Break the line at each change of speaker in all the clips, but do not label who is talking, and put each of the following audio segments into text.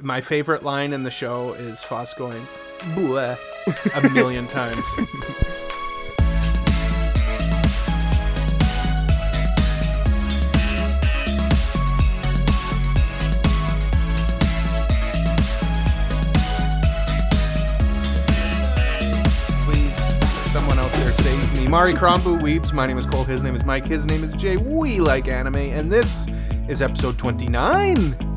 my favorite line in the show is Foss going, bleh, a million times. Please, someone out there save me. Mari Krombu Weebs, my name is Cole, his name is Mike, his name is Jay, we like anime, and this is episode 29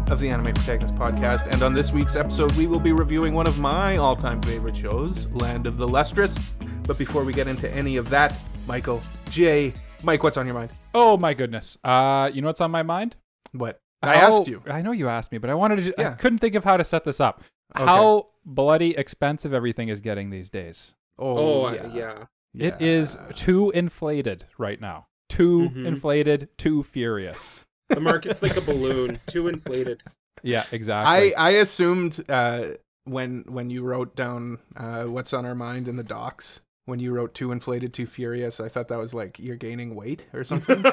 of the Anime Protagonist Podcast. And on this week's episode, we will be reviewing one of my all time favorite shows, Land of the Lustrous. But before we get into any of that, Michael, Jay, Mike, what's on your mind?
Oh my goodness. Uh, you know what's on my mind?
What? I
How-
asked you.
I know you asked me, but I wanted to. I
Yeah.
couldn't think of how to set this up.
Okay.
How bloody expensive everything is getting these days.
Oh, I- yeah.
It is too inflated right now. Too
Mm-hmm.
Mhm.
inflated. Too furious.
The market's like a balloon, too inflated.
Yeah, exactly.
I, I assumed uh, when when you wrote down uh, what's on our mind in the docs, when you wrote too inflated, too furious, I thought that was like you're gaining weight or something.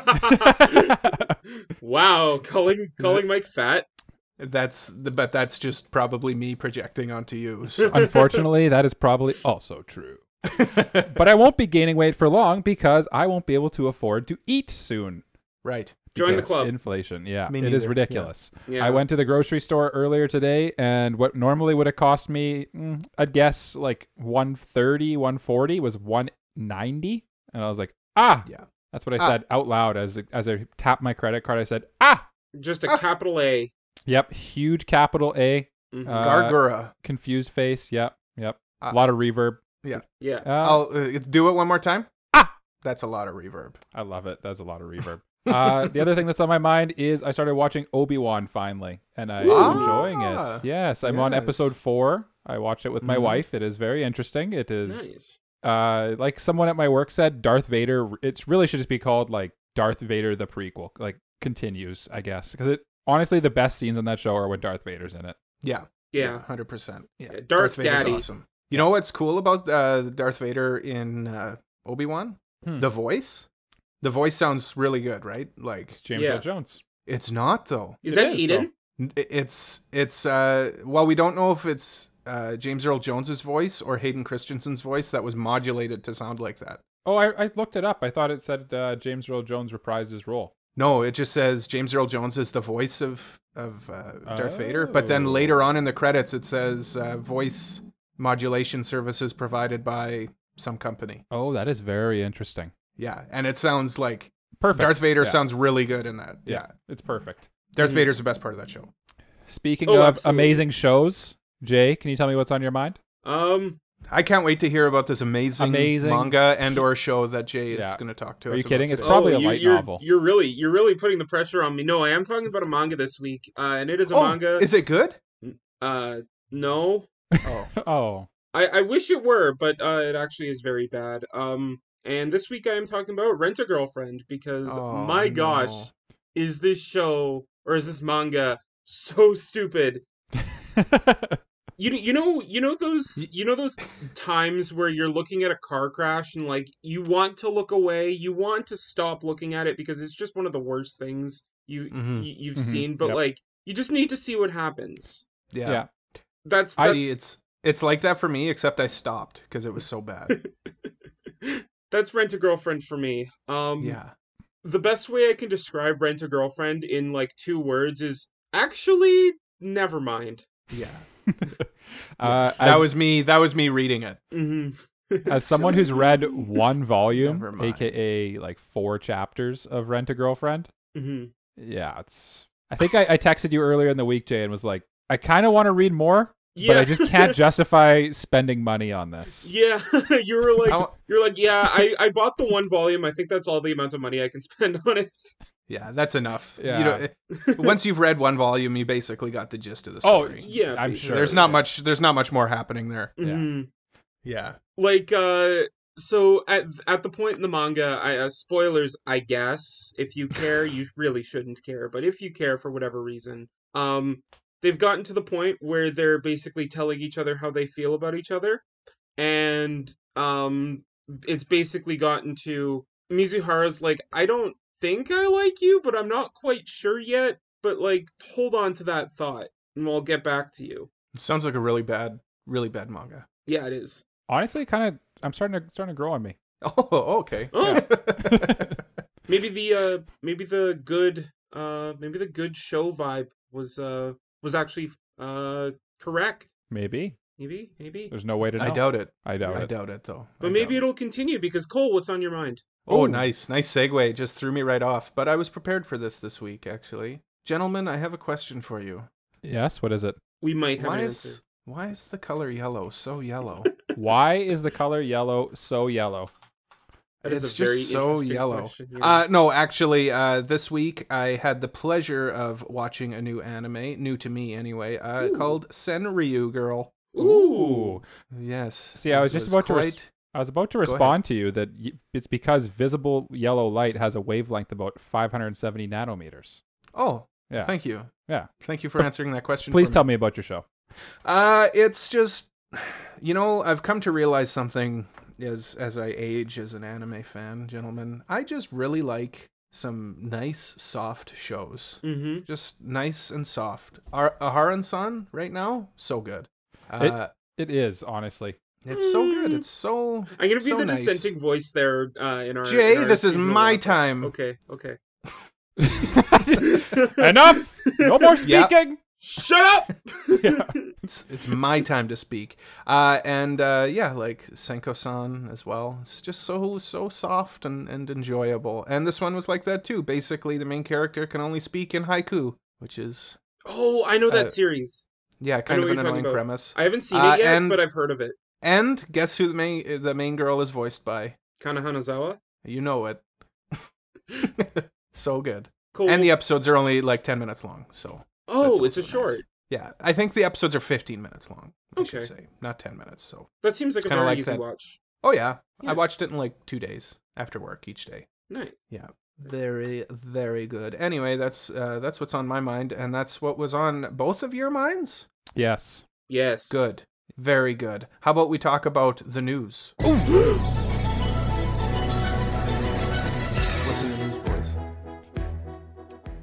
wow, calling calling Mike fat.
that's the, but that's just probably me projecting onto you. so.
Unfortunately, that is probably also true. But I won't be gaining weight for long because I won't be able to afford to eat soon.
right.
Join the
because
club.
Inflation. Yeah,
Me
it is
neither,
ridiculous.
Yeah.
I went to the grocery store earlier today, and what normally would have cost me, mm, I'd guess like 130, 140 was 190. And I was like, ah,
Yeah.
That's what I
Ah.
said out loud as as I tapped my credit card. I said, ah,
Just a capital A.
yep, huge capital A,
Mhm.
Uh,
Gargura.
confused face. Yep, yep.
Ah.
a lot of reverb.
yeah.
Uh,
I'll uh, do it one more time.
Ah!
That's a lot of reverb.
I love it. That's a lot of reverb. uh, the other thing that's on my mind is I started watching Obi Wan finally, and I'm
Ooh.
enjoying
Ah,
it. Yes, I'm on
yes.
episode four. I watched it with my
Mhm.
wife. It is very interesting. It is
nice.
uh, like someone at my work said, Darth Vader. It really should just be called like Darth Vader the prequel, like continues, I guess, because it honestly the best scenes on that show are when Darth Vader's in it.
Yeah.
Yeah.
100%.
Yeah.
Darth,
Vader's
Daddy.
awesome. You know what's cool about uh, Darth Vader in uh, Obi Wan?
Hmm.
The voice. The voice sounds really good, right? Like
It's James
Yeah.
Earl Jones.
it's not though.
Is
It
that
is,
Eden?
N- It's it's uh, well, we don't know if it's uh, James Earl Jones's voice or Hayden Christensen's voice that was modulated to sound like that.
Oh, I, I looked it up. I thought it said uh, James Earl Jones reprised his role.
No, it just says James Earl Jones is the voice of of uh, Darth Vader, but then
Oh.
later on in the credits it says uh, voice modulation services provided by some company.
Oh, that is very interesting.
Yeah, and it sounds like
Perfect.
Darth Vader
Yeah.
sounds really good in that. Yeah,
Yeah. It's perfect.
Darth
Mhm.
Vader's the best part of that show.
Speaking
Oh,
of
absolutely.
amazing shows, Jay, can you tell me what's on your mind?
Um,
I can't wait to hear about this amazing,
Amazing.
manga and or show that Jay is
Yeah.
going to talk to
Are
us.
you
about
kidding? It's
today.
probably
oh,
a
you,
light
you're,
novel.
You're really you're really putting the pressure on me. No, I am talking about a manga this week. Uh and it is a
Oh,
manga.
Is it good?
uh no.
Oh,
Oh,
I, I wish it were, but uh, it actually is very bad. Um, and this week I am talking about Rent a Girlfriend because
Oh,
my gosh,
no.
is this show or is this manga so stupid?
Uh,
You you know you know those
Y-
you know those times where you're looking at a car crash and like you want to look away, you want to stop looking at it because it's just one of the worst things you
Mhm.
you you've
Mhm.
seen. But
Yep.
like you just need to see what happens.
yeah.
yeah.
That's,
I
that's
see. It's it's like that for me, except I stopped because it was so bad.
that's Rent a Girlfriend for me. Um,
yeah.
the best way I can describe Rent a Girlfriend in like two words is actually never mind.
Yeah.
Uh,
that
as-
was me. That was me reading it.
hmm
as someone who's read one
Never
volume,
mind.
aka like four chapters of Rent a Girlfriend,
hmm
yeah, it's. I think I, I texted you earlier in the week, Jay, and was like, I kind of want to read more,
Yeah,
but I just can't justify spending money on this.
yeah, you were like,
I wa-
you're like, yeah, I I bought the one volume. I think that's all the amount of money I can spend on it.
yeah, that's enough.
Yeah.
You know, it- once you've read one volume, you basically got the gist of the
Oh,
story.
Yeah,
I'm
basically.
sure.
there's not
yeah.
much. There's not much more happening there.
Yeah.
Mhm.
Yeah.
like uh so at at the point in the manga I uh, spoilers I guess if you care you really shouldn't care but if you care for whatever reason um they've gotten to the point where they're basically telling each other how they feel about each other and um it's basically gotten to Mizuhara's like I don't think I like you but I'm not quite sure yet but like hold on to that thought and we'll get back to you.
It sounds like a really bad, really bad manga.
Yeah, it is.
Honestly, kind of. I'm starting to starting to grow on me.
Oh, okay.
Oh. Maybe the uh maybe the good uh maybe the good show vibe was uh was actually uh correct.
Maybe
Maybe, maybe.
there's no way to know.
I doubt it.
I doubt
I
it.
doubt it though.
But
I
maybe
doubt
it'll continue because Cole, what's on your mind?
Oh,
Ooh.
nice. Nice segue. Just threw me right off. But I was prepared for this this week, actually. Gentlemen, I have a question for you.
Yes. What is it?
We might have
Why
an
is,
answer.
why is the color yellow so yellow?
Why is the color yellow so yellow?
That is a
it's just
very
so
interesting
yellow.
question, yeah.
Uh, no, actually, uh, this week I had the pleasure of watching a new anime, new to me anyway, uh,
Ooh.
called Senryu Girl.
Ooh.
Yes.
see, I was
it
just about to res- I was about to
ahead.
respond to you that y- it's because visible yellow light has a wavelength about 570 nanometers.
Oh,
Yeah.
thank you.
Yeah.
Thank you for answering that question.
Please
for
tell me about your show.
Uh, it's just, you know, I've come to realize something as as I age as an anime fan, gentlemen. I just really like some nice, soft shows.
Mm-hmm.
Just nice and soft. Ar- Aharon-san right now, so good. Uh,
It is honestly.
it's so good.
Mm.
It's so.
I'm gonna be
So
the
nice.
dissenting voice there uh, in our.
Jay,
in our
this is
seasonal
my
wrap-up.
time.
Okay, okay.
Enough. No more
Yep.
speaking.
Shut up.
Yeah.
It's, it's my time to speak. Uh, and uh, yeah, like Senko-san as well. It's just so so soft and, and enjoyable. And this one was like that too. Basically, the main character can only speak in haiku, which is
Oh, I know that
Uh,
series.
yeah, kind
know
of
what
an
you're talking
annoying
about.
premise.
I haven't seen
uh,
it yet,
and-
but I've heard of it.
And guess who the main the main girl is voiced by?
Kana Hanazawa.
You know it. so good.
Cool.
And the episodes are only like ten minutes long. So that's
oh, it's
also
a short.
nice. Yeah, I think the episodes are fifteen minutes long. I should
Okay.
say not ten minutes. So
That seems like
It's
a
kinda
very
like
easy
that.
watch.
oh yeah,
Yeah.
I watched it in like two days after work each day.
Nice.
Very, very good. Anyway, that's uh, that's what's on my mind, and that's what was on both of your minds.
Yes.
Yes.
Good, very good. How about we talk about the news? What's in the news, boys?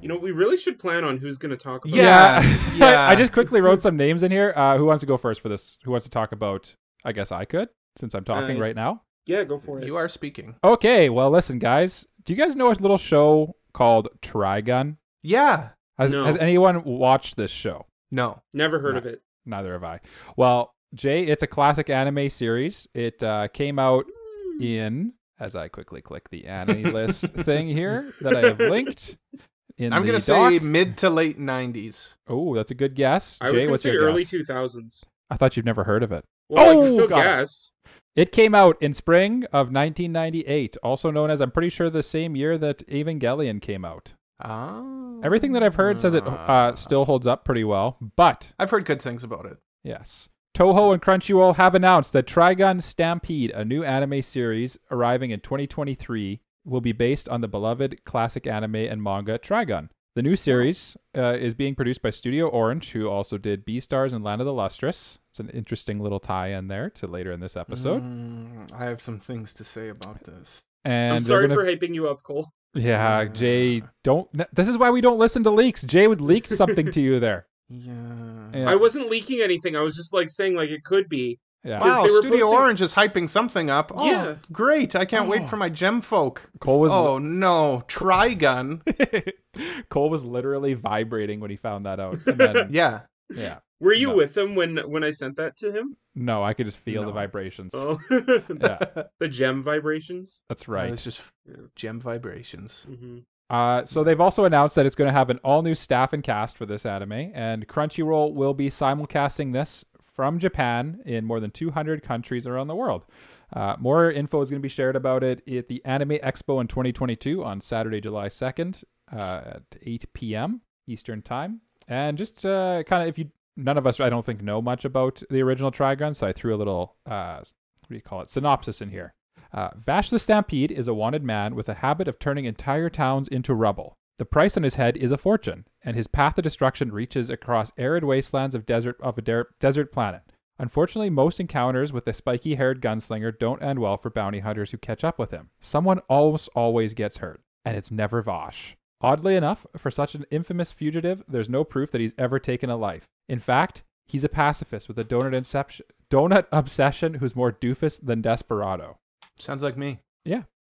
You know, we really should plan on who's gonna talk about.
Yeah. yeah.
I just quickly wrote some names in here. Uh, who wants to go first for this? Who wants to talk about? I guess I could, since I'm talking
Uh,
right now.
Yeah, go for it.
You are speaking.
Okay, well, listen, guys. Do you guys know a little show called Trigun?
Yeah.
Has,
No.
has anyone watched this show?
No.
Never heard
No.
of it.
Neither have I. Well, Jay, it's a classic anime series. It uh, came out in, as I quickly click the anime list thing here that I have linked. In
I'm
the
gonna say
doc.
mid to late '90s.
Oh, that's a good guess.
I
Jay,
was gonna
what's
say
your
early
guess?
two thousands.
I thought you'd never heard of it.
Well, I
Oh,
can still
God.
guess.
It came out in spring of 1998, also known as, I'm pretty sure, the same year that Evangelion came out.
Oh.
Everything that I've heard says it
Ah.
uh, still holds up pretty well, but
I've heard good things about it.
yes. Toho and Crunchyroll have announced that Trigun Stampede, a new anime series arriving in 2023, will be based on the beloved classic anime and manga Trigun. The new series uh, is being produced by Studio Orange, who also did Beastars and Land of the Lustrous. It's an interesting little tie in there to later in this episode.
Mm, I have some things to say about this.
And
I'm
they're
sorry
gonna-
for hyping you up, Cole.
Yeah, Jay,
Uh.
don't. This is why we don't listen to leaks. Jay would leak something to you there.
Yeah.
Yeah.
I wasn't leaking anything. I was just like saying like it could be.
Yeah.
Wow,
they were
Studio
posting-
Orange is hyping something up. Oh,
Yeah. Oh.
great. I can't wait for my gem folk.
Cole was
oh, no. Trigun.
Cole was literally vibrating when he found that out. And then,
yeah.
yeah.
Were you
No.
with him when when I sent that to him?
No, I could just feel the
No.
vibrations.
Oh,
Yeah,
the gem vibrations.
that's
It
right.
was just uh,
Yeah.
gem vibrations.
hmm
Uh, so they've also announced that it's going to have an all new staff and cast for this anime, and Crunchyroll will be simulcasting this from Japan in more than 200 countries around the world. Uh, more info is going to be shared about it at the Anime Expo in 2022 on Saturday, July 2nd uh, at 8 p.m. Eastern Time. And just uh, kind of, if you, none of us, I don't think, know much about the original Trigun, so I threw a little, uh, what do you call it, synopsis in here. Uh, Vash the Stampede is a wanted man with a habit of turning entire towns into rubble. The price on his head is a fortune, and his path to destruction reaches across arid wastelands of desert of a der- desert planet. Unfortunately, most encounters with the spiky-haired gunslinger don't end well for bounty hunters who catch up with him. Someone almost always gets hurt, and it's never Vash. Oddly enough, for such an infamous fugitive, there's no proof that he's ever taken a life. In fact, he's a pacifist with a donut inception, donut obsession who's more doofus than desperado.
Sounds like me.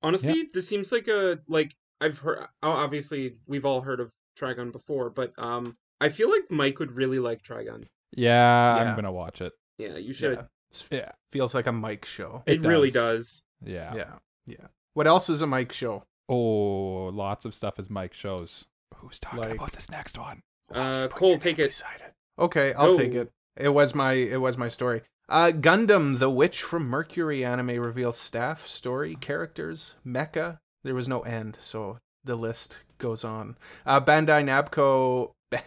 Honestly, this seems like a like I've heard. oh, Obviously, we've all heard of Trigun before, but um, I feel like Mike would really like Trigun.
Yeah,
Yeah.
I'm gonna watch it.
Yeah, you should.
Yeah. It's-
Yeah,
Feels like a mic show.
It, really does.
Yeah.
yeah. Yeah. What else is a mic show?
Oh, lots of stuff as Mike shows. Who's talking
Like-
about this next one?
Uh,
Put
Cole,
your
take
name
it.
beside Okay, I'll
Go.
take it. It was my it was my story. Uh, Gundam, the witch from Mercury anime reveals staff, story, characters, mecha. There was no end, so the list goes on. Uh, Bandai Namco.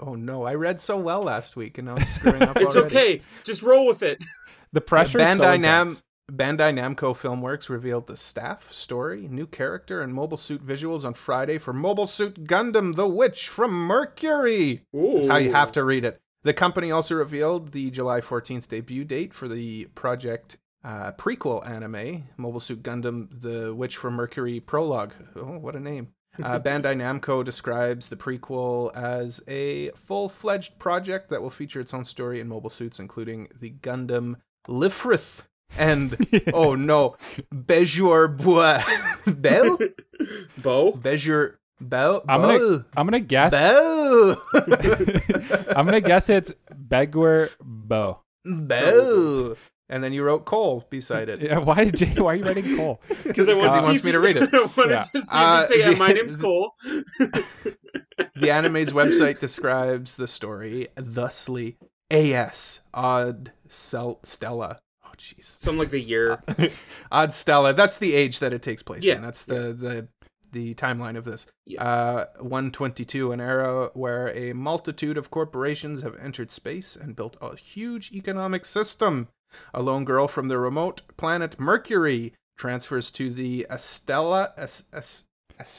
Oh no, I read so well last week, and now I'm screwing up.
It's
already. Uh,
okay. Just roll with it.
The pressure. is so
Bandai Nam-
intense.
Bandai Namco Filmworks revealed the staff, story, new character, and mobile suit visuals on Friday for Mobile Suit Gundam: The Witch from Mercury.
Ooh.
That's how you have to read it. The company also revealed the July 14th debut date for the project uh, prequel anime, Mobile Suit Gundam The Witch from Mercury Prologue. Oh, what a name. Uh, Bandai Namco describes the prequel as a full fledged project that will feature its own story and mobile suits, including the Gundam Lifrith and, oh no, Bejur Bois. Bell?
Bo.
Bejur Bell?
I'm gonna. I'm gonna guess.
Bell!
I'm gonna guess it's Begwer Bo.
Boo. And then you wrote Cole beside it.
Yeah, Why did Jay? Why are you writing Cole?
Because I wanted
he
to see
wants
if
me
you-
to read it.
I wanted
Yeah.
to see if
Uh,
you'd say, yeah, my
the-
name's Cole.
The anime's website describes the story thusly AS, Odd Sel- Stella. Oh, jeez.
Something like the year.
Odd Stella. That's the age that it takes place
Yeah,
in. That's the, the, the timeline of this.
Yeah.
Uh, 122, an era where a multitude of corporations have entered space and built a huge economic system. A lone girl from the remote planet Mercury transfers to the Estella. As, As,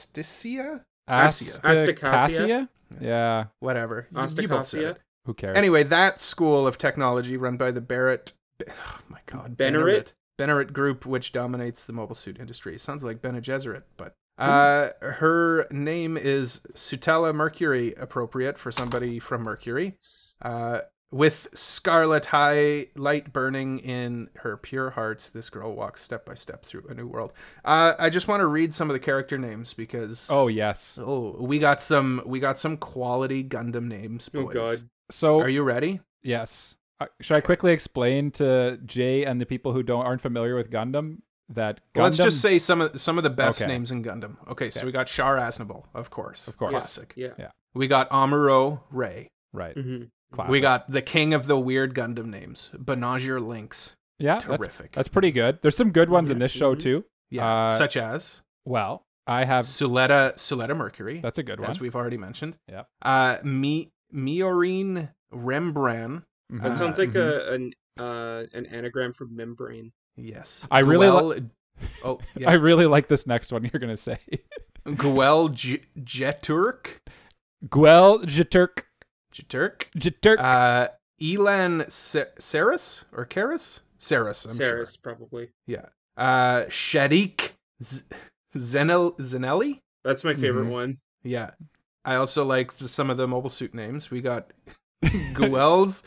Asticia? Astasia.
Astacasia? Yeah.
Whatever. You- you both said
Ostacasia.
it.
Who cares?
Anyway, that school of technology run by the Barrett. Oh my God.
Benneret?
Benneret Group, which dominates the mobile suit industry. Sounds like Bene Gesserit, but. Uh, her name is Sutella Mercury, appropriate for somebody from Mercury. Uh, with scarlet high light burning in her pure heart, this girl walks step by step through a new world. Uh, I just want to read some of the character names because
Oh yes.
oh, we got some we got some quality Gundam names.
Oh,
Boys.
God.
So
Are you ready?
yes. Uh, Should I quickly explain to Jay and the people who don't aren't familiar with Gundam that Gundam?
Let's just say some of some of the best
Okay.
names in Gundam. Okay, so
Okay.
we got Shar Aznable, of course.
Of course.
Classic.
Yeah.
We got Amuro Ray.
right.
hmm
Classic.
We got the king of the weird Gundam names, Benager Lynx.
yeah. Oh, That's,
Terrific.
that's pretty good. There's some good ones in this show
Mhm.
Mm-hmm.
too.
yeah,
uh,
such as
Well, I have.
Suleta Suleta Mercury,
That's a good one.
as we've already mentioned.
Yep.
Uh, Mi- Miorine Rembrandt.
Mhm.
Uh,
That sounds like
mhm.
a an uh, an anagram for membrane.
Yes.
I really
Gwel- Oh,
I
yeah.
really like this next one you're gonna say.
Gwel J- Jeturk.
Gwel Jiturk
Jeturk.
Jiturk.
Uh, Elan Sa- Saris or Karis? Saris, I'm sure.
Saris, probably.
Uh, Shadik Z- Zenel- Zenelli.
That's my favorite
Mhm.
one.
Yeah. I also like th- some of the mobile suit names. We got Guel's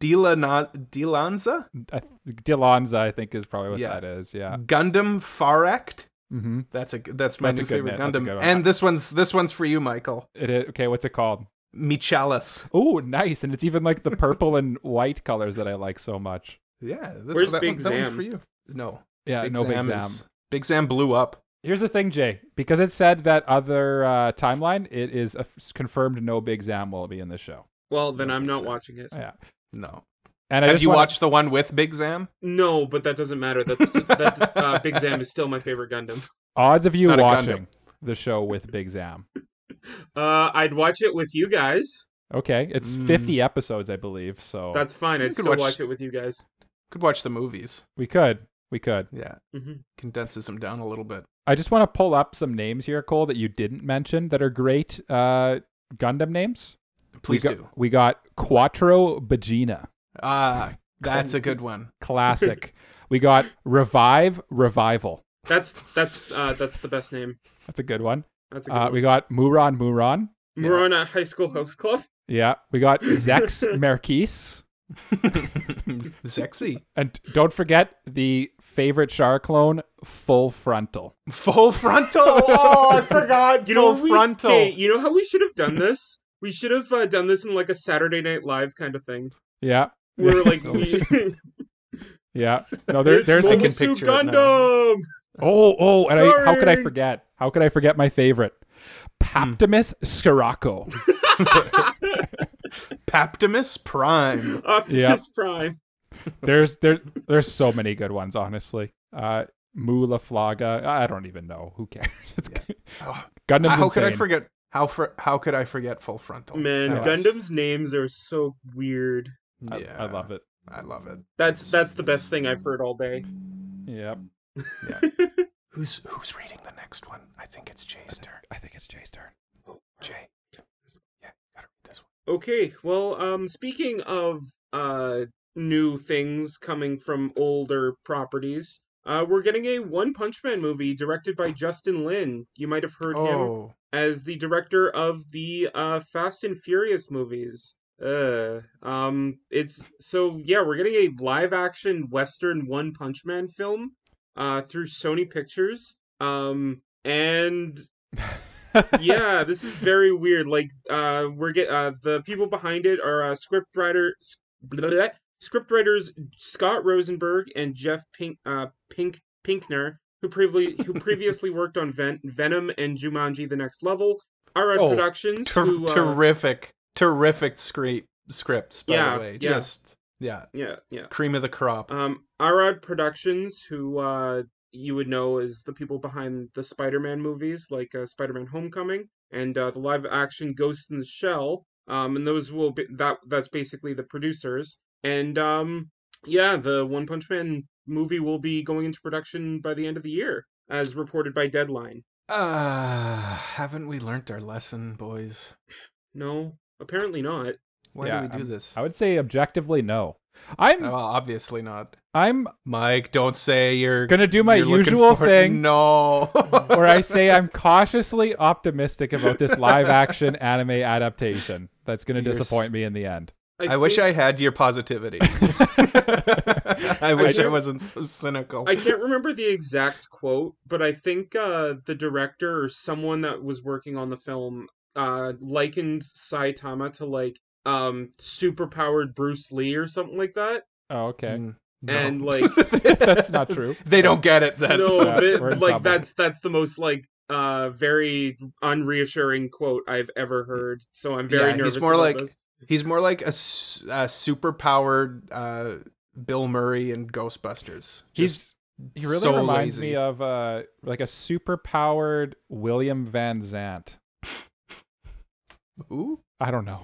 Dilana- Dilanza,
I- Dilanza, I think, is probably what
Yeah. Mm.
that is. Yeah.
Gundam Faract.
Mm-hmm.
That's a that's my
That's a
new
good
favorite
name. That's a
Gundam.
good one.
And this one's this one's for you, Michael.
It is, okay, what's it called?
Michalis.
Oh, nice. And it's even like the purple and white colors that I like so much.
Yeah, this,
Where's
that,
Big
one, that one's
Zam?
for you. No,
Yeah, Uh, no big Sam.
is- Big Zam blew up.
Here's the thing, Jay. Because it said that other uh, timeline, it is a f- confirmed no big Sam will be in the show.
Well, then
No
I'm
big
not
Sam.
watching it.
Yeah.
No.
And I
Have
just
you
wanna-
watched the one with Big Zam?
No, but that doesn't matter. That's that uh, Big Zam is still my favorite Gundam.
odds of you
It's not a
watching the show with Big Zam?
Uh, I'd watch it with you guys.
Okay, it's
Mm.
50 episodes, I believe. So
That's fine.
You
I'd
could
still
watch-
watch... it with you guys.
Could watch the movies.
we could, we could.
Yeah,
hmm
condenses them down a little bit.
I just want to pull up some names here, Cole, that you didn't mention that are great uh, Gundam names.
Please
we got,
do.
We got Quattro Bagina,
Ah, that's a good one.
classic. we got Revive Revival.
That's that's uh, that's the best name.
That's a good one.
That's a good
Uh,
one.
we got Muron Muron.
Murana High School Host Club.
Yeah, we got Zex Merkis.
Sexy.
And don't forget the favorite Char clone, Full Frontal.
Full frontal. Oh, I forgot.
You know,
Full
we,
frontal.
okay, you know how we should have done this? We should have uh, done this in like a Saturday Night Live kind of thing.
Yeah,
Where like
No,
we,
yeah. No, there,
It's
there's
Mobile
a.
Mobile
Con-
Suit
picture it now.
Gundam.
oh, oh, and I, how could I
Starring-
forget? How could I forget my favorite?
Hmm.
Paptimus Scirocco.
Paptimus Prime.
Optimus
Yeah.
Prime.
There's there there's so many good ones, honestly. Uh, Mula Flaga. I don't even know. Who cares? It's,
Oh,
Gundam's
how
insane.
could I forget? How fr- how could I forget full frontal?
Man,
That was-
Gundam's names are so weird.
I,
Yeah,
I love it.
I love it.
That's that's the best thing I've heard all day.
Yep.
Who's who's reading the next one? I think it's Jay's turn.
I think it's Jay's turn.
Jay. Yeah, gotta read this one.
Okay, well, um, speaking of uh new things coming from older properties, uh, we're getting a One Punch Man movie directed by Justin Lin. You might have heard him
Oh,
as the director of the uh, Fast and Furious movies. Uh, um, it's so yeah, we're getting a live action Western One Punch Man film uh, through Sony Pictures. Um, and yeah, this is very weird. Like, uh, we're get uh, the people behind it are uh, scriptwriter s- blah, blah, blah, scriptwriters Scott Rosenberg and Jeff Pink uh, Pink Pinkner, who previously who previously worked on Ven- Venom and Jumanji: The Next Level. RR
Oh,
Productions,
ter-
who, uh,
terrific, terrific scre- scripts. By
Yeah,
the way,
yeah.
just yeah,
yeah, yeah.
cream of the crop.
Um, Arad Productions, who uh, you would know as the people behind the Spider-Man movies, like uh, Spider-Man: Homecoming and uh, the live-action Ghost in the Shell. Um, and those will be that. That's basically the producers. And um, yeah, the One Punch Man movie will be going into production by the end of the year, as reported by Deadline.
Ah, haven't we learnt our lesson, boys?
No, apparently not.
Why
Yeah,
do we do
I'm-
this?
I would say objectively no. I'm
well, obviously not.
I'm
Mike, don't say you're
gonna do my
you're looking
usual
for-
thing
No,
where I say I'm cautiously optimistic about this live action anime adaptation that's gonna
You're s-
disappoint me in the end.
I wish
think-
I had your positivity. I wish I,
do-
wasn't so cynical.
I can't remember the exact quote, but I think uh, the director or someone that was working on the film uh, likened Saitama to like um superpowered Bruce Lee or something like that.
Oh, okay.
Mm,
And,
no.
like-
That's not true.
They don't get it then.
no,
Yeah,
but,
we're in
like
trouble.
that's that's the most like uh very unreassuring quote I've ever heard. So I'm very
Yeah, he's
nervous.
more
about
like-
this.
He's more like a, s- a super powered uh, Bill Murray in Ghostbusters. Just-
He's he really
so
reminds
lazy.
me of uh like a super powered William Van Zant.
ooh,
I don't know.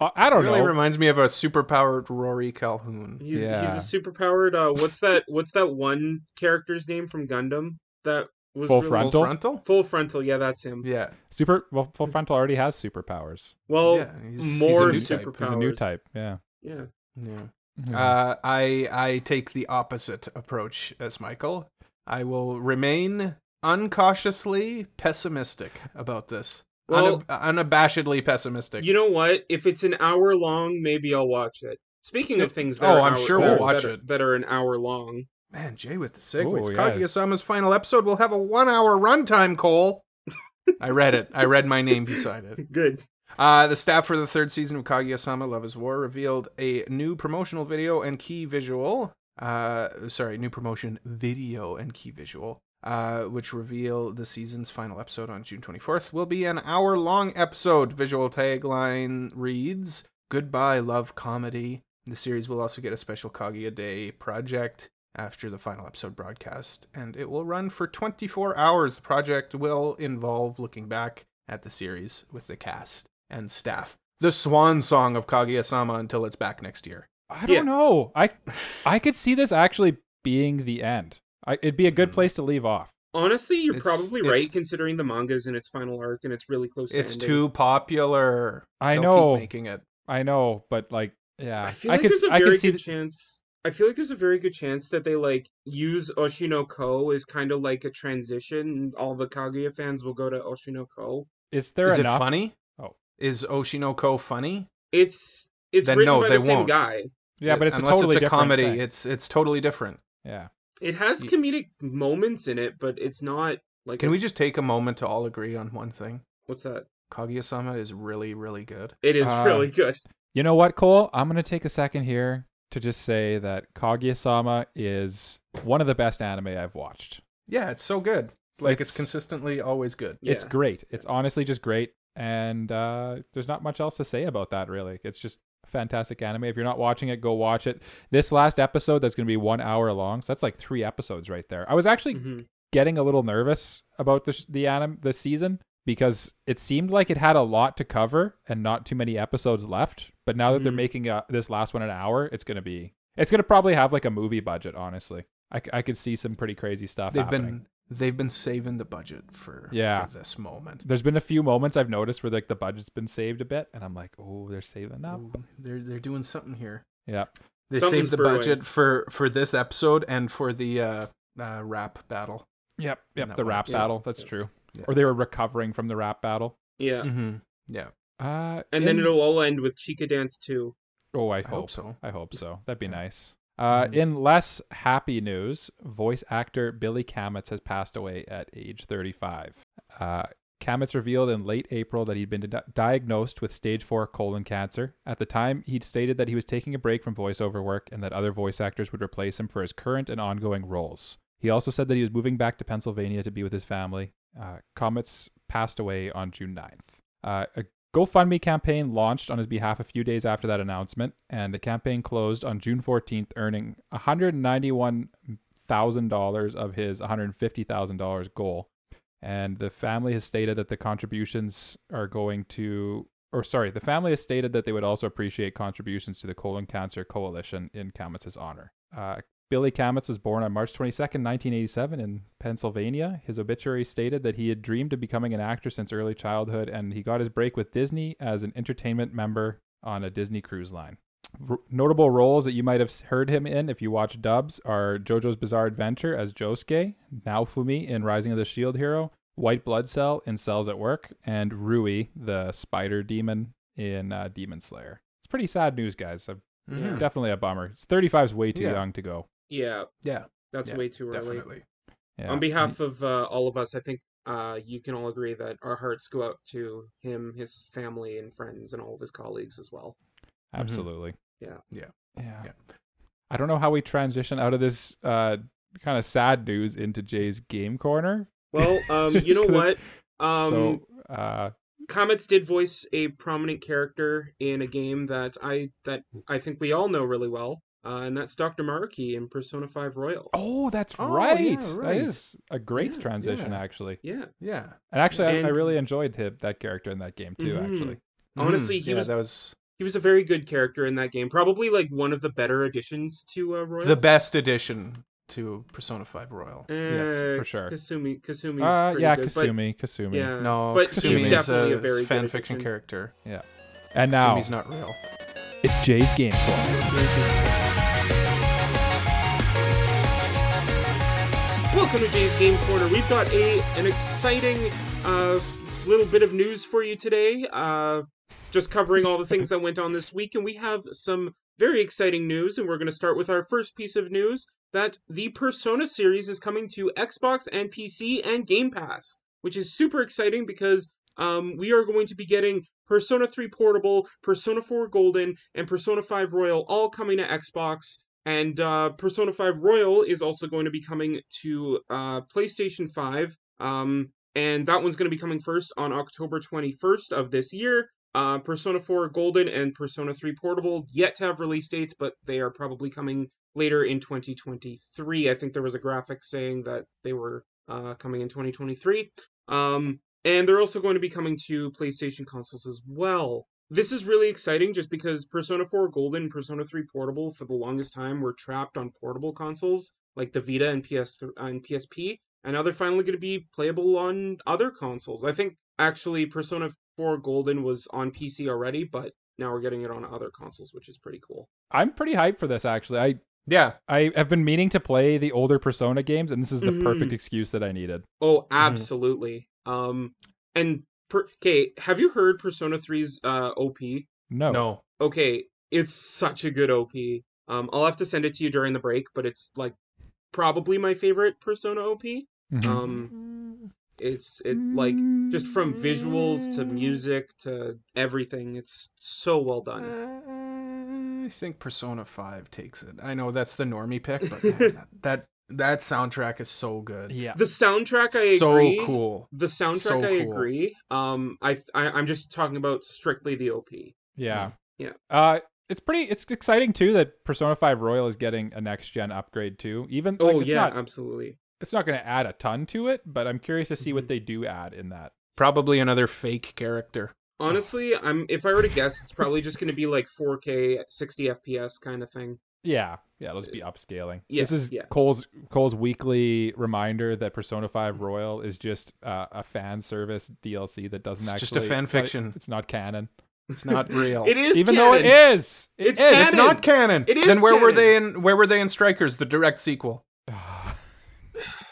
I I don't
really
know.
reminds me of a super powered Rory Calhoun.
he's
yeah.
he's a superpowered. Uh, what's that? What's that one character's name from Gundam that was
Full
really-
Frontal?
Full frontal?
Full frontal. Yeah, that's him.
Yeah.
super well, full frontal already has superpowers.
Well,
yeah, he's- he's a
Oh, more
new type.
superpowers.
He's a new type. Yeah. Mm-hmm.
Yeah.
Yeah. Uh, I I take the opposite approach as Michael. I will remain uncautiously pessimistic about this.
Well-
Unab- unabashedly pessimistic.
You know what? If it's an hour long, maybe I'll watch it. Speaking of things that
Oh,
are
I'm
hour-
sure
that
we'll
are-
watch
that are,
it.
that are an hour long.
Man, Jay with the segues.
Ooh,
Kagi
yeah.
Asama's final episode will have a one-hour runtime. Cole. I read it. I read my name beside it.
Good.
Uh, the staff for the third season of Kaguya-sama: Love Is War revealed a new promotional video and key visual. Uh, sorry, new promotion video and key visual, uh, which reveal the season's final episode on June 24th. Will be an hour-long episode. Visual tagline reads: "Goodbye, love comedy." The series will also get a special Kaguya Day project after the final episode broadcast, and it will run for 24 hours. The project will involve looking back at the series with the cast and staff. The swan song of Kaguya sama until it's back next year.
I don't
Yeah.
know. I I could see this actually being the end. I, it'd be a good
Mhm.
place to leave off.
Honestly, you're
It's-
probably
it's-
right, considering the manga's in its final arc and it's really close. to
It's
ending.
too popular.
I
They'll
know.
Keep making it.
I know, but like, yeah,
I feel like
could
there's a
I
very
could see
good
th-
chance. I feel like there's a very good chance that they like use Oshinoko as kind of like a transition. and All the Kaguya fans will go to Oshinoko.
is there
Is it
enough? Oh.
funny? Is Oshinoko funny?
It's it's
Then
written
no,
by
they
the same
won't.
guy.
Yeah,
It-
but it's a
unless
totally
it's a
different
comedy,
thing.
it's it's totally different.
yeah.
It has
Ye-
comedic moments in it, but it's not like
Can
a-
we just take a moment to all agree on one thing?
what's that?
Kaguya-sama is really, really good.
It is
Uh,
really good.
You know what, Cole? I'm gonna take a second here to just say that Kaguya-sama is one of the best anime I've watched.
Yeah, it's so good. Like it's,
It's-
consistently always good.
It's
Yeah.
great. It's honestly just great, and uh, there's not much else to say about that really. It's just a fantastic anime. If you're not watching it, go watch it. This last episode that's gonna be one hour long, so that's like three episodes right there. I was actually
Mhm.
getting a little nervous about the the anim the season because it seemed like it had a lot to cover and not too many episodes left. But now that they're
Mm-hmm.
Mhm.
making uh this last one an hour, it's gonna be it's gonna probably have like a movie budget. Honestly, I, c- I could see some pretty crazy stuff.
They've
happening.
been they've been saving the budget for,
Yeah.
for this moment.
There's been a few moments I've noticed where like the budget's been saved a bit, and I'm like, oh, they're saving up.
Ooh, They're they're doing something here.
Yeah,
They
Something's
saved the
brewing.
budget for for this episode and for the uh, uh rap battle.
yep, yep.
That
The
one
rap
episode.
battle. That's
Yeah.
true.
Yeah.
Or they were recovering from the rap battle.
Yeah.
Mm-hmm. Yeah,
Uh,
And then
in-
it'll all end with Chica Dance 2.
Oh, I
I hope
hope
so.
I hope so. That'd be
Yeah.
nice. Uh,
Mhm.
in less happy news, voice actor Billy Kamitz has passed away at age 35. Uh, Kamitz revealed in late April that he'd been di- diagnosed with stage 4 colon cancer. At the time, he'd stated that he was taking a break from voiceover work and that other voice actors would replace him for his current and ongoing roles. He also said that he was moving back to Pennsylvania to be with his family. Uh, Comets passed away on June 9th. Uh, a GoFundMe campaign launched on his behalf a few days after that announcement, and the campaign closed on June 14th, earning $191,000 of his $150,000 goal. And the family has stated that the contributions are going to, or sorry, the family has stated that they would also appreciate contributions to the Colon Cancer Coalition in Kamitz's honor. Uh, Billy Kamitz was born on March 22nd, 1987, in Pennsylvania. His obituary stated that he had dreamed of becoming an actor since early childhood, and he got his break with Disney as an entertainment member on a Disney cruise line. R- notable roles that you might have s- heard him in if you watch dubs are JoJo's Bizarre Adventure as Josuke, Naofumi in Rising of the Shield Hero, White Blood Cell in Cells at Work, and Rui, the spider demon in uh, Demon Slayer. It's pretty sad news, guys. So
Mhm.
Definitely a bummer. 35 is way too
Yeah.
young to go.
Yeah,
Yeah,
that's
Yeah,
way too early.
definitely.
Yeah. Mm-hmm.
On behalf of uh, all of us, I think uh, you can all agree that our hearts go out to him, his family, and friends, and all of his colleagues as well.
Absolutely.
Mm-hmm. Yeah.
Yeah.
Yeah.
Yeah.
I don't know how we transition out of this uh, kind of sad news into Jay's game corner.
Well, um, you know what? Um,
so, uh,
Comets did voice a prominent character in a game that I that I think we all know really well, uh, and that's Dr. Markey in Persona 5 Royal.
oh, that's
Oh, yeah,
right.
right.
That is a great
Yeah,
transition,
yeah.
actually.
Yeah,
Yeah,
And actually, I, I
And-
really enjoyed him, that character in that game too.
Mhm.
Actually,
Honestly,
Mhm.
he
Yeah,
was-
that was
he was a very good character in that game. Probably like one of the better additions to uh, Royal.
the best addition to Persona Five Royal.
Uh,
Yes, for sure.
Kasumi, Kasumi's
uh,
pretty
yeah,
good, but-
Kasumi, Kasumi.
yeah,
No,
but
Kasumi
he's
is
definitely a,
a
very
fan
good
fiction
addition.
character.
And now
Kasumi's not real.
it's Jay's game corner.
Welcome to Jay's Game Corner. We've got a an exciting uh, little bit of news for you today. Uh, just covering all the things that went on this week, and we have some very exciting news. And we're going to start with our first piece of news that the Persona series is coming to Xbox and PC and Game Pass, which is super exciting because um, we are going to be getting Persona 3 Portable, Persona 4 Golden, and Persona 5 Royal all coming to Xbox. And uh, Persona 5 Royal is also going to be coming to uh, PlayStation 5. Um, and that one's going to be coming first on October 21st of this year. Uh, Persona 4 Golden and Persona 3 Portable yet to have release dates, but they are probably coming later in 2023. I think there was a graphic saying that they were uh, coming in 2023. Um, and they're also going to be coming to PlayStation consoles as well. This is really exciting just because Persona 4 Golden and Persona 3 Portable for the longest time were trapped on portable consoles like the Vita and PS and PSP, and now they're finally going to be playable on other consoles. I think actually Persona 4 Golden was on PC already, but now we're getting it on other consoles, which is pretty cool.
I'm pretty hyped for this. Actually, I
Yeah,
I have been meaning to play the older Persona games, and this is the
Mhm.
perfect excuse that I needed.
Oh, absolutely. Um, and Per- okay, have you heard Persona 3's uh, OP?
No.
No.
Okay, it's such a good OP. Um, I'll have to send it to you during the break, but it's like probably my favorite Persona OP.
Mhm.
Um, it's it like just from
Mm.
visuals
Mm.
to music to everything. It's so well
Uh,
done.
I think Persona 5 takes it. I know that's the normie pick, but man, that that soundtrack is so good.
yeah.
The soundtrack, I
so
agree.
cool.
The soundtrack,
So
I
cool.
agree. Um, I, I I'm just talking about strictly the OP.
Yeah.
Yeah.
Uh it's pretty it's exciting too that Persona 5 Royal is getting a next gen upgrade too. Even like,
oh
it's
yeah,
not
absolutely.
it's not going to add a ton to it, but I'm curious to
Mm-hmm.
see what they do add in that.
Probably another fake character.
Oh.
Honestly, I'm if I were to guess, it's probably just going to be like 4K, 60 FPS kind of thing.
Yeah. Yeah, it'll just be upscaling.
Uh, yeah,
this is
yeah.
Cole's Cole's weekly reminder that Persona 5
Mm-hmm.
Royal is just uh, a fan service DLC that doesn't
It's
actually
just a fan
it's not-
fiction.
It's not canon.
It's not real.
It is
Even though
canon.
it is. It
It's
is.
canon.
It's not canon.
It is
then where were
canon.
they in where were they in Strikers, the direct sequel?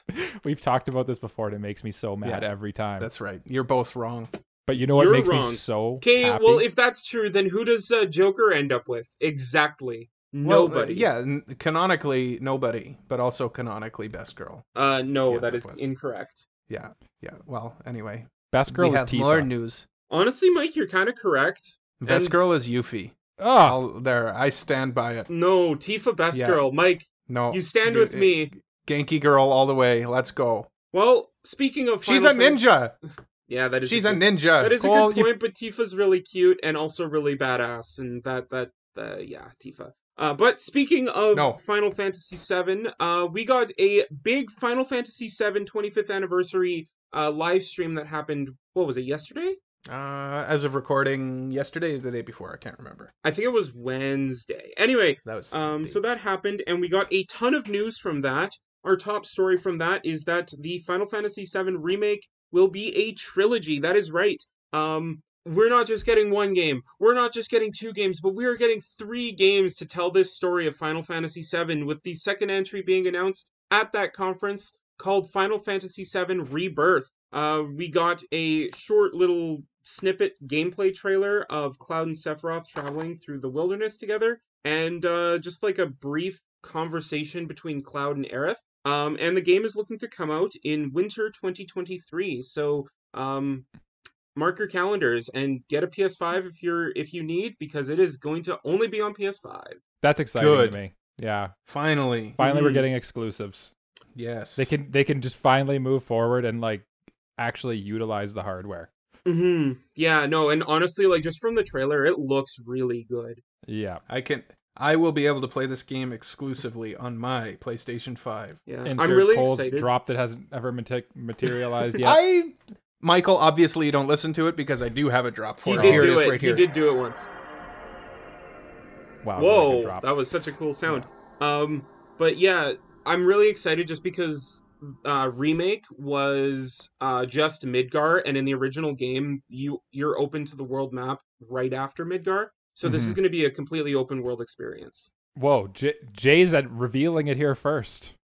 We've talked about this before and it makes me so mad
Yeah.
every time.
That's right. You're both wrong.
But you know what
You're
makes
wrong.
me so
Okay,
happy?
well, if that's true, then who does uh, Joker end up with? Exactly.
Well, uh,
Nobody.
yeah, n- canonically nobody, but also canonically best girl.
Uh, no,
Yeah,
that
it's
is
up with.
incorrect.
Yeah. Yeah. Well, anyway,
Best girl
we
is
have
Tifa.
more news.
Honestly, Mike, you're kind of correct.
Best
And-
girl is Yuffie.
Ugh.
I'll, there, I stand by it.
No, Tifa Best
Yeah.
Girl. Mike,
No,
you stand
dude,
with
it-
me.
Genki girl all the way. Let's go.
Well, speaking of.
She's a
Final Fan-
ninja.
Yeah, that is.
She's
a
a
good-
ninja.
That is
Well,
a good
you-
point, but Tifa's really cute and also really badass, and that that uh, yeah, Tifa. Uh, but speaking of
No.
Final Fantasy VII, uh, we got a big Final Fantasy VII 25th anniversary uh, live stream that happened. What was it yesterday?
uh, as of recording yesterday, or the day before, I can't remember.
I think it was Wednesday. Anyway,
That was
um, so that happened, and we got a ton of news from that. Our top story from that is that the Final Fantasy VII remake will be a trilogy. That is right. Um, we're not just getting one game. We're not just getting two games, but we are getting three games to tell this story of Final Fantasy VII, with the second entry being announced at that conference called Final Fantasy VII Rebirth. Uh, we got a short little snippet gameplay trailer of Cloud and Sephiroth traveling through the wilderness together, and uh, just like a brief conversation between Cloud and Aerith. Um, and the game is looking to come out in winter 2023. So um, mark your calendars and get a PS5 if you're if you need, because it is going to only be on PS5.
That's exciting
Good.
to me. Yeah.
finally,
Finally we're
Mhm.
getting exclusives.
yes,
They can they can just finally move forward and like actually utilize the hardware.
hmm
Mm-hmm.
Yeah, no, and honestly, like just from the trailer, it looks really good.
Yeah.
Uh,
I can. I will be able to play this game exclusively on my PlayStation Five.
Yeah,
Insert
I'm really
Cole's
excited.
drop that hasn't ever mate- materialized yet.
I, Michael, obviously you don't listen to it because I do have a drop for
he
it.
did
Here
do
is
it.
right
he
here.
did do it once.
um,
wow. really good
Whoa,
drop.
that was such a cool sound. Um, but yeah, I'm really excited just because uh, remake was uh, just Midgar, and in the original game, you you're open to the world map right after Midgar. So this
Mm-hmm.
is going to be a completely open world experience.
Whoa, J- Jay's at revealing it here first.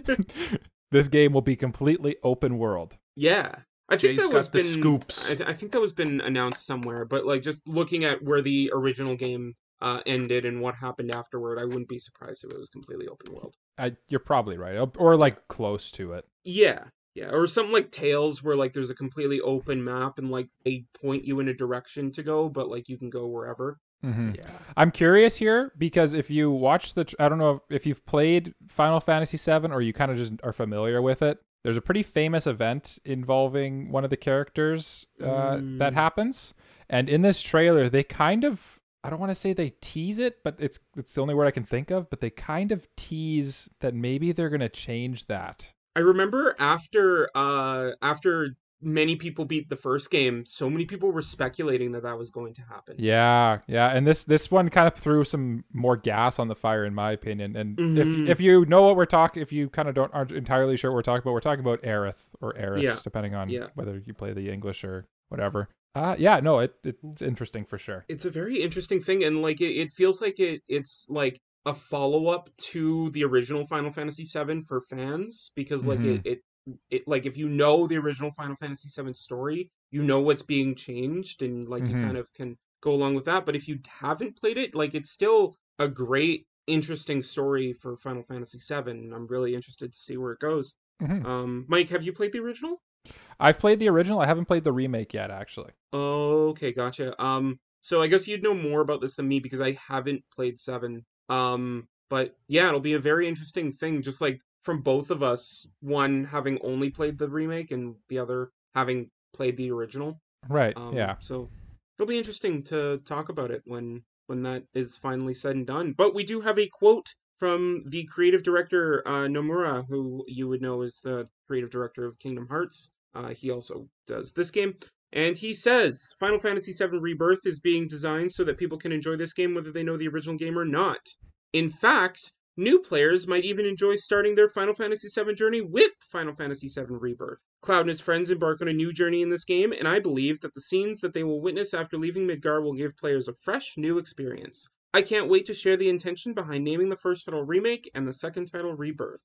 this game will be completely open world.
Yeah, I think
Jay's
that was
got the
been
scoops.
I, th- I think that was been announced somewhere, but like just looking at where the original game uh, ended and what happened afterward, I wouldn't be surprised if it was completely open world.
I, you're probably right, or- or like close to it.
Yeah. Yeah. Or something like Tails where like there's a completely open map and like they point you in a direction to go, but like you can go wherever.
Mm-hmm.
Yeah.
I'm curious here because if you watch the, tr- I don't know if you've played Final Fantasy VII or you kind of just are familiar with it. There's a pretty famous event involving one of the characters uh,
Mm.
that happens, and in this trailer, they kind of, I don't want to say they tease it, but it's it's the only word I can think of. But they kind of tease that maybe they're gonna change that.
I remember after uh after many people beat the first game, so many people were speculating that that was going to happen.
Yeah, yeah, and this this one kind of threw some more gas on the fire, in my opinion. And
Mhm.
if if you know what we're talking, if you kind of don't aren't entirely sure what we're talking about, we're talking about Aerith or Eris,
Yeah.
depending on
Yeah.
whether you play the English or whatever. Uh, yeah, no, it it's interesting for sure.
It's a very interesting thing and like it, it feels like it it's like a follow-up to the original Final Fantasy VII for fans because like it, it it like if you know the original Final Fantasy VII story, you know what's being changed and like
Mhm.
you kind of can go along with that. But if you haven't played it, like it's still a great interesting story for Final Fantasy 7 and I'm really interested to see where it goes.
Mhm.
Um Mike, have you played the original?
I've played the original. I haven't played the remake yet, actually.
Okay, gotcha. Um, so I guess you'd know more about this than me because I haven't played Seven. Um, but yeah, it'll be a very interesting thing, just like from both of us, one having only played the remake and the other having played the original.
Right.
Um,
yeah.
So it'll be interesting to talk about it when when that is finally said and done. But we do have a quote from the creative director uh, Nomura, who you would know is the creative director of Kingdom Hearts. Uh, he also does this game. And he says Final Fantasy VII Rebirth is being designed so that people can enjoy this game whether they know the original game or not. In fact, new players might even enjoy starting their Final Fantasy VII journey with Final Fantasy VII Rebirth. Cloud and his friends embark on a new journey in this game, and I believe that the scenes that they will witness after leaving Midgar will give players a fresh, new experience. I can't wait to share the intention behind naming the first title Remake and the second title Rebirth.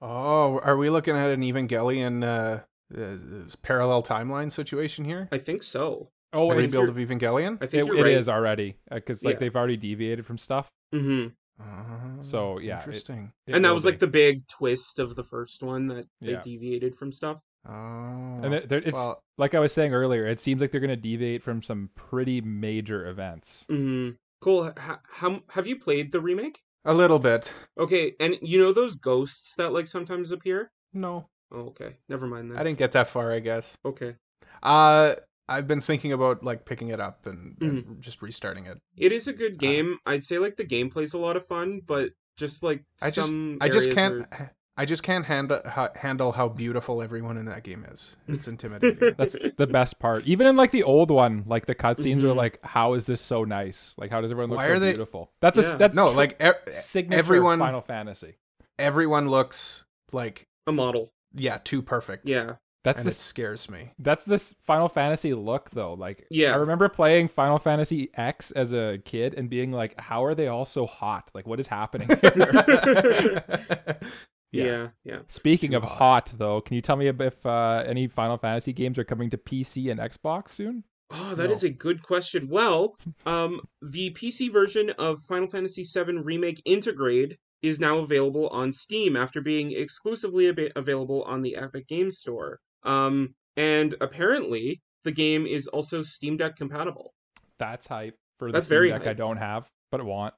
Oh, are we looking at an Evangelion uh, uh, parallel timeline situation here?
I think so.
Oh,
A
I mean,
it's,
rebuild of Evangelion.
I think
it,
you're
it
right.
is already because like
Yeah.
they've already deviated from stuff.
Mm-hmm.
Oh,
So, yeah, it-
interesting.
It
And that
will
was
be.
like the big twist of the first one that they
Yeah.
deviated from stuff.
oh,
and they're- they're- it's
well,
like I was saying earlier. It seems like they're going to deviate from some pretty major events.
hmm Cole, h- h- how, have you played the remake?
a little bit.
Okay, and you know those ghosts that like sometimes appear?
No,
Oh, okay, never mind then.
I didn't get that far. I guess.
Okay,
Uh, I've been thinking about like picking it up and,
Mm-hmm.
and just restarting it.
it is a
Uh,
good game. I'd say like the gameplay's a lot of fun, but just like
I just-
some
I just
areas
can't.
are-
I just can't handle handle how beautiful everyone in that game is. It's intimidating.
That's the best part. Even in like the old one, like the cutscenes are
Mhm.
like, "How is this so nice? Like, how does everyone look
Mm-hmm. Why
so
are they-
beautiful?" That's a
Yeah.
s that's
no,
tr-
like e-
signature
everyone,
Final Fantasy.
everyone looks like
a model.
yeah, too perfect.
Yeah,
That's
and it
this.
scares me.
That's this Final Fantasy look though. Like,
Yeah.
I remember playing Final Fantasy X as a kid and being like, "How are they all so hot? Like, what is happening?"
yeah,
yeah.
yeah.
Speaking
Too
of
hot.
hot. though, can you tell me if uh, any Final Fantasy games are coming to PC and Xbox soon?
Oh, that is
No.
a good question. Well, um, the PC version of Final Fantasy VII Remake Integrate is now available on Steam after being exclusively ab- available on the Epic Games Store. Um, and apparently, the game is also Steam Deck compatible.
That's hype for the
That's
Steam
very
Deck I
hype.
don't have, but I want.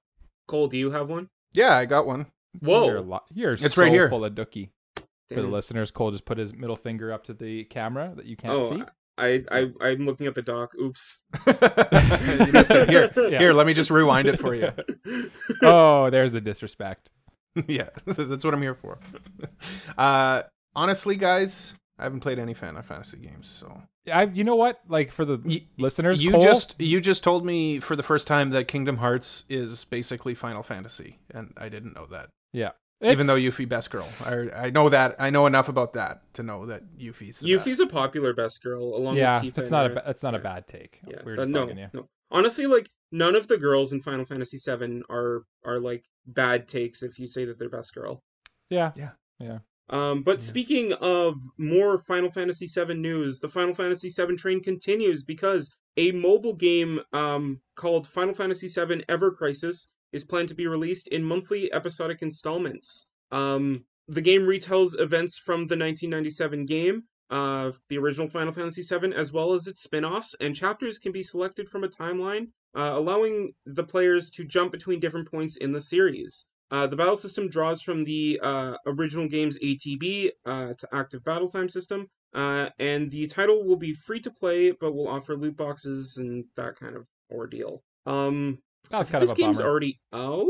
Cole, do you have one?
Yeah, I got one.
Whoa!
You're, li- you're
It's
so
right here.
full of dookie. For the
Damn.
listeners, Cole just put his middle finger up to the camera that you can't
Oh,
see.
I, I I'm looking at the doc. Oops.
you missed it. Here,
Yeah.
here. Let me just rewind it for you.
oh, there's the disrespect.
yeah, that's what I'm here for. Uh, honestly, guys, I haven't played any Final Fantasy games, so
I, you know what? Like for the
Y-
listeners,
you
Cole,
just you just told me for the first time that Kingdom Hearts is basically Final Fantasy, and I didn't know that. Even though
it's-
Yuffie best girl, I I know that I know enough about that to know that Yuffie's the
Yuffie's
best.
a popular best girl along
yeah,
with Tifa.
that's
and
not a
Aerith.
ba- that's not a
Yeah.
bad take.
Yeah.
We were
uh,
just
no,
bugging you.
no. Honestly, like none of the girls in Final Fantasy VII are are like bad takes if you say that they're best girl.
Yeah,
Um, but
Yeah.
speaking of more Final Fantasy VII news, the Final Fantasy VII train continues because a mobile game um, called Final Fantasy VII Ever Crisis is planned to be released in monthly episodic installments. Um, the game retells events from the 1997 game, uh, the original Final Fantasy VII, as well as its spin offs, and chapters can be selected from a timeline, uh, allowing the players to jump between different points in the series. Uh, the battle system draws from the uh, original game's ATB uh, to active battle time system, uh, and the title will be free to play, but will offer loot boxes and that kind of ordeal. Um, I
that's
think
kind
this
of a
game's
bummer.
already out.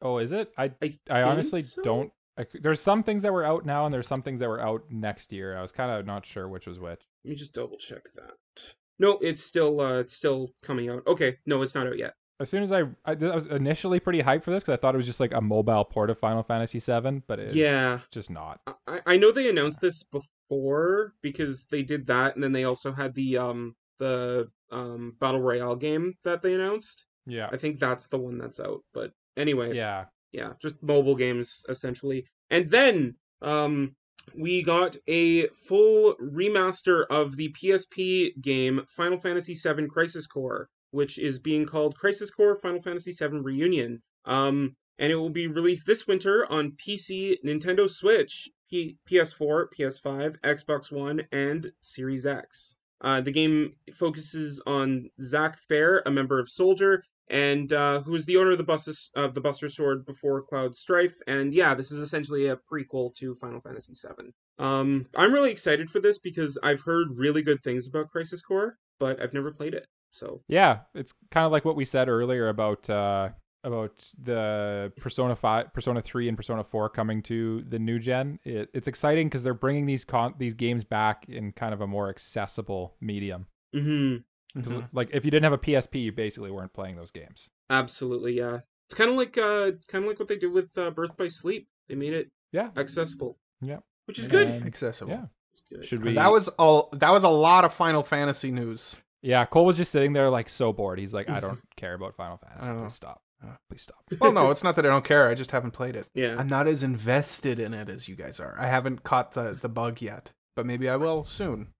Oh, is it? I
I
I honestly
so.
don't. I c there's some things that were out now, and there's some things that were out next year. I was kind of not sure which was which.
Let me just double check that. No, it's still uh, it's still coming out. Okay, no, it's not out yet.
As soon as I, I, I was initially pretty hyped for this because I thought it was just like a mobile port of Final Fantasy VII, but it's
Yeah,
just not.
I- I, I know they announced this before because they did that, and then they also had the um the um battle royale game that they announced.
Yeah,
I think that's the one that's out. But anyway, yeah,
yeah.
just mobile games essentially. And then um we got a full remaster of the PSP game Final Fantasy VII Crisis Core, which is being called Crisis Core Final Fantasy VII Reunion. Um, and it will be released this winter on PC, Nintendo Switch, P- PS4, PS5, Xbox One, and Series X. Uh, the game focuses on Zack Fair, a member of Soldier, and uh, who is the owner of the Buster of the Buster Sword before Cloud Strife. And yeah, this is essentially a prequel to Final Fantasy VII. Um, I'm really excited for this because I've heard really good things about Crisis Core, but I've never played it. So
Yeah, it's kind of like what we said earlier about uh, about the Persona Five, Persona Three, and Persona Four coming to the new gen. It, it's exciting because they're bringing these con- these games back in kind of a more accessible medium.
hmm
Mm-hmm.
Because like if you didn't have a PSP, you basically weren't playing those games.
Absolutely, yeah. It's kind of like uh, kind of like what they did with uh, Birth by Sleep. They made it
Yeah.
accessible.
Yeah.
which is good.
And-
Accessible.
Mm-hmm. Yeah.
It's good.
Should we?
That was all. That was a lot of Final Fantasy news.
Yeah, Cole was just sitting there like so bored. He's like, I don't care about Final Fantasy.
Oh.
Please stop. Please stop.
Well, no, it's not that I don't care. I just haven't played it.
Yeah,
I'm not as invested in it as you guys are. I haven't caught the the bug yet, but maybe I will soon.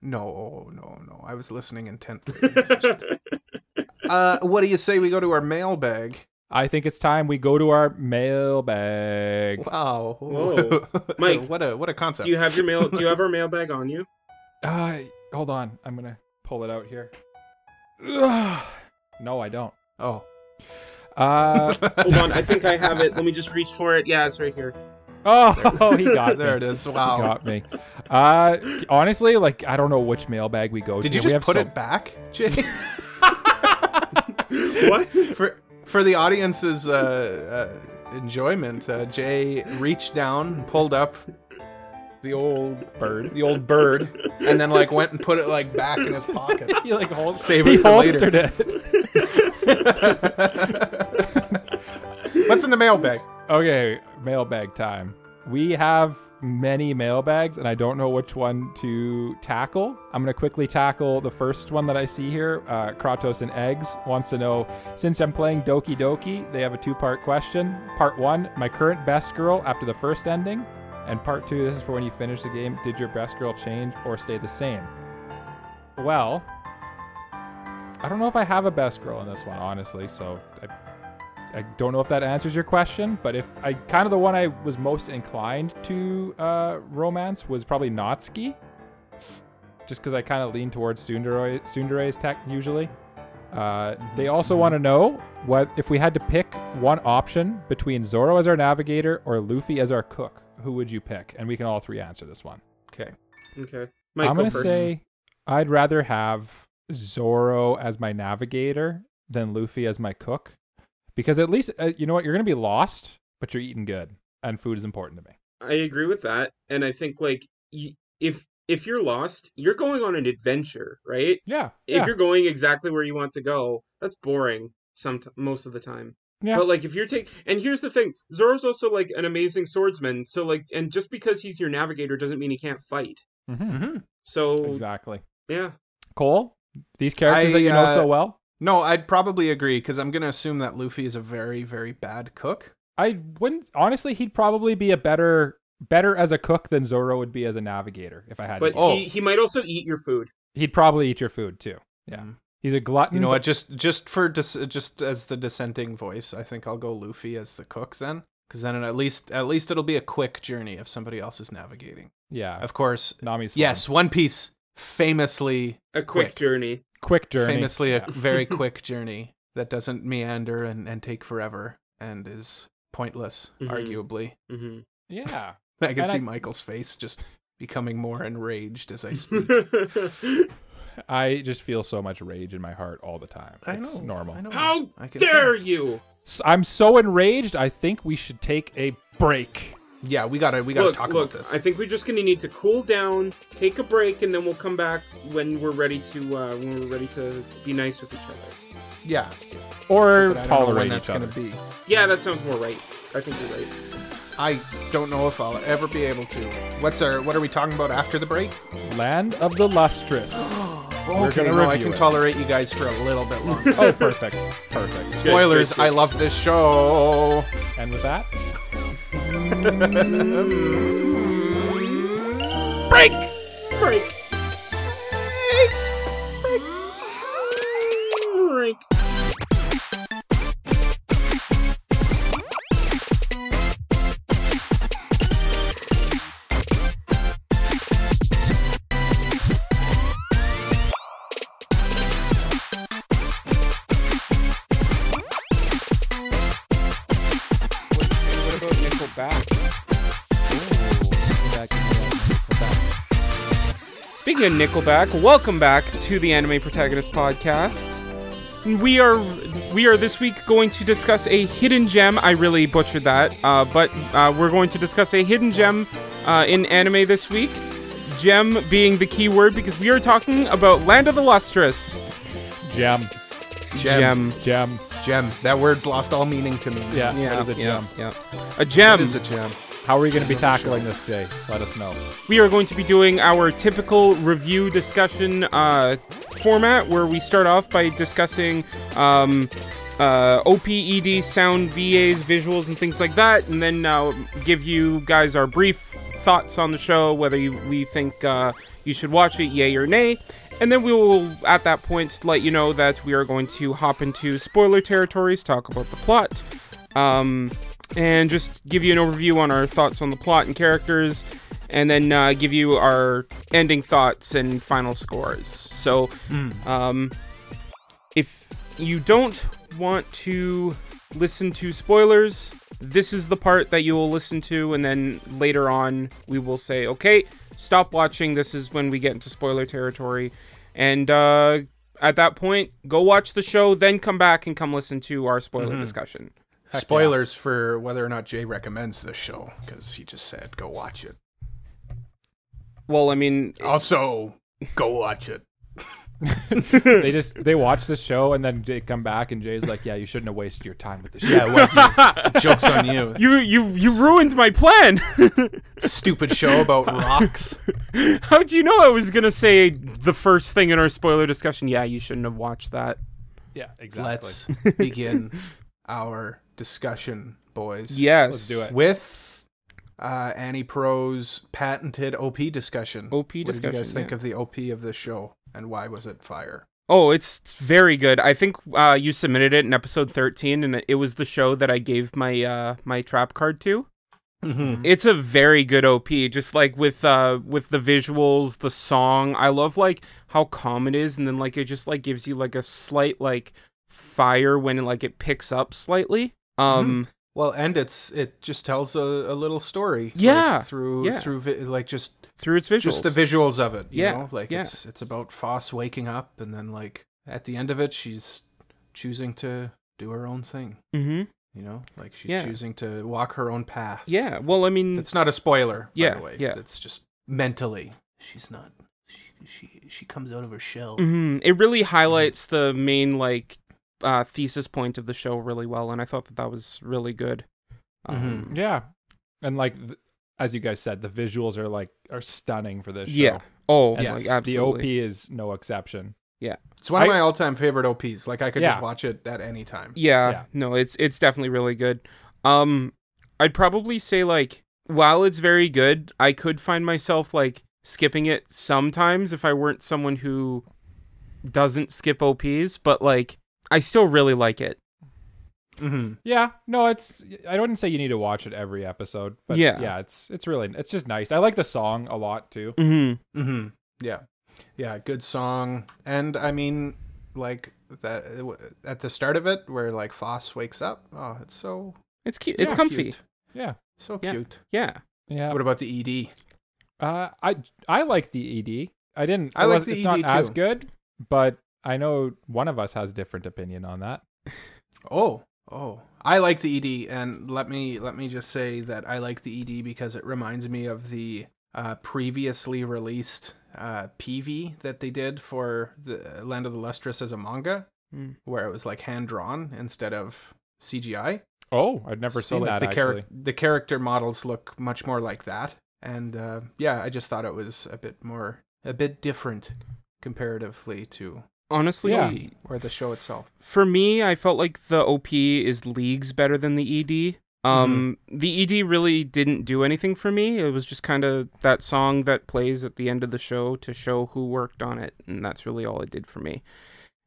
No, no, no. I was listening intently. uh, what do you say we go to our mailbag?
I think it's time we go to our mailbag.
Wow,
Whoa. Mike,
what a what a concept.
do you have your mail? Do you have our mailbag on you?
Uh, hold on. I'm gonna pull it out here. Ugh. No, I don't.
oh,
Uh,
Hold on, I think I have it. Let me just reach for it. Yeah, it's right here.
oh, he got
there
me.
it is.
He
Wow.
got me. Uh, honestly, like I don't know which mailbag we go to.
Did you
we
just
have
put
so-
it back, Jay?
What?
for for the audience's uh, uh, enjoyment, uh, Jay reached down and pulled up the old
Bird.
the old bird, and then like went and put it like back in his pocket.
he like holds-
Save
he
it for later.
holstered it.
What's in the mailbag?
Okay, mailbag time. We have many mailbags, and I don't know which one to tackle. I'm going to quickly tackle the first one that I see here. Uh, Kratos and Eggs wants to know since I'm playing Doki Doki, they have a two part question. Part one, my current best girl after the first ending. And part two, this is for when you finish the game. Did your best girl change or stay the same? Well, I don't know if I have a best girl in this one, honestly. So I I don't know if that answers your question, but if I kind of the one I was most inclined to uh, romance was probably Natsuki, just because I kind of lean towards Tsundere, Tsundere's tech usually. Uh, they also want to know what if we had to pick one option between Zoro as our navigator or Luffy as our cook, who would you pick? And we can all three answer this one.
Okay.
Okay, Mike,
I'm
go
gonna
first.
say I'd rather have Zoro as my navigator than Luffy as my cook, because at least uh, you know what you're gonna be lost, but you're eating good, and food is important to me.
I agree with that, and I think like y- if if you're lost, you're going on an adventure, right?
Yeah,
If
yeah,
you're going exactly where you want to go, that's boring. Some most of the time.
yeah.
But like if you're taking and here's the thing, Zoro's also like an amazing swordsman, so like and just because he's your navigator doesn't mean he can't fight.
Mhm.
Mm-hmm.
So
exactly.
yeah.
Cole, these
I,
characters that you know
uh,
so well,
No, I'd probably agree because I'm gonna assume that Luffy is a very very bad cook.
I wouldn't honestly. He'd probably be a better better as a cook than Zoro would be as a navigator if I had.
But
to.
Oh.
he, he might also eat your food.
he, would probably eat your food too. Yeah, he's a glutton.
You know
but-
what? Just just for dis- just as the dissenting voice, I think I'll go Luffy as the cook then, because then at least at least it'll be a quick journey if somebody else is navigating.
Yeah,
Of course,
Nami's fine.
yes, One Piece famously
A quick,
Quick.
journey.
quick journey.
famously
Yeah.
a very quick journey that doesn't meander and, and take forever and is pointless,
Mm-hmm.
Mhm.
arguably.
hmm
yeah.
I can
And
see
I-
Michael's face just becoming more enraged as I speak.
I just feel so much rage in my heart all the time.
I
it's
know,
normal.
I know.
How
I can
dare
tell.
you?
S- I'm so enraged. I think we should take a break.
Yeah, we gotta we gotta
look,
talk
look,
about this.
I think we're just gonna need to cool down, take a break, and then we'll come back when we're ready to uh, when we're ready to be nice with each other.
yeah, but I don't know
Or
when
tolerate
that's
each
gonna
other.
be.
Yeah, that sounds more right. I think you're right.
I don't know if I'll ever be able to. What's our what are we talking about after the break?
Land of the lustrous. We're
Okay,
gonna
no, I
review
can
it.
tolerate you guys for a little bit longer.
oh, perfect. Perfect.
Good,
Spoilers,
good, good.
I love this show.
And with that,
Mm.
Break!
Break. Break.
What, hey, what about Nickelback?
Speaking of Nickelback, welcome back to the Anime Protagonist Podcast. We are we are this week going to discuss a hidden gem. I really butchered that, uh, but uh, we're going to discuss a hidden gem uh, in anime this week. Gem being the key word because we are talking about Land of the Lustrous.
Gem.
Gem.
Gem.
Gem. That word's lost all meaning to me.
Yeah,
Yeah,
that is a
yeah,
gem.
yeah. A gem.
It is a gem.
How are you going to be tackling this, Jay? Let us know.
we are going to be doing our typical review discussion uh, format where we start off by discussing um, uh, OPED sound VAs, visuals, and things like that, and then uh, give you guys our brief thoughts on the show, whether you, we think uh, you should watch it, yay or nay. And then we will, at that point, let you know that we are going to hop into spoiler territories, talk about the plot, um, and just give you an overview on our thoughts on the plot and characters, and then uh, give you our ending thoughts and final scores. So, um, if you don't want to listen to spoilers, this is the part that you will listen to, and then later on we will say, okay, stop watching. This is when we get into spoiler territory, and uh, at that point, go watch the show, then come back and come listen to our spoiler discussion.
Spoilers for whether or not Jay recommends this show because he just said go watch it.
Well, I mean,
Also, go watch it.
They just they watch the show and then they come back and Jay's like, "Yeah, you shouldn't have wasted your time with this show."
Joke's on you.
you you you ruined my plan.
Stupid show about rocks.
How'd you know I was gonna say the first thing in our spoiler discussion? Yeah, you shouldn't have watched that.
yeah, exactly.
Let's begin our discussion, boys.
Yes,
Let's do it.
With uh, Annie Pro's patented OP discussion.
OP
what Did you guys
discussion,
think
yeah.
of the OP of this show and why was it fire?
Oh, it's very good. I think uh, you submitted it in episode thirteen, and it was the show that I gave my uh, my trap card to.
Mm-hmm.
It's a very good OP, just like with uh, with the visuals, the song. I love like how calm it is, and then like it just like gives you like a slight like fire when like it picks up slightly.
Mm-hmm.
Um,
Well, and it's it just tells a, a little story. like,
Yeah,
through
yeah.
through vi- like just
through its visuals.
just the visuals of it. You
Yeah,
know? like
yeah.
it's it's about Foss waking up and then like at the end of it, she's choosing to do her own thing.
mm-hmm.
You know, like she's
Yeah.
choosing to walk her own path.
Yeah. Well, I mean,
It's not a spoiler, by
Mm. Yeah,
the way.
yeah.
It's just mentally. She's not she she she comes out of her shell.
Mhm. It really highlights the main like uh, thesis point of the show really well, and I thought that that was really good. Um,
Yeah, and like th- as you guys said, the visuals are like are stunning for this show.
Yeah. Oh,
and
Yes.
like,
The
the OP
absolutely.
is no exception.
It's one of
I-
my all time favorite OPs. Like I could just
Yeah.
watch it at any time.
Yeah,
Yeah.
No, it's it's definitely really good. Um, I'd probably say like while it's very good, I could find myself like skipping it sometimes if I weren't someone who doesn't skip OPs, but like I still really like it.
Mm-hmm.
Yeah, no, it's. I wouldn't say you need to watch it every episode, but
Yeah.
yeah, yeah, it's it's really it's just nice. I like the song a lot too.
Mm-hmm.
Mm-hmm. Yeah, yeah. Good song, and I mean, like that at the start of it, where like Foss wakes up. Oh, it's so
It's cute.
so
it's comfy.
cute.
Yeah,
so
Yeah.
cute.
Yeah.
yeah.
What about the E ED?
Uh, I I like the ED. I didn't.
I
it
like
was-
the
It's
ED
not as
too.
good, but I know one of us has different opinion on that.
Oh, oh. I like the ED, and let me let me just say that I like the ED because it reminds me of the uh, previously released uh, PV that they did for the Land of the Lustrous as a manga,
Hmm.
Mm.
where it was like hand drawn instead of CGI.
Oh, I've never
so
seen
like
that.
the
actually,
character the character models look much more like that, and uh, yeah, I just thought it was a bit more a bit different comparatively to
Honestly,
Yeah.
the or the show itself.
for me, I felt like the OP is leagues better than the ED. Um, The ED really didn't do anything for me. It was just kind of that song that plays at the end of the show to show who worked on it, and that's really all it did for me.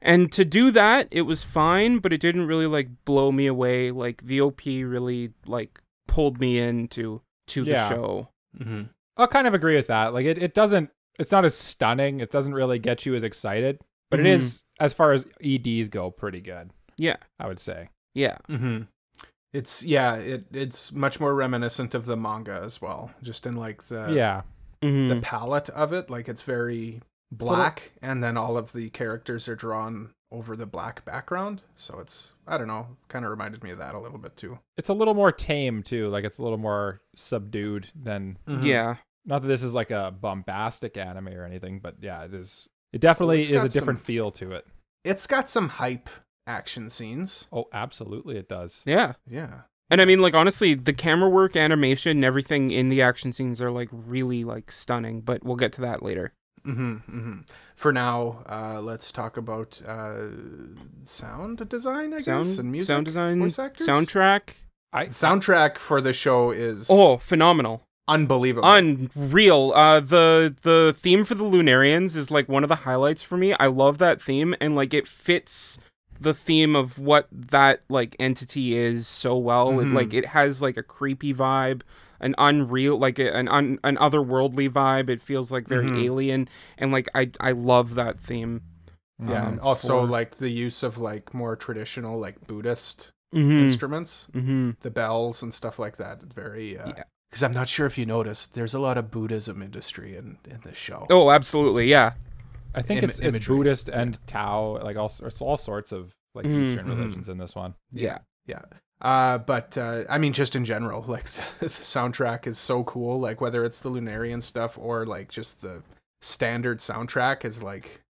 And to do that, it was fine, but it didn't really like blow me away. Like the OP really like pulled me into to
Yeah.
the show.
Mm-hmm.
I'll kind of agree with that. Like it, it doesn't it's not as stunning. It doesn't really get you as excited, but it
Mm-hmm.
Mhm.
is as far as EDs go pretty good,
Yeah,
I would say.
yeah,
Mm-hmm. It's yeah, it it's much more reminiscent of the manga as well, just in like the
yeah.
the
Mhm.
palette of it. Like it's very black, and then all of the characters are drawn over the black background. So it's I don't know, kind of reminded me of that a little bit too.
It's a little more tame too. Like it's a little more subdued than
Mm-hmm.
yeah.
not that this is like a bombastic anime or anything, but yeah, it is it definitely
it's
is a
got some-
different feel to it.
it's got some hype action scenes.
Oh, absolutely it does.
yeah.
Yeah.
And I mean, like honestly, the camera work, animation, and everything in the action scenes are like really like stunning. But we'll get to that later.
hmm hmm For now, uh, let's talk about uh, sound design, I
Sound,
guess, and music,
sound design,
voice actors?
soundtrack.
I
Soundtrack for the show is
Oh, phenomenal,
unbelievable.
unreal. Uh, the the theme for the Lunarians is like one of the highlights for me. I love that theme, and like it fits the theme of what that like entity is so well. It,
Mhm.
like it has like a creepy vibe, an unreal, like a, an un, an otherworldly vibe. It feels like very
Mhm.
alien, and like I I love that theme.
yeah.
um,
and also,
for-
like the use of like more traditional, like Buddhist
Mm-hmm.
instruments,
Mm-hmm.
the bells and stuff like that. Very. Because
Yeah.
I'm not sure if you noticed, there's a lot of Buddhism industry in in this show.
Oh, absolutely, yeah.
I think
Im-
it's it's
imagery.
Buddhist and Tao, like all it's all sorts of like
Mm,
Eastern
mhm.
religions in this one.
Yeah.
Yeah. Uh, but uh, I mean, just in general, like the soundtrack is so cool. Like whether it's the Lunarian stuff or like just the standard soundtrack is like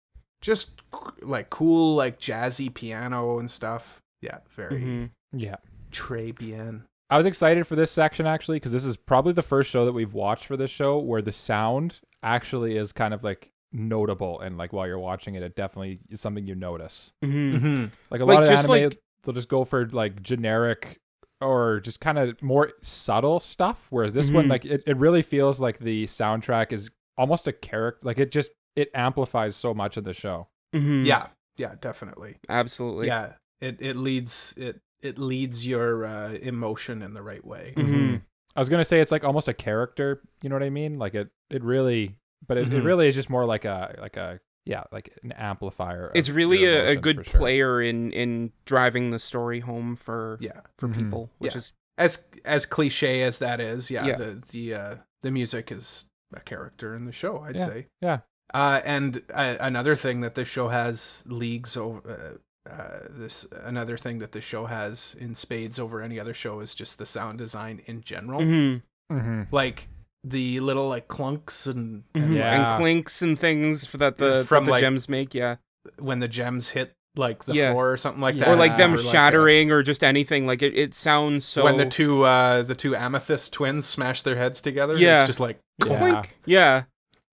just c- like cool, like jazzy piano and stuff. Yeah, very
Mhm.
Yeah.
très bien.
I was excited for this section actually because this is probably the first show that we've watched for this show where the sound actually is kind of like notable and like while you're watching it, it definitely is something you notice.
Mm-hmm.
Mm-hmm.
Like a
Like,
lot of
just,
anime,
like-
they'll just go for like generic or just kind of more subtle stuff. Whereas this one,
Mhm.
like it, it really feels like the soundtrack is almost a character. Like it just it amplifies so much of the show.
Mm-hmm.
Yeah, yeah, definitely.
absolutely.
yeah, it it leads it it leads your uh, emotion in the right way.
Mm-hmm.
Mhm.
I was gonna say it's like almost a character. You know what I mean? Like it, it really, but it,
Mm-hmm.
it
Mhm.
really is just more like a like a yeah like an amplifier. of
It's really
your
a, a
emotions,
good
for sure.
player in in driving the story home for
Yeah,
for
Mhm.
people, which
Yeah.
is
as as cliche as that is, yeah,
Yeah.
the the uh, the music is a character in the show. I'd
Yeah,
say.
yeah.
Uh, and uh, another thing that the show has leagues over. Uh, uh, this another thing that the show has in spades over any other show is just the sound design in general,
Mhm.
Mhm.
like the little like clunks and, and
Mhm.
Yeah.
and clinks and things for that the
From,
that the
like,
gems make, yeah,
when the gems hit like the
Yeah.
floor or something like
Or
that,
or like
it's
them
never a-
shattering or just anything. Like it, it sounds so
when the two uh the two amethyst twins smash their heads together it's
Yeah.
just like
Yeah.
Clink. yeah.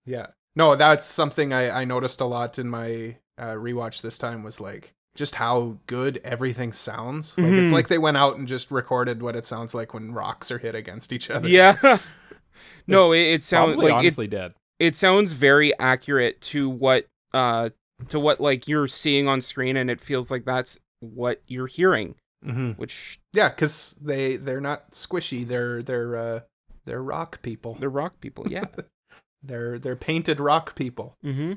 yeah no that's something i i noticed a lot in my uh rewatch this time was like just how good everything sounds like it's
Mhm.
like they went out and just recorded what it sounds like when rocks are hit against each other
yeah. no, it, it sounds
Probably
like it,
honestly did.
it sounds very accurate to what uh to what like you're seeing on screen and it feels like that's what you're hearing,
mm-hmm.
which
yeah because they they're not squishy they're they're uh they're rock people
the rock people, yeah.
they're they're painted rock people
mm-hmm.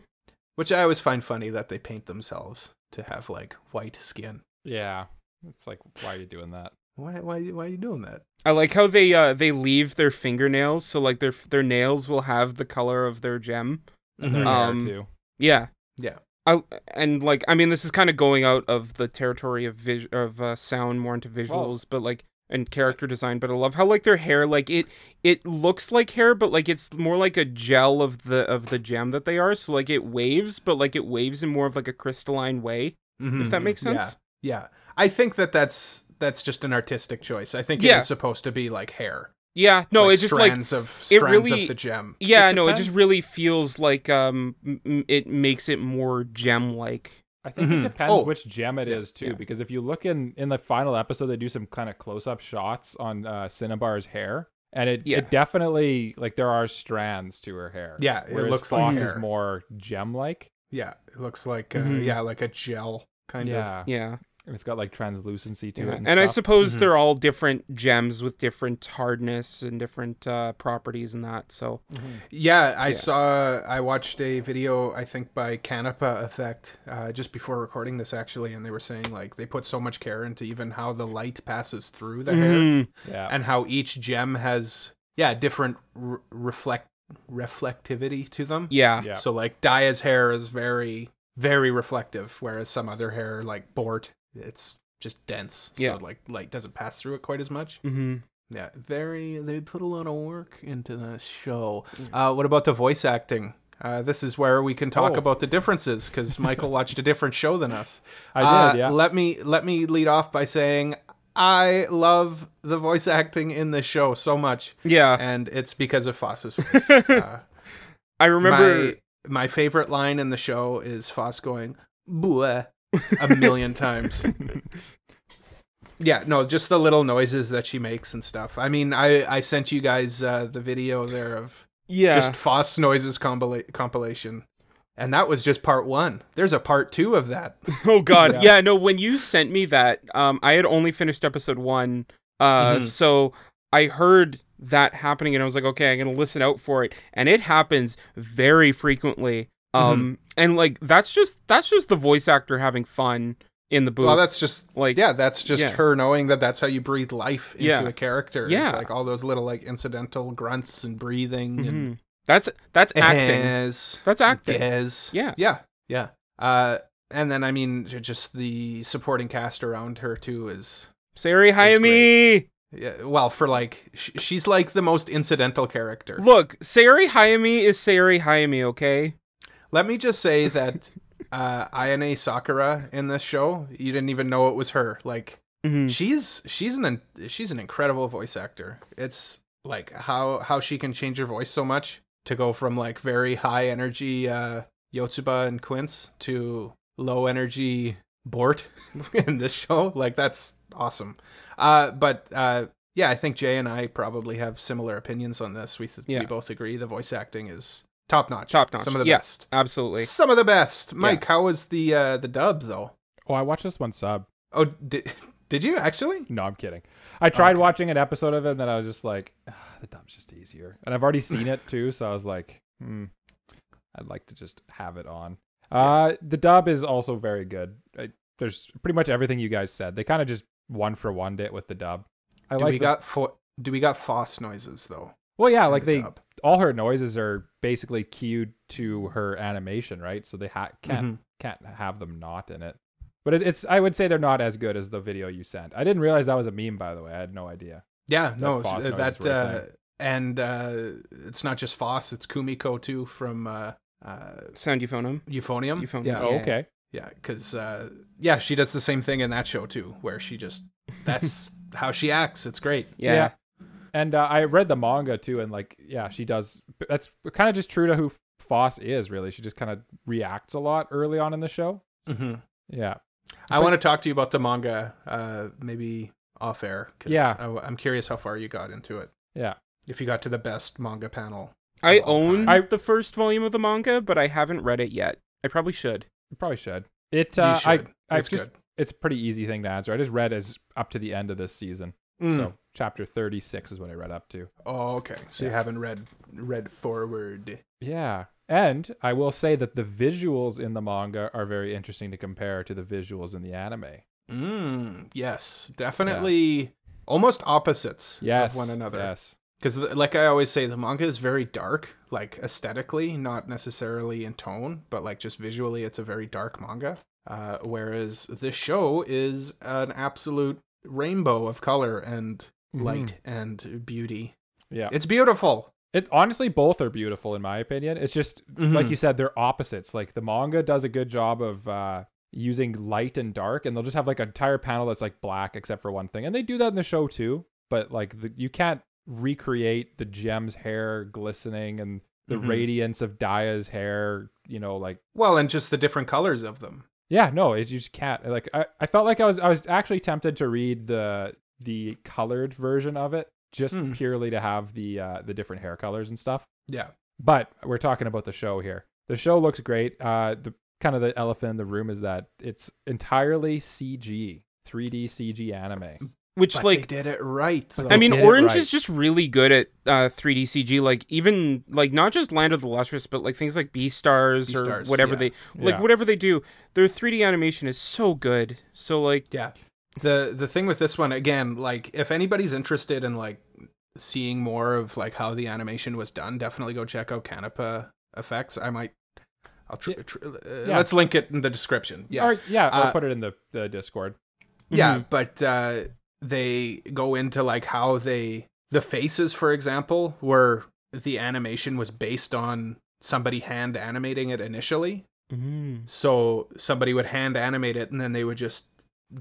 which i always find funny that they paint themselves to have like white skin
Yeah, it's like why are you doing that?
why why why are you doing that
I like how they uh they leave their fingernails, so like their their nails will have the color of their gem.
And their
Mhm.
hair,
Um,
too.
Yeah.
Yeah.
I and like I mean this is kind of going out of the territory of vis- of uh, sound more into visuals, but like and character design. But I love how like their hair like it it looks like hair, but like it's more like a gel of the of the gem that they are. So like it waves, but like it waves in more of like a crystalline way. If that
Mhm.
makes
Yeah.
sense.
Yeah. I think that that's that's just an artistic choice. I think it
Yeah.
is supposed to be like hair.
Yeah. No,
like
it's just like
strands of
it
strands
really-
of the gem.
Yeah,
It
no, it just
depends.
really feels like um m- m- it makes it more gem like.
I think
Mhm.
it depends
Oh.
which gem it is too,
yeah.
because if you look in in the final episode, they do some kind of close up shots on uh, Cinnabar's hair, and it,
Yeah.
it definitely like there are strands to her hair.
Yeah, it
whereas
looks like
Foss is
hair.
more gem like,
Yeah, it looks like uh,
Mhm.
yeah, like a gel kind of.
yeah,
Yeah.
and it's got like translucency to
Yeah,
it.
And,
And,
I
stuff.
suppose
Mhm.
they're all different gems with different hardness and different uh, properties and that. So
Yeah, I
Yeah.
saw. I watched a video, I think by Canapa Effect, uh, just before recording this actually, and they were saying like they put so much care into even how the light passes through the
Mm-hmm.
hair
Mm,
yeah,
and how each gem has yeah different r- reflect reflectivity to them.
yeah,
Yeah.
uh, So like Daya's hair is very very reflective, whereas some other hair like Bort, it's just dense.
Yeah.
So like light doesn't pass through it quite as much.
hmm
Yeah, very. They put a lot of work into the show.
Mm.
Uh, what about the voice acting? Uh, this is where we can talk
Oh.
about the differences because Michael watched a different show than us.
I did.
Uh,
Yeah,
Let me let me lead off by saying I love the voice acting in this show so much,
Uh.
yeah.
and it's because of Foss's voice. Uh,
I remember.
my, my favorite line in the show is Foss going "bleh" a million times. Yeah, no, just the little noises that she makes and stuff. I mean, I I sent you guys uh, the video there of
yeah,
just Foss noises compila- compilation, and that was just part one. There's a part two of that.
Oh god.
Yeah.
Yeah. no, when you sent me that, um I had only finished episode 1. Uh
Mhm.
so I heard that happening and I was like, okay, I'm going to listen out for it. And it happens very frequently. Um and like that's just that's just the voice actor having fun in the booth.
Well, that's just
like
yeah, that's just
Yeah.
her knowing that that's how you breathe life into
Yeah.
a character. It's
Yeah.
like all those little like incidental grunts and breathing and
mhm. that's that's acting.
Yes.
That's acting.
Yes.
Yeah.
Yeah. Yeah. Uh, and then I mean, j- just the supporting cast around her too is
Sari Hayami.
Yeah, well, for like sh- she's like the most incidental character.
Look, Sari Hayami is Sari Hayami, okay?
Let me just say that uh Ayane Sakura in this show, you didn't even know it was her. Like
Mhm.
she's she's an in- she's an incredible voice actor. It's like how how she can change her voice so much to go from like very high energy uh Yotsuba and Quince to low energy Bort in this show. Like that's awesome. Uh but uh yeah, I think Jay and I probably have similar opinions on this. We th-
Yeah.
we both agree the voice acting is top notch.
Top-notch,
Some of the
yeah.
best.
Absolutely.
Some of the best. Mike, how was the uh the dub though?
oh, I watched this one sub.
Oh, did did you actually?
No, I'm kidding. I tried
Okay.
watching an episode of it, and then I was just like, "Ah, the dub's just easier. And I've already seen it too, so I was like, hmm, I'd like to just have it on. Uh, the dub is also very good. I, there's pretty much everything you guys said. They kind of just one for one it with the dub. I
do
like.
we
the-
got fo- do we got Foss noises though?
well, yeah,
in
like
the
they
dub?
all her noises are basically cued to her animation, right? So they ha- can't
Mm-hmm.
can't have them not in it. But it, it's I would say they're not as good as the video you sent. I didn't realize that was a meme, by the way. I had no idea.
Yeah, no,
Foss
uh,
noises
that
were a
uh, and uh, it's not just Foss; it's Kumiko too from uh, uh,
Sound euphonum.
Euphonium.
Euphonium.
Yeah,
Oh,
Yeah.
okay.
yeah, because uh, yeah, she does the same thing in that show too, where she just that's how she acts. It's great.
yeah.
And uh, I read the manga too, and like, yeah, she does. That's kind of just true to who Foss is, really. She just kind of reacts a lot early on in the show.
Mm-hmm.
Yeah.
I want to talk to you about the manga, uh, maybe off air. 'cause
Yeah.
I, am curious how far you got into it.
Yeah.
If you got to the best manga panel,
I
of all
own
time.
I-
the first volume of the manga, but I haven't read it yet. I probably should.
You probably should. It,
you
uh,
should.
I, I
it's
just,
good.
it's a pretty easy thing to answer. I just read as up to the end of this season.
Hmm.
So chapter 36 is what I read up to.
Oh, okay. So you
Yeah.
haven't read read forward.
Yeah. And I will say that the visuals in the manga are very interesting to compare to the visuals in the anime.
Mm, yes, definitely. Almost opposites
Yes.
of one another.
Yes.
Because, like I always say, the manga is very dark, like aesthetically, not necessarily in tone, but like just visually, it's a very dark manga. Uh, whereas this show is an absolute rainbow of color and light and beauty.
Mm-hmm. Yeah.
It's beautiful.
Mm-hmm. It honestly both are beautiful in my opinion. It's just like
Hmm. Mm-hmm.
you said, they're opposites. Like the manga does a good job of uh using light and dark, and they'll just have like an entire panel that's like black except for one thing. And they do that in the show too, but like the, you can't recreate the gem's hair glistening and the
Mhm.
radiance of Daya's hair, you know, like
Well, and just the different colors of them.
Yeah, no, it, you just can't. Like I, I felt like I was I was actually tempted to read the the colored version of it just
Hmm.
purely to have the uh, the different hair colors and stuff.
Yeah.
But we're talking about the show here. The show looks great. Uh, the kind of the elephant in the room is that it's entirely CG, 3D CG anime.
Which
But
like
they did it right.
But
though.
I
they
mean,
did it
Orange
right.
is just really good at uh, 3D CG. Like even like not just Land of the Lustrous, but like things like Beastars, or
Beastars,
whatever
yeah.
they like
Yeah.
whatever they do. Their 3D animation is so good. So like
Yeah. The the thing with this one again, like if anybody's interested in like seeing more of like how the animation was done, definitely go check out Canapa Effects. I might I'll tr-
Yeah.
tr- uh,
Yeah.
let's link it in the description. Yeah.
Or yeah, or
Uh,
put it in the, the Discord.
Yeah,
Mm-hmm.
but uh they go into like how they the faces for example were the animation was based on somebody hand animating it initially
mhm.
so somebody would hand animate it and then they would just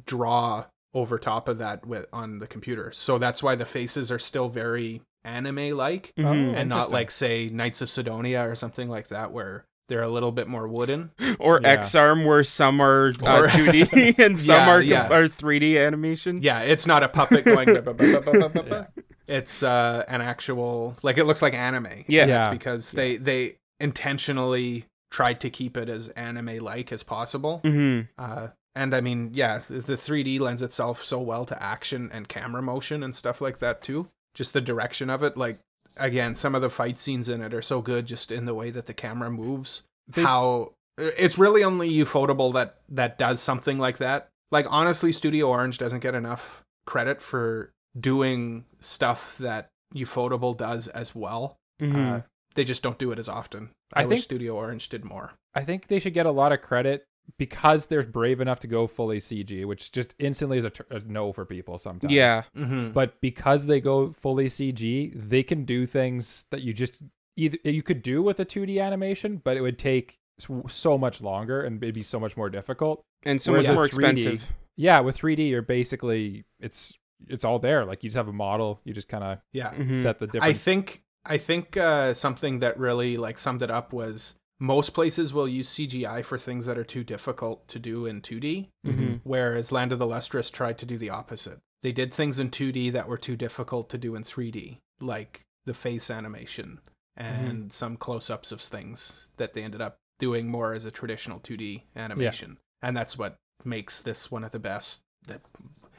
draw over top of that with on the computer so that's why the faces are still very anime like
Mhm.
Mm-hmm, and not
Oh, Mm, Interesting.
like say knights of sidonia or something like that where they're a little bit more wooden
or
Mm-hmm. Yeah.
X Arm, where some are uh,
Or-
2D and some
Yeah,
are
yeah.
are 3D animation.
yeah it's not a puppet going "Buh, buh, buh, buh, buh, buh, buh." it's uh an actual like it looks like anime
Yeah.
And that's
Yeah.
because they they intentionally tried to keep it as anime like as possible
hmm
Uh, and I mean, yeah, th- the 3D lends itself so well to action and camera motion and stuff like that too. Just the direction of it, like again, some of the fight scenes in it are so good, just in the way that the camera moves.
They-
How it's really only Ufotable that that does something like that. Like honestly, Studio Orange doesn't get enough credit for doing stuff that Ufotable does as well.
Mm-hmm.
Uh, they just don't do it as often. I,
Mm-hmm. I
wish
think-
Studio Orange did more.
I think they should get a lot of credit because they're brave enough to go fully CG, which just instantly is a, tur- a no for people sometimes.
yeah.
Mm-hmm.
But because they go fully CG, they can do things that you just either you could do with a 2D animation, but it would take s- so much longer and it'd be so much more difficult.
And so
Whereas
much
a
more
3D
expensive.
Yeah, with 3D, you're basically it's it's all there. Like you just have a model, you just kind of
Yeah.
Mhm.
set the different.
I think I think uh, something that really like summed it up was most places will use CGI for things that are too difficult to do in 2D,
Mhm.
whereas Land of the Lustrous tried to do the opposite. They did things in 2D that were too difficult to do in 3D, like the face animation and some close-ups of things that they ended up doing more as a traditional 2D animation, and that's what makes this one of the best, the,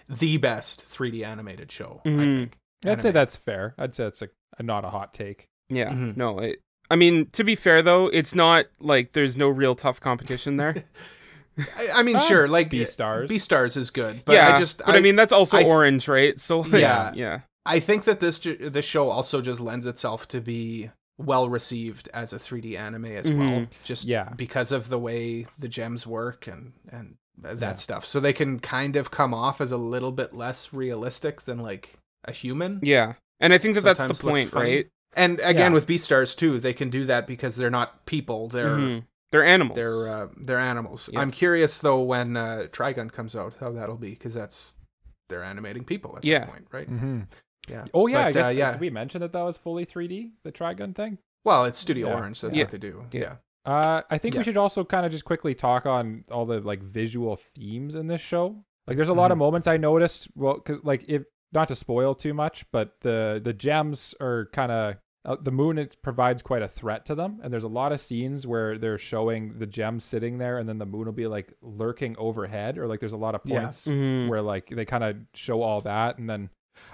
the best 3D animated show. I
Mhm.
think.
Mm-hmm. I'd say
anime.
that's fair. I'd say that's a, a not a hot take.
Yeah.
Mhm.
No. It, I mean, to be fair though, it's not like there's no real tough competition there.
I, I mean,
Ah,
sure, like
B stars.
B stars is good, but
yeah,
I just,
but I, mean that's also
I-
orange, right? So like,
Yeah.
yeah, yeah,
I think that this ju- this show also just lends itself to be well received as a 3D anime as well,
Mhm.
just
Yeah.
because of the way the gems work and and that
Yeah.
stuff. So they can kind of come off as a little bit less realistic than like a human.
yeah. And I think that that's
Sometimes
the
looks
point,
funny.
right?
And again,
Yeah.
with B stars too, they can do that because they're not people; they're
Mhm. They're animals.
they're uh, they're animals.
Yeah.
I'm curious though when uh, Trigun comes out how that'll be because that's they're animating people at
Yeah. Mm.
that point, right?
Mm-hmm.
Yeah.
Oh yeah,
But,
I guess
uh, yeah.
did we mentioned that that was fully 3D, the Trigun thing.
Well, it's Studio
Yeah.
Orange. That's
Yeah.
what they do.
Yeah.
Yeah.
Uh, I think
Yeah.
we should also kind of just quickly talk on all the like visual themes in this show. Like, there's a
Mm-hmm.
lot of moments I noticed. Well, because like if not to spoil too much, but the the gems are kind of uh, the moon it provides quite a threat to them, and there's a lot of scenes where they're showing the gems sitting there, and then the moon will be like lurking overhead, or like there's a lot of
Yeah.
points
Mm.
Mhm.
where like they kind of show all that and then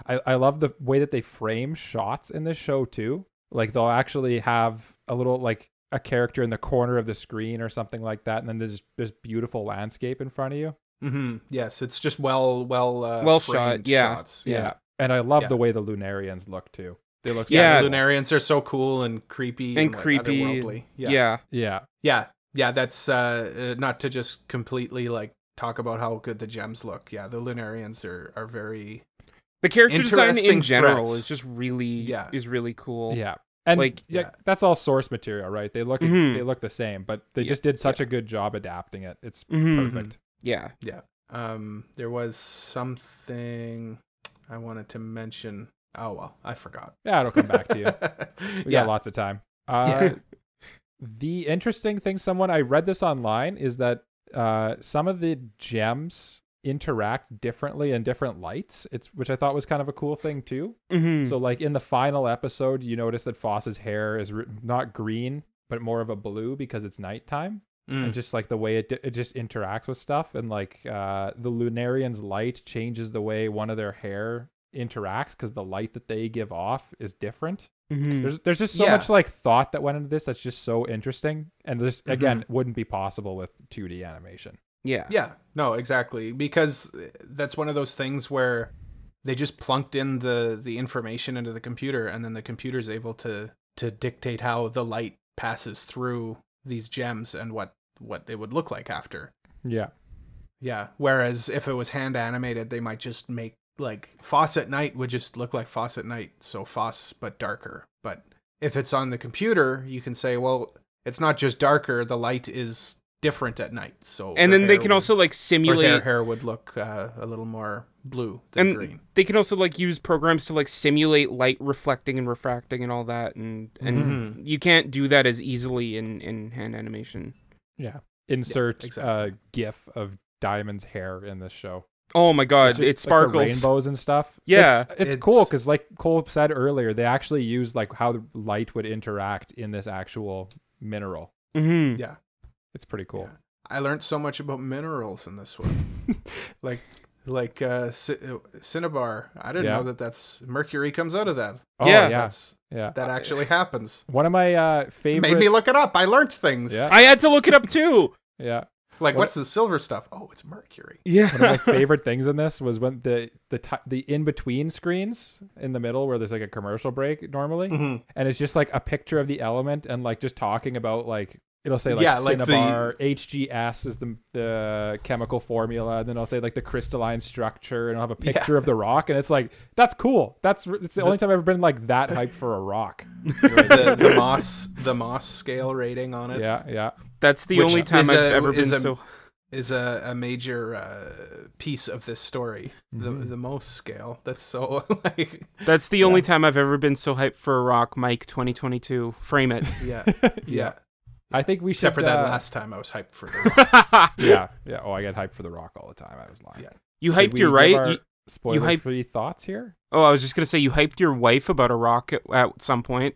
I, I love the way that they frame shots in this show too like they'll actually have a little like a character in the corner of the screen or something like that and then there's this beautiful landscape in front of you
hmm Yes, it's just well, well, uh,
Well
framed
shot, yeah.
shots.
and i love
Yeah.
the way the lunarians look too they look so
Yeah,
Yeah.
the
cool.
Lunarians are so cool and creepy
And
like,
creepy.
otherworldly.
yeah.
Yeah. yeah,
yeah
yeah, That's uh, uh, not to just completely like talk about how good the gems look. Yeah, the Lunarians are are very
The character design in
Interesting
general
threats.
is just really,
Yeah.
is really cool.
yeah and
Like-
like yeah,
Yeah.
that's all source material right they look
Mhm.
they look the same but they
Yeah.
just did such a good job adapting it it's
Mm-hmm.
Mhm.
perfect
yeah.
Um, there was something I wanted to mention. Oh well, I forgot.
yeah it'll come back to you We
yeah,
got lots of time. Uh, the interesting thing, someone I read this online, is that uh, some of the gems interact differently in different lights. It's which I thought was kind of a cool thing too.
Hmm.
Mm-hmm.
So like in the final episode, you notice that Foss's hair is r not green but more of a blue because it's nighttime
Hmm.
and just like the way it, di- it just interacts with stuff and like uh the lunarians light changes the way one of their hair interacts because the light that they give off is different
Mm-hmm.
there's there's just so
Mm. Yeah.
much like thought that went into this that's just so interesting and this
Mm-hmm.
again wouldn't be possible with 2d animation
Yeah.
Yeah, no, exactly. Because that's one of those things where they just plunked in the the information into the computer, and then the computer's able to to dictate how the light passes through these gems and what what it would look like after.
yeah
Yeah. Whereas if it was hand animated, they might just make like Foss at night would just look like Foss at night, so Foss but darker. But if it's on the computer, you can say, well, it's not just darker; the light is different at night. So
And
their
then they
hair
can
would-
also like
or their
simulate
hair would look uh, a little more blue than
and
green.
they can also like use programs to like simulate light reflecting and refracting and all that and and you can't do that as easily in in hand animation.
yeah insert
exactly.
uh gif of diamond's hair in this show
Oh my
Uh,
god,
It's just,
it
like, the
sparkles.
rainbows and stuff.
Yeah.
it's, it's
It's-
cool because, like Cole said earlier, they actually used like how the light would interact in this actual mineral.
Mhm.
Yeah,
It's pretty cool.
I learned so much about minerals in this one, like like uh, ci- uh, cinnabar. I didn't
Yeah.
know that that's mercury comes out of that.
Oh, yeah,
Yeah.
yeah.
That's that actually happens.
One of my uh,
It
favorite.
made me look it up. I learned things.
Yeah.
I had to look it up too.
yeah,
Like
What-
what's the silver stuff? Oh, it's mercury.
one of my
Yeah.
favorite things in this was when the the ti the in between screens in the middle where there's like a commercial break normally,
Mm.
and it's just like a picture of the element and like just talking about like. It'll say like
Yeah, like the-
cinnabar, HGS is the the chemical formula, and then I'll say like the crystalline structure, and I'll have a
Yeah.
picture of the rock, and it's like that's cool. That's r- it's the, only time I've ever been like that hyped for a rock.
the, the moss the moss scale rating on it is
Yeah, yeah,
That's the
Which
only
is
time I've
a-
ever
is
been
a-
so
a, a major uh, piece of this story. The
Mm-hmm.
the most scale. That's so like
That's the only time I've ever been so hyped for a rock, Mike 2022. Frame it.
yeah.
Yeah.
Yeah.
I think we should.
Except for that
uh,
last time I was hyped for the
Yeah, yeah. Oh, I get hyped for the rock all the time. I was lying.
Yeah.
you
Should
hyped
we
your
give
right.
our
you-
Spoiler-free thoughts here.
oh, I was just going to say you hyped your wife about a rock at, at some point.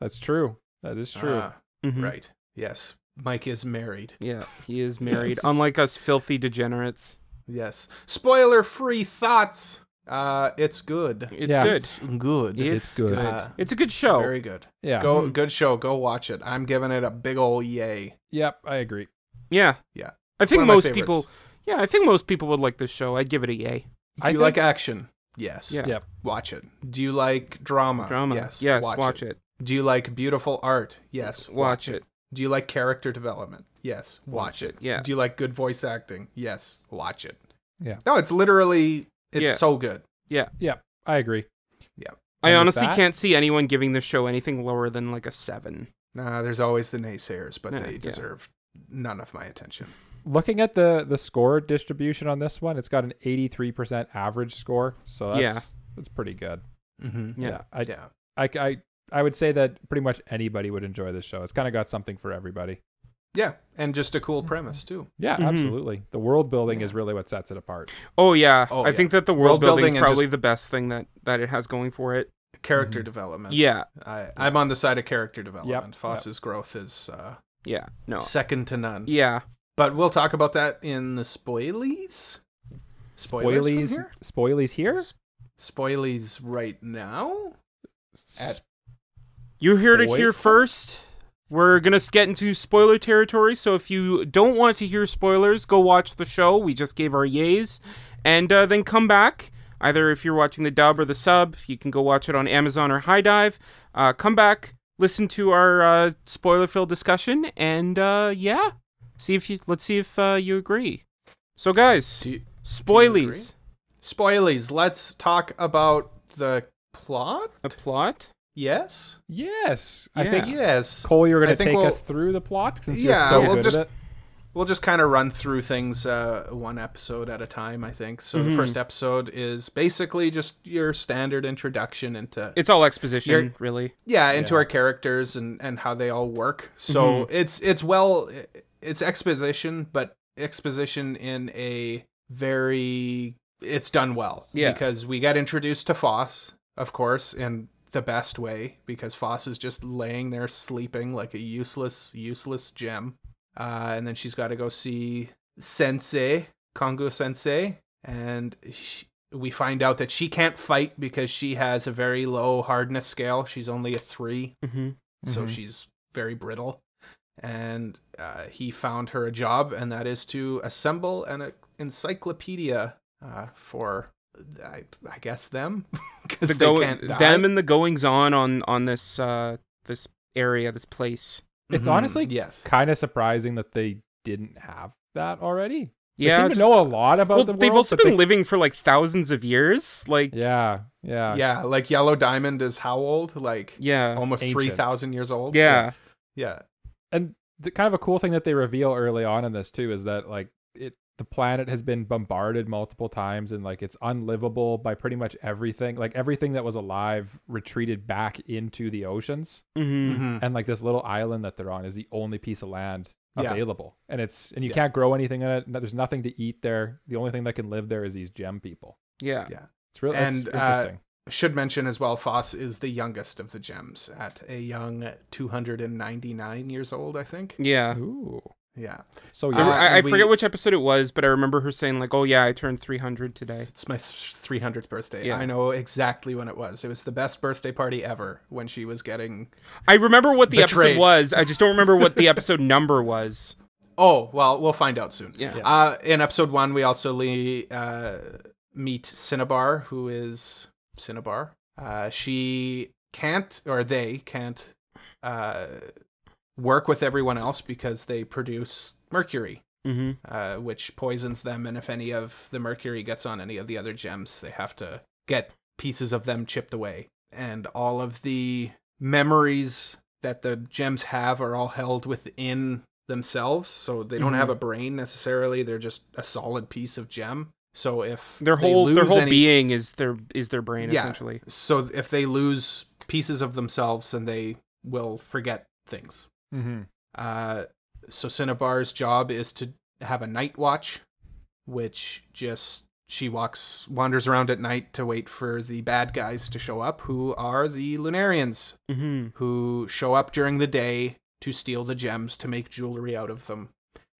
That's true. That is true. Mm-hmm.
Ah,
Mhm.
right. Yes. Mike is married.
Yeah, he is married.
Yes.
Unlike us filthy degenerates.
Yes. Spoiler free thoughts. Uh it's good.
It's
Yeah.
good.
Good.
It's
good.
good.
Uh,
it's a good show.
Very good.
yeah. Mm-hmm.
Go good show. Go watch it. I'm giving it a big ol' yay.
Yep, I agree.
yeah.
Yeah.
I think
One of my
most
favorites.
people Yeah, I think most people would like this show. I'd give it a yay.
Do
I
you
think-
like action? Yes.
Yeah.
Yep.
Watch it. Do you like drama?
Drama.
Yes.
watch, it.
Do you like beautiful art? Yes.
Watch it.
Do you like character development? Yes. Watch, it.
Yeah.
Do you like good voice acting? Yes. Watch it.
Yeah.
No, it's literally it's
Yeah.
so good.
Yep, I agree.
I
And with
honestly
that-
can't see anyone giving this show anything lower than like a 7.
Nah, there's always the naysayers, but
Yeah,
they
yeah.
deserve none of my attention.
Looking at the the score distribution on this one, it's got an 83% average score, so that's
Yeah.
that's pretty good.
Mm-hmm.
Yeah.
I,
Yeah.
I I I would say that pretty much anybody would enjoy this show. It's kind of got something for everybody.
Yeah. And just a cool premise too.
Yeah,
Mhm.
absolutely. The world building is really what sets it apart.
Oh yeah.
Oh,
I
yeah.
think that the
World
world, building,
building
is
and
probably
just-
the best thing that that it has going for it.
Character development.
Yeah.
I, I'm on the side of character development. Foss's growth is uh,
Yeah. No.
second to none.
Yeah.
But we'll talk about that in the spoilies. Spoilers from
Spoilies,
here?
spoilies here.
Spoilies right now. At-
You heard it
Boys?
here first. We're gonna s- get into spoiler territory, so if you don't want to hear spoilers, go watch the show. We just gave our yays, and uh, then come back. Either if you're watching the dub or the sub, you can go watch it on Amazon or High Dive. Uh, come back, listen to our uh, spoiler-filled discussion, and uh, yeah, see if you let's see if uh, you agree. So guys,
Do you-
spoilies,
Spoilies. Let's talk about the plot.
a plot.
Yes.
Yes, I
Yeah.
think
Yes.
Cole, you're going
I
to
think
take
we'll-
us through the plot since
Yeah,
you're so
we'll
good
just-
at it.
We'll just kind of run through things uh, one episode at a time, I think. So the first episode is basically just your standard introduction into
It's all exposition,
You're-
really.
yeah into our characters and and how they all work so it's it's well it's exposition but exposition in a very it's done well.
Yeah.
Because we got introduced to Foss, of course, in the best way because Foss is just laying there sleeping like a useless, useless gem. Uh, and then she's got to go see Sensei, Kongo Sensei, and sh we find out that she can't fight because she has a very low hardness scale. She's only a three,
Mm-hmm.
so
Mhm.
she's very brittle. And uh, he found her a job, and that is to assemble an uh, encyclopedia uh, for, I, I guess, them. Because
The
they
go-
can't die.
them and the goings on on on this uh this area, this place.
It's
Mhm,
honestly
Yes.
Kind of surprising that they didn't have that already.
Yeah,
they seem
it's-
to know a lot about
well,
the world.
they've also
but
been
they-
living for like thousands of years. Like, yeah,
yeah, yeah,
yeah, like Yellow Diamond is how old? Like
yeah,
almost
Ancient.
3,000 years old? Yeah.
and the kind of a cool thing that they reveal early on in this too is that like it the planet has been bombarded multiple times and like it's unlivable by pretty much everything like everything that was alive retreated back into the oceans
hmm
Mm-hmm.
and like this little island that they're on is the only piece of land
Yeah.
available and it's and you
Yeah.
can't grow anything in it no- there's nothing to eat there the only thing that can live there is these gem people
yeah.
it's really it's
And, uh,
interesting
Should mention as well, Foss is the youngest of the gems at a young 299 years old, I think.
yeah.
ooh
Yeah.
so
Uh,
yeah
I, I
and we-
forget which episode it was, but I remember her saying like, "Oh yeah, I turned 300 today."
It's my 300th birthday.
Yeah.
I know exactly when it was. It was the best birthday party ever when she was getting.
I remember what the
Betrayed.
episode was. I just don't remember what the episode number was.
Oh, well, we'll find out soon.
Yeah.
Yes.
Uh, in episode one, we also le- uh, meet Cinnabar, who is Cinnabar. Uh, she can't, or they can't, uh, work with everyone else because they produce mercury,
Mm-hmm.
uh, which poisons them. And if any of the mercury gets on any of the other gems, they have to get pieces of them chipped away. And all of the memories that the gems have are all held within themselves. So they don't
Mhm.
have a brain necessarily. They're just a solid piece of gem. So if
Their
they
whole their
lose
whole
any-
being is their is their brain
Yeah.
essentially.
so if they lose pieces of themselves, then they will forget things.
Mhm.
Uh, so Cinnabar's job is to have a night watch, which just she walks wanders around at night to wait for the bad guys to show up, who are the Lunarians,
Mm-hmm.
who show up during the day to steal the gems to make jewelry out of them.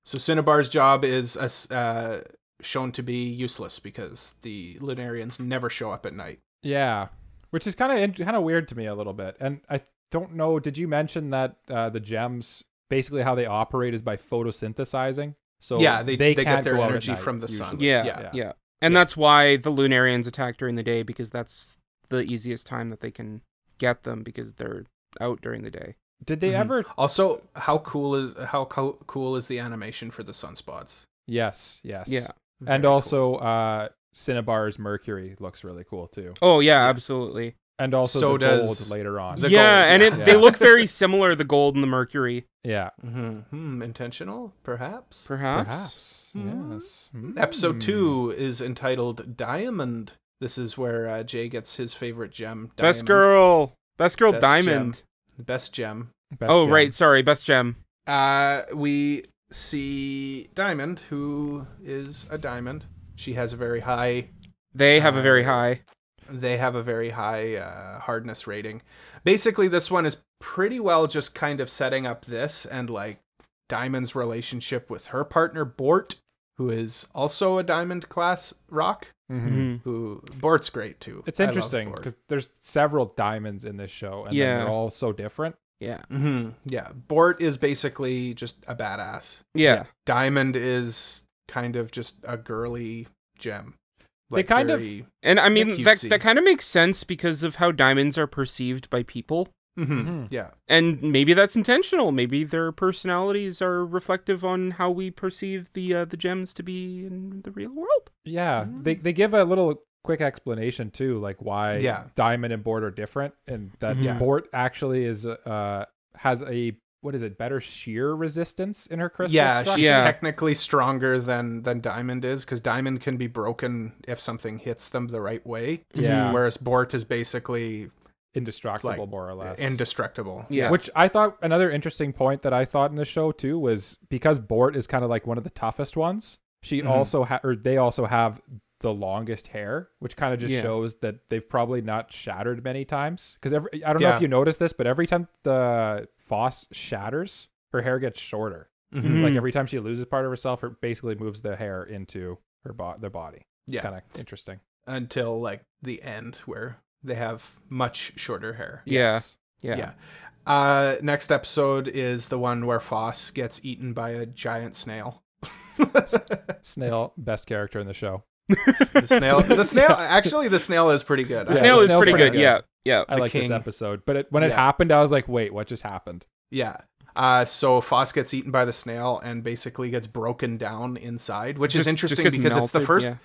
So Cinnabar's job is uh, s- uh, shown to be useless because the Lunarians never show up at night.
Yeah, which is kind of kind of weird to me a little bit. And I don't know. Did you mention that uh, the gems basically how they operate is by photosynthesizing? So
yeah, they they,
can't
get their
go out at
energy
night,
from the
usually.
sun.
Yeah,
yeah.
yeah,
Yeah.
And that's why the Lunarians attack during the day because that's the easiest time that they can get them because they're out during the day.
Did they
Mhm.
ever?
Also, how cool is how co- cool is the animation for the sunspots?
Yes, yes.
Yeah.
Very
and
cool.
also uh, Cinnabar's Mercury looks really cool too.
Oh yeah, absolutely.
And also
So
the
does
gold later on.
the
yeah,
gold,
and it,
yeah.
they
Yeah.
look very similar, the gold and the mercury,
yeah,
Mhm. Hmm, intentional, perhaps.
perhaps.
perhaps.
Hmm.
Yes.
Episode
Mm.
two is entitled "Diamond." This is where uh, Jay gets his favorite gem. Diamond.
Best girl, best girl,
Best
diamond.
gem. Best gem.
Best
Oh
gem.
right, sorry, best gem.
Uh, we see Diamond, who is a diamond. She has a very high
They have a very
Uh,
high.
they have a very high uh, hardness rating. Basically, this one is pretty well just kind of setting up this and like Diamond's relationship with her partner Bort, who is also a Diamond class rock.
Mhm.
Mhm.
Who Bort's great too.
It's interesting because there's several diamonds in this show, and
Yeah.
then they're all so different.
Yeah.
hmm yeah, Bort is basically just a badass.
yeah,
Diamond is kind of just a girly gem.
They kind of-
very-
and I mean
They're
that
cutesy.
that kind of makes sense because of how diamonds are perceived by people,
Mhm,
Mhm.
yeah,
and maybe that's intentional. Maybe their personalities are reflective on how we perceive the uh, the gems to be in the real world.
Yeah, they they give a little quick explanation too, like why
Yeah. Mm-hmm.
diamond and board are different, and that
Mhm. Yeah.
board actually is uh has a what is it better shear resistance in her crystal
yeah,
structure.
she's
Yeah.
technically stronger than than Diamond is because Diamond can be broken if something hits them the right way.
Yeah.
Whereas Bort is basically
indestructible,
Like,
more or less.
indestructible.
Yeah.
Which I thought another interesting point that I thought in the show too was because Bort is kind of like one of the toughest ones. She
Mhm.
also ha- or they also have the longest hair, which kind of just
Yeah.
shows that they've probably not shattered many times. Because every I don't know
Yeah.
if you noticed this, but every time the Foss shatters, her hair gets shorter.
Mm-hmm.
Mhm.
Like every time she loses part of herself, her basically moves the hair into her bo- their body.
Yeah.
It's kind of interesting.
Until like the end where they have much shorter hair.
Yeah.
Yes.
Yeah.
Uh, next episode is the one where Foss gets eaten by a giant snail.
Snail, best character in the show.
The snail. The snail. Actually, the snail is pretty good.
The
I-
Yeah,
snail
the
is
snail's
pretty,
pretty
good.
good.
Yeah. Yeah.
I
The
like this
king.
episode, but it, when it
Yeah.
happened, I was like, "Wait, what just happened?"
Yeah. Uh, so Foss gets eaten by the snail and basically gets broken down inside, which is
Just-
interesting
just 'cause
because it's the
melted,
first.
yeah.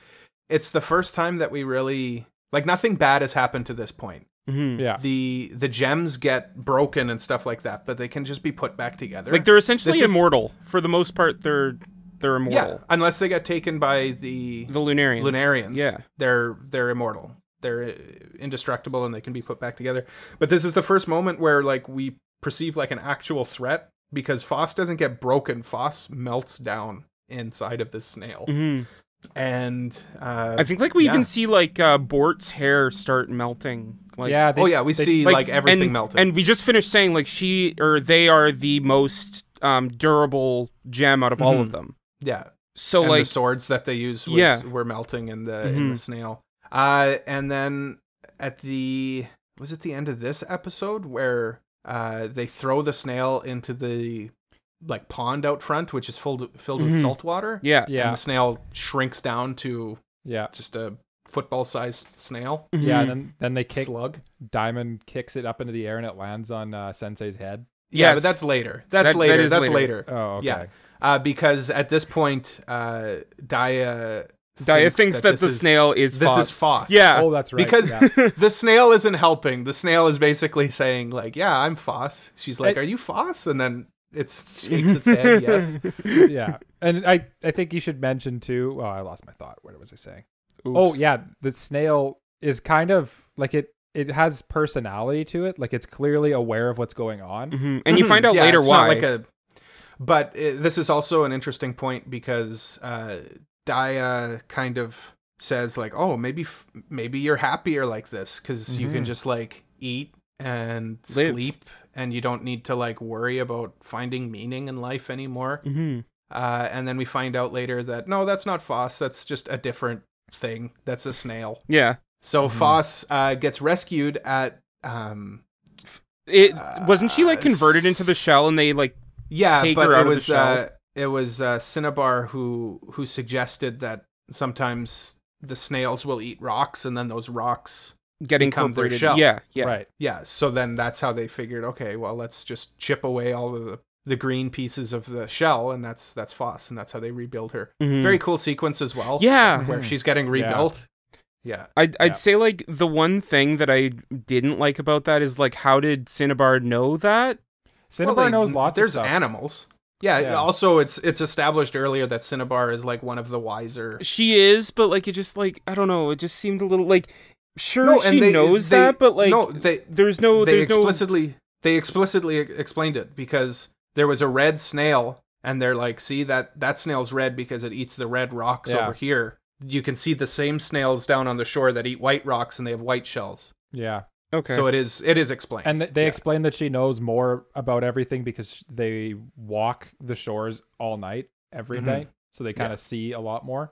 It's the first time that we really like nothing bad has happened to this point.
Mhm.
Yeah.
The the gems get broken and stuff like that, but they can just be put back together.
Like they're essentially
This is-
immortal for the most part. They're they're
yeah,
immortal.
unless they get taken by the
The Lunarians.
Lunarians.
Yeah.
they're they're immortal. They're uh, indestructible and they can be put back together. But this is the first moment where like we perceive like an actual threat because Foss doesn't get broken. Foss melts down inside of this snail,
hmm
and uh,
I think like we
Yeah.
even see like uh, Bort's hair start melting. Like,
yeah. They,
oh yeah, we
they-
see like, everything
and,
melted.
And we just finished saying like she or they are the most um, durable gem out of all of them.
yeah,
So
and
like
the swords that they used was,
Yeah. Mm-hmm.
were melting in the in the snail. Uh, and then at the was it the end of this episode where uh, they throw the snail into the like pond out front, which is filled filled with
Mhm.
salt water.
yeah.
and
yeah,
the snail shrinks down to
yeah,
just a football sized snail
yeah.
Mhm.
And then then they kick
slug.
Diamond kicks it up into the air and it lands on uh, Sensei's head.
Yeah,
Yes.
but that's later. That's
That- that
later.
is
that's
later.
later.
Oh, okay.
Yeah. Uh, because at this point, uh, Daya
Daya thinks that,
this
the
is-
snail is
this
Foss.
is Foss.
Yeah.
Oh, that's right.
because
yeah.
the snail isn't helping. The snail is basically saying like, "Yeah, I'm Foss." She's like,
I-
"Are you Foss?" And then it shakes its head. Yes.
yeah. and I I think you should mention too. Oh, I lost my thought. What was I saying? Oh
Oops.
yeah, the snail is kind of like it. It has personality to it. Like it's clearly aware of what's going on.
Mhm. And you
Mhm.
find out
Yeah,
later
it's Not
why.
like a, but uh this is also an interesting point because uh, Daya kind of says like, "Oh, maybe f- maybe you're happier like this because you can
Mhm.
just like eat and
Mm-hmm. Live.
sleep." And you don't need to like worry about finding meaning in life anymore.
Mhm.
Uh, and then we find out later that no, that's not Foss. That's just a different thing. That's a snail.
Yeah.
So
Mhm.
Mm-hmm.
Foss uh, gets rescued at um,
It wasn't she like
Uh,
converted into the
s-
shell and they like
yeah,
Take
but
her out of
it
the
was uh, it was uh, Cinnabar who who suggested that sometimes the snails will eat rocks, and then those rocks.
get
Become their
incorporated.
shell.
Yeah. Yeah.
Right.
Yeah, so then that's how they figured. Okay, well, let's just chip away all of the, the green pieces of the shell, and that's that's Foss, and that's how they rebuild her.
Mhm.
Very cool sequence as well.
Yeah.
where she's getting rebuilt. Yeah.
I'd, I'd
Yeah.
say like the one thing that I didn't like about that is like how did Cinnabar know that?
Cinnabar
they-
knows lots
There's
of stuff.
animals. Yeah,
Yeah.
Also, it's it's established earlier that Cinnabar is like one of the wiser.
She is, but like it just like I don't know, it just seemed a little like sure
No,
she
and they-
knows
they-
that, but like
no, they-
there's no
they
there's
explicitly they explicitly e- explained it because there was a red snail, and they're like, see that that snail's red because it eats the red rocks
Yeah.
over here. You can see the same snails down on the shore that eat white rocks, and they have white shells.
Yeah.
no okay.
So it is it is explained.
And th- they
Yeah.
explain that she knows more about everything because sh- they walk the shores all night, every
Mhm.
Mm-hmm.
night, so they kind of see a lot more.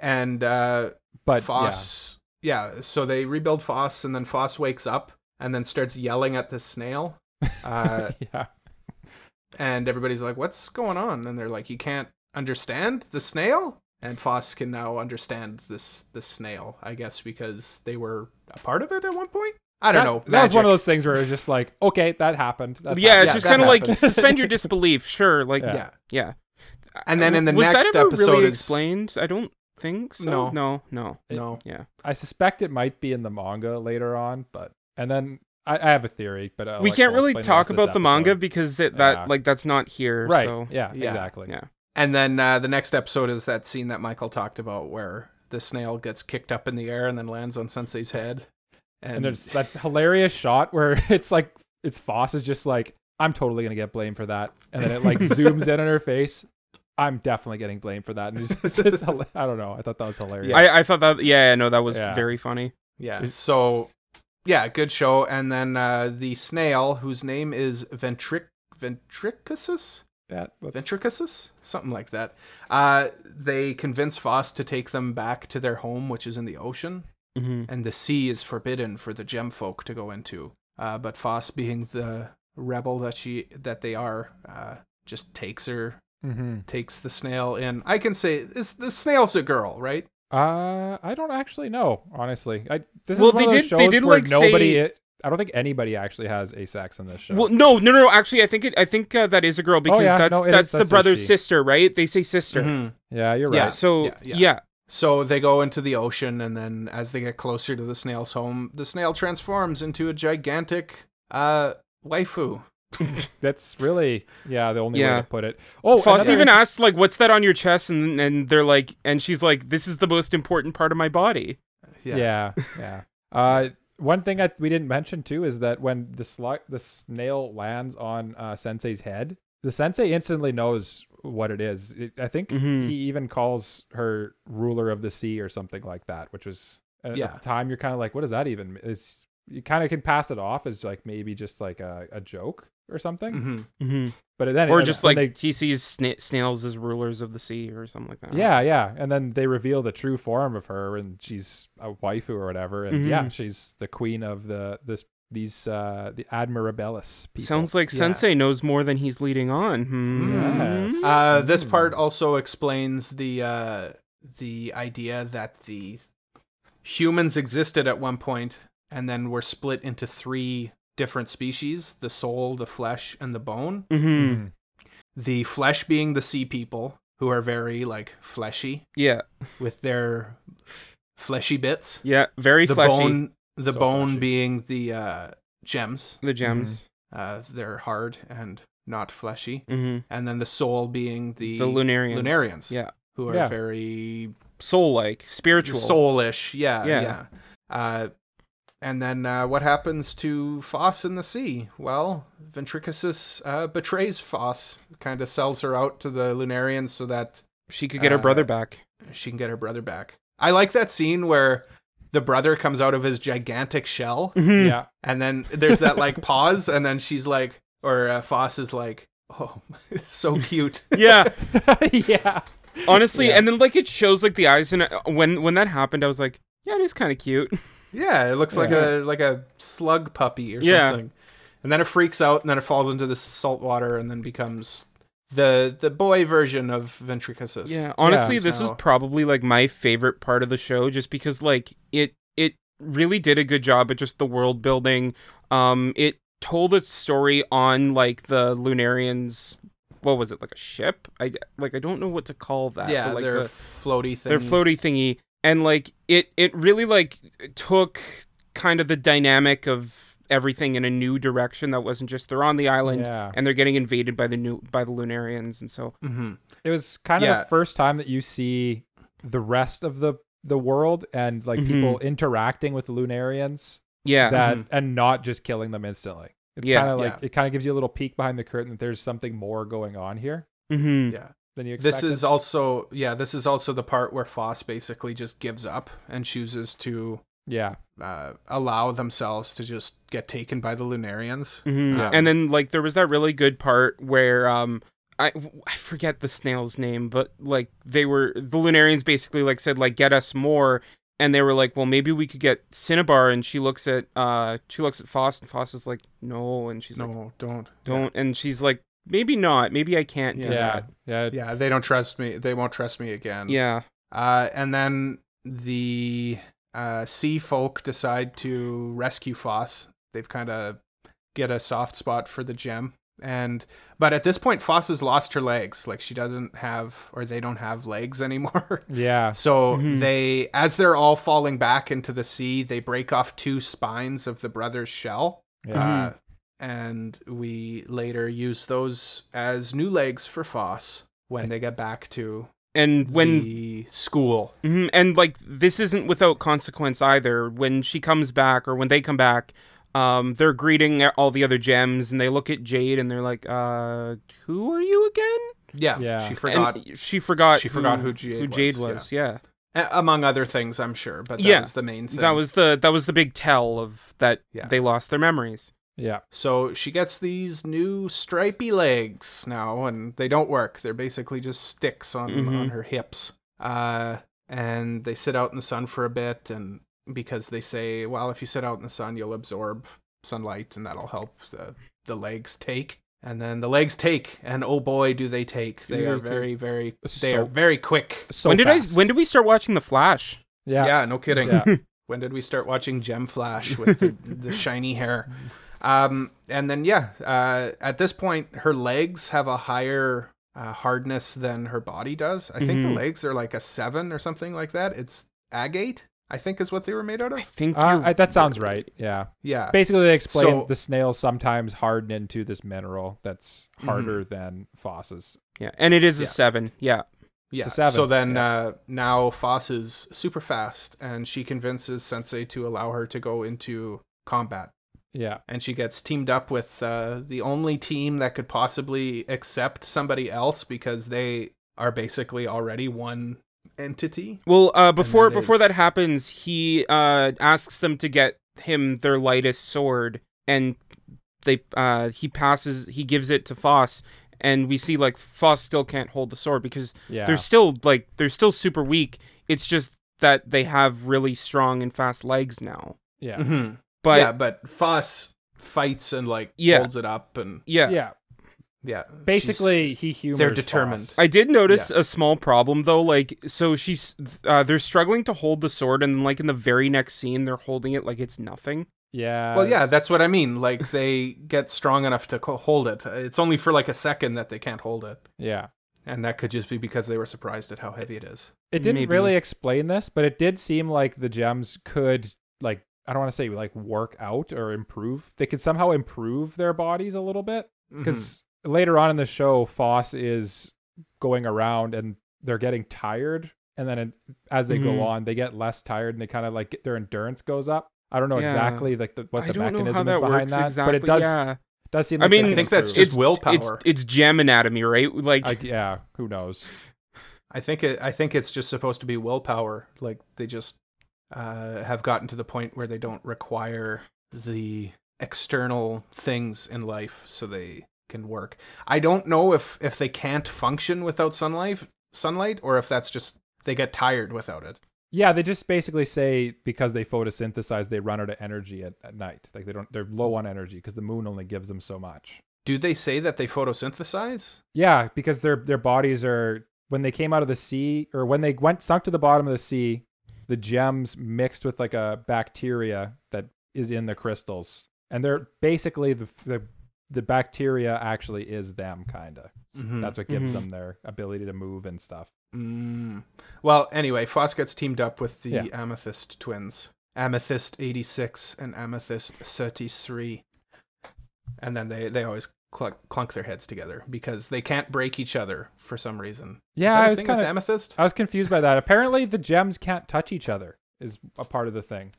and uh,
But
Foss. Yeah. so they rebuild Foss, and then Foss wakes up and then starts yelling at the snail. Uh,
yeah, yeah,
and everybody's like, "What's going on?" And they're like, "You can't understand the snail." And Foss can now understand this this snail, I guess, because they were a part of it at one point. I don't
that,
know.
That was one of
Magic.
those things where it was just like, okay, that happened. That's
yeah, it's
Yeah,
just
that
kind of like
happens.
suspend your disbelief, sure, like
Yeah.
yeah. Uh,
Yeah. And then in the
Was
next
that ever
episode
really
is-
explained? I don't think so.
No.
no, no.
No.
I suspect it might be in the manga later on, but and then I, I have a theory, but uh,
we
like,
can't
I'll
really
explain the
talk
rest of
about
this
the manga
episode.
because it, that
Yeah.
like that's not here.
right?
So
yeah,
Yeah.
exactly.
Yeah.
And then uh, the next episode is that scene that Michael talked about where the snail gets kicked up in the air and then lands on Sensei's head.
And there's that hilarious shot where it's like it's Foss is just like, I'm totally gonna get blamed for that. And then it like zooms in on her face. I'm definitely getting blamed for that. And it's, it's just hila- I don't know. I thought that was hilarious.
Yes.
I, I thought that yeah, no, that was
Yeah.
very funny.
Yeah. So, yeah, good show. And then uh, the snail, whose name is Ventric Ventricusus,
Yeah, that's-
Ventricusus, something like that. Uh, they convince Foss to take them back to their home, which is in the ocean,
Mm-hmm.
and the sea is forbidden for the gem folk to go into. Uh, but Foss, being the rebel that she that they are, uh, just takes her,
Mhm.
takes the snail in. I can say this: the snail's a girl, right?
Uh, I don't actually know, honestly. I this
Well,
is one
they
of those
did-
shows
they did,
where
like,
nobody.
say-
I don't think anybody actually has a sex in this show.
Well, no, no, no. Actually, I think it, I think uh, that is a girl because
Oh, yeah,
that's
no, it is-
that's, the
that's a
brother's
she. Mm-hmm.
sister, right? They say sister.
Mhm.
yeah, you're
Yeah.
right.
So
Yeah, yeah.
yeah.
So they go into the ocean, and then as they get closer to the snail's home, the snail transforms into a gigantic uh, waifu.
That's really yeah the only way
Yeah.
to put it. Oh,
Foss
another-
even asked like, "What's that on your chest?" And and they're like, and she's like, "This is the most important part of my body."
Yeah.
Yeah, yeah. Uh, one thing I, we didn't mention too is that when the sli- the snail lands on uh, Sensei's head, the Sensei instantly knows what it is. It, I think
Mhm.
he even calls her ruler of the sea or something like that, which was uh, at
Yeah.
at the time you're kind of like, what does that even? m- It's you kind of can pass it off as like maybe just like a, a joke or something,
Mhm.
Mm-hmm.
but then
Or
and
just
when
like
they-
he sees sna- snails as rulers of the sea or something like that.
Yeah, yeah. And then they reveal the true form of her and she's a waifu or whatever. And yeah,
Mhm.
she's the queen of the this these uh the admirabilis people.
Sounds like
Yeah.
Sensei knows more than he's leading on. Hmm.
Yes.
Uh, this
Hmm.
part also explains the uh, the idea that the humans existed at one point and then were split into three different species: the soul, the flesh, and the bone.
Mhm.
Mhm.
The flesh being the sea people, who are very like fleshy
Yeah.
with their fleshy bits.
Yeah. Very
the
fleshy.
bone the
So
bone
fleshy.
being the uh gems
The gems.
uh they're hard and not fleshy
Mm-hmm.
and then the soul being the,
The Lunarians.
lunarians
Yeah.
who are
Yeah.
very
Soul like. Spiritual.
soulish yeah yeah,
Yeah.
uh and then uh, what happens to Foss in the sea? Well, Ventricusus uh, betrays Foss, kind of sells her out to the Lunarians so that
She could get her brother
Uh,
back.
she can get her brother back. I like that scene where the brother comes out of his gigantic shell
mm. Mm-hmm.
Yeah.
And then there's that like pause, and then she's like, or uh, Foss is like, "Oh, it's so cute."
yeah.
yeah.
Honestly,
Yeah.
and then like it shows like the eyes, and uh, when when that happened, I was like, yeah, it is kind of cute.
yeah, it looks like
Yeah.
a like a slug puppy or
Yeah.
something. And then it freaks out, and then it falls into the salt water, and then becomes the the boy version of Ventricusus.
Yeah, honestly,
Yeah,
this was
so-
probably like my favorite part of the show, just because like it it really did a good job at just the world building. Um, it told its story on like the Lunarians. What was it like a ship? I like I don't know what to call that.
yeah,
but, like,
their
the-
floaty thing.
their floaty thingy, and like it it really like took kind of the dynamic of everything in a new direction that wasn't just they're on the island
Yeah.
and they're getting invaded by the new by the Lunarians, and so
Mhm.
It was kind of
Yeah.
the first time that you see the rest of the the world and like
Mhm.
people interacting with Lunarians
yeah.
that and not just killing them instantly. It's
Yeah.
kind of like
Yeah.
it kind of gives you a little peek behind the curtain that there's something more going on here
mm-hmm.
Yeah.
than you expected.
This is also yeah. This is also the part where Foss basically just gives up and chooses to
yeah.
uh, allow themselves to just get taken by the Lunarians.
Mhm.
Um,
and then like there was that really good part where um I I forget the snail's name, but like they were the Lunarians basically like said like get us more, and they were like well maybe we could get Cinnabar, and she looks at uh she looks at Foss, and Foss is like no, and she's like
No, don't.
don't, and she's like maybe not, maybe I can't do
Yeah.
that.
Yeah.
Yeah, they don't trust me. They won't trust me again.
Yeah,
Uh, and then the uh, sea folk decide to rescue Foss. They've kind of get a soft spot for the gem. And but at this point, Foss has lost her legs. Like she doesn't have, or they don't have legs anymore.
Yeah.
So
Mhm.
they, as they're all falling back into the sea, they break off two spines of the brother's shell.
Yeah.
Uh, and we later use those as new legs for Foss when they get back to
and when
the school.
Mhm, and like this isn't without consequence either. When she comes back or when they come back, um, they're greeting all the other gems and they look at Jade and they're like, uh, "Who are you again?"
Yeah,
Yeah.
she forgot
And she forgot.
she forgot who Jade was, yeah.
was. Yeah.
a- among other things, I'm sure, but that
Yeah,
was the main thing.
that was the that was the big tell of that
Yeah.
they lost their memories.
Yeah.
So she gets these new stripy legs now, and they don't work. They're basically just sticks on
Mhm.
on her hips. Uh, and they sit out in the sun for a bit, and because they say, well, if you sit out in the sun, you'll absorb sunlight, and that'll help the the legs take. And then the legs take, and oh boy, do they take! They
Yeah,
are
they
very, very, they
So-
are very quick.
So
when did
fast.
I? When did we start watching The Flash?
Yeah.
Yeah, no kidding.
Yeah.
when did we start watching Gem Flash with the, the shiny hair? Um, and then yeah, uh, at this point, her legs have a higher uh, hardness than her body does. I think the
Mhm.
legs are like a seven or something like that. It's agate, I think, is what they were made out
I
of.
think
Uh,
you're-
I, that sounds right. Yeah.
Yeah,
Basically, they explain
So-
the snails sometimes harden into this mineral that's
Mm-hmm.
harder than fosses.
Yeah, and it is a
Yeah.
seven. Yeah.
yeah.
a seven,
So then uh, now Foss is super fast, and she convinces Sensei to allow her to go into combat.
Yeah.
and she gets teamed up with uh, the only team that could possibly accept somebody else because they are basically already one entity.
Well, uh, before
that
before
is-
that happens, he uh, asks them to get him their lightest sword, and they uh, he passes he gives it to Foss, and we see like Foss still can't hold the sword because
Yeah.
they're still like they're still super weak. It's just that they have really strong and fast legs now.
yeah.
Mm-hmm.
But
yeah, but Foss fights and like
Yeah.
holds it up and
yeah,
Yeah.
yeah,
Basically, he humors.
they're determined.
Foss.
I did notice a small problem though. Like, so she's uh, they're struggling to hold the sword, and like in the very next scene, they're holding it like it's nothing.
Yeah.
she's- well, yeah, that's what I mean. Like they get strong enough to co- hold it. It's only for like a second that they can't hold it,
Yeah.
and that could just be because they were surprised at how heavy it is.
It didn't
Maybe.
really explain this, but it did seem like the gems could like I don't want to say like work out or improve. They could somehow improve their bodies a little bit
Mm-hmm.
because later on in the show, Foss is going around and they're getting tired, and then it- as they
Mhm.
go on, they get less tired and they kind of like get, their endurance goes up. I don't know
Yeah.
exactly like the, what
I
the
don't know
mechanism
how
is
that
behind
works
that,
exactly.
but it does
Yeah.
does seem.
I
Like they
mean-
can
I
think that's
improve.
just willpower.
It's it's gem anatomy, right? Like
I, yeah. Who knows?
I think it, I think it's just supposed to be willpower. Like they just uh, have gotten to the point where they don't require the external things in life, so they can work. I don't know if if they can't function without sunlight, sunlight, or if that's just they get tired without it.
Yeah, they just basically say because they photosynthesize, they run out of energy at, at night. Like they don't, they're low on energy because the moon only gives them so much.
Do they say that they photosynthesize?
Yeah, because their their bodies are when they came out of the sea or when they went sunk to the bottom of the sea, the gems mixed with like a bacteria that is in the crystals, and they're basically the the the bacteria actually is them kind of.
Mm-hmm.
That's what gives
Mhm.
them their ability to move and stuff.
Mm. Well, anyway, Foss gets teamed up with the
Yeah.
Amethyst twins, Amethyst eighty six and Amethyst thirty three, and then they they always clunk, clunk their heads together because they can't break each other for some reason.
Yeah,
Is that
I
a
was
thing with
kinda- Uh,
Amethyst.
I was confused by that. Apparently, the gems can't touch each other is a part of the thing.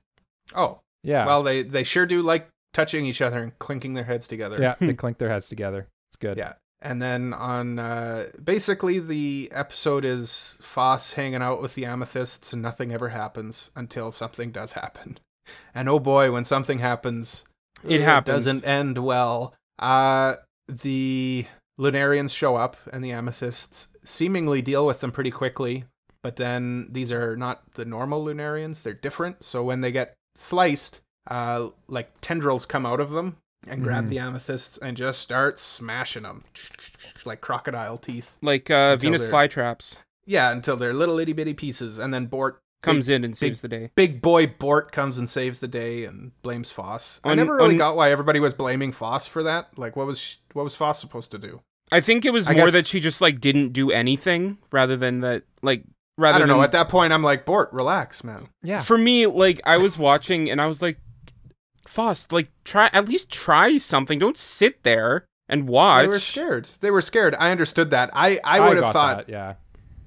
Oh,
Yeah.
well, they they sure do like touching each other and clinking their heads together.
Yeah, they clink their heads together. It's good.
Yeah. And then on uh, basically the episode is Foss hanging out with the amethysts and nothing ever happens until something does happen. And oh boy, when something happens,
It happens.
doesn't end well. Uh, the Lunarians show up and the amethysts seemingly deal with them pretty quickly. But then these are not the normal Lunarians; they're different. So when they get sliced, uh, like tendrils come out of them and grab
Mm-hmm.
Mhm.
the amethysts and just start smashing them like crocodile teeth.
like uh,
Until
Venus
they're-
flytraps
Yeah, until they're little itty bitty pieces. And then Bort,
comes in and saves the day.
big boy Bort, comes and saves the day and blames Foss. I
On-
never really
on-
got why everybody was blaming Foss for that. Like, what was sh what was Foss supposed to do?
I think it was
I
more
guess-
that she just like didn't do anything rather than that like rather
I don't know.
than-
At that point, I'm like, Bort, relax, man.
Yeah.
for me like I was watching and I was like, Fost, like try at least try something. Don't sit there and watch.
They were scared. They were scared. I understood that. I I would have
got
thought
that, yeah.